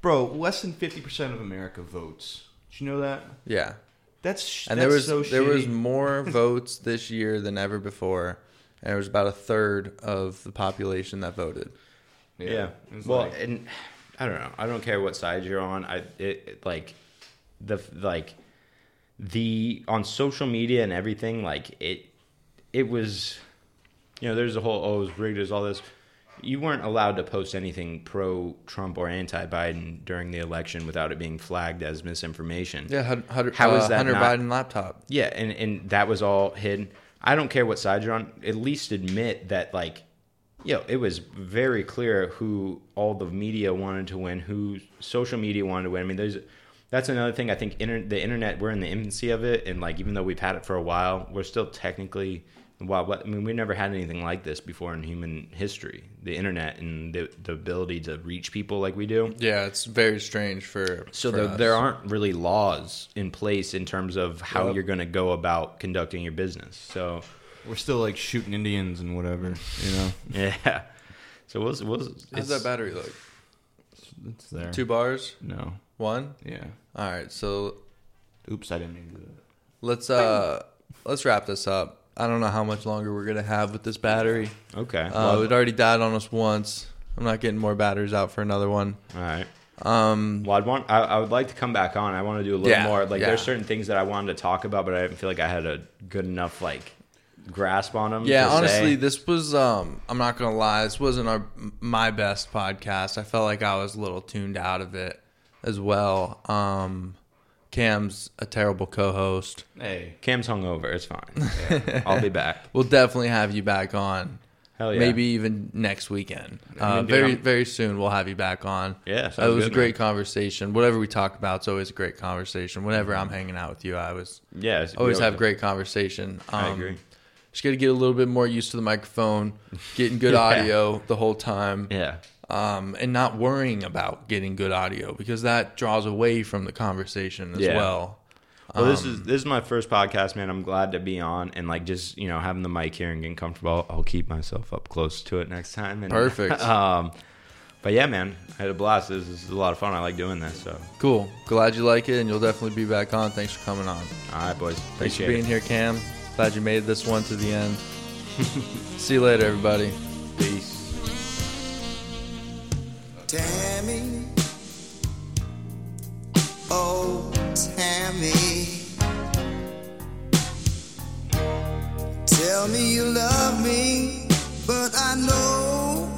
Bro, less than 50% of America votes. Did you know that?
Yeah,
That's sh-
and
that's
there was
so
there was
shitty.
more votes this year than ever before, and it was about a third of the population that voted.
Yeah.
It's
Well,
like-
and I don't know. I don't care what side you're on. I it, it- like the like the on social media and everything. Like it, it was. You know, there's a whole oh, it was rigged. There's all this. You weren't allowed to post anything pro Trump or anti Biden during the election without it being flagged as misinformation.
Yeah, Hun- Hunter,
How is
uh,
that
Hunter
not-
Biden laptop?
Yeah, and and that was all hidden. I don't care what side you're on. At least admit that, like, yo, it was very clear who all the media wanted to win, who social media wanted to win. I mean, there's that's another thing. I think inter- the internet, we're in the infancy of it, and like, even though we've had it for a while, we're still technically wow. What, I mean, we never had anything like this before in human history. The internet and the the ability to reach people like we do.
Yeah, it's very strange for
So
for
there,
us.
there aren't really laws in place in terms of how
Yep.
you're going to go about conducting your business. So
We're still like shooting Indians and whatever, you know.
yeah, so we'll, we'll
How's
it's-
that battery look?
It's, it's there.
Two bars,
No.
one.
Yeah.
All right, so
Oops, I didn't mean to do that.
let's uh let's wrap this up. I don't know how much longer we're gonna have with this battery.
okay.
Uh,
well,
it already died on us once. I'm not getting more batteries out for another one.
all right.
Um,
Well, I'd want I, I would like to come back on. I want to do a little
Yeah,
more. Like
yeah.
there's certain things that I wanted to talk about, but I didn't feel like I had a good enough like grasp on them.
yeah, honestly, this was um I'm not gonna lie, this wasn't our my best podcast. I felt like I was a little tuned out of it as well. Um, Cam's a terrible co-host.
Hey.
Cam's hungover. It's fine. I'll be back.
We'll definitely have you back on.
Hell Oh, yeah.
Maybe even next weekend.
I
Uh,
mean, dude,
very
I'm-
very soon we'll have you back on.
Yeah,
it
sounds
was
good,
a great conversation. Whatever we talk about, it's always a great conversation. Whenever I'm hanging out with you, I was
Yeah. it's-
always have great conversation. Um,
I agree.
Just got to get a little bit more used to the microphone, getting good
Yeah.
audio the whole time,
Yeah.
um, and not worrying about getting good audio because that draws away from the conversation as
Yeah.
well.
Well, this
Um,
is this is my first podcast, man. I'm glad to be on and like just you know having the mic here and getting comfortable. I'll keep myself up close to it next time. And,
Perfect.
um, but yeah, man, I had a blast. This, this is a lot of fun. I like doing this. So,
Cool. Glad you like it, and you'll definitely be back on. Thanks for coming on.
all right, boys.
Thanks
Appreciate
for being here, Cam. Glad you made this one to the end. See you later, everybody.
it. Peace.
Tammy. Oh, Tammy. Tell me you love me, but I know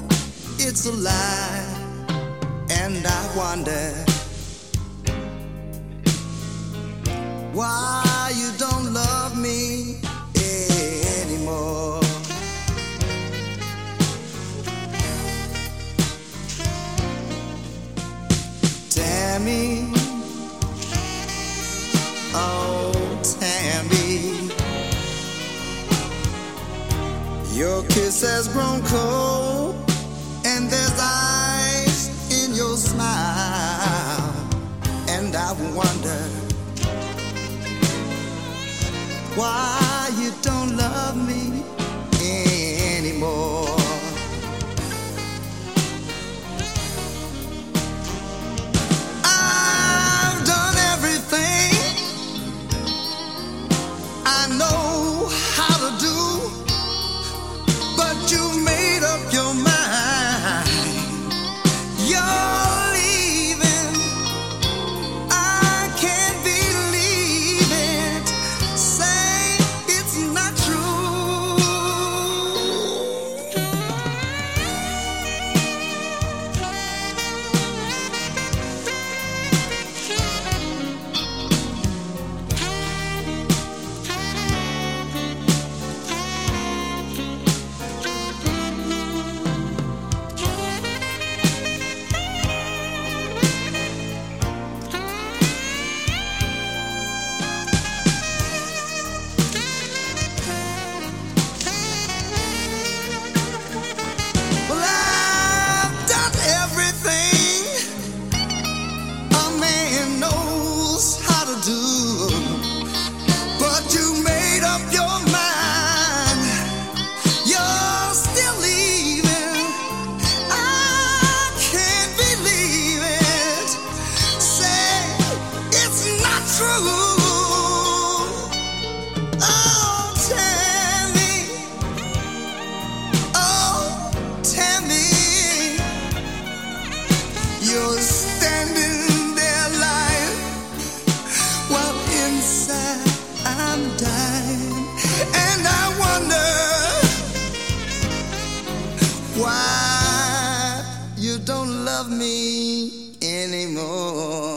it's a lie. And I wonder why you don't love me anymore. Tammy. Oh, Tammy. Your kiss has grown cold, and there's ice in your smile. And I wonder why you don't love me anymore. I've done everything I know how to do, but you made up your mind. You Oh, Oh, love me anymore.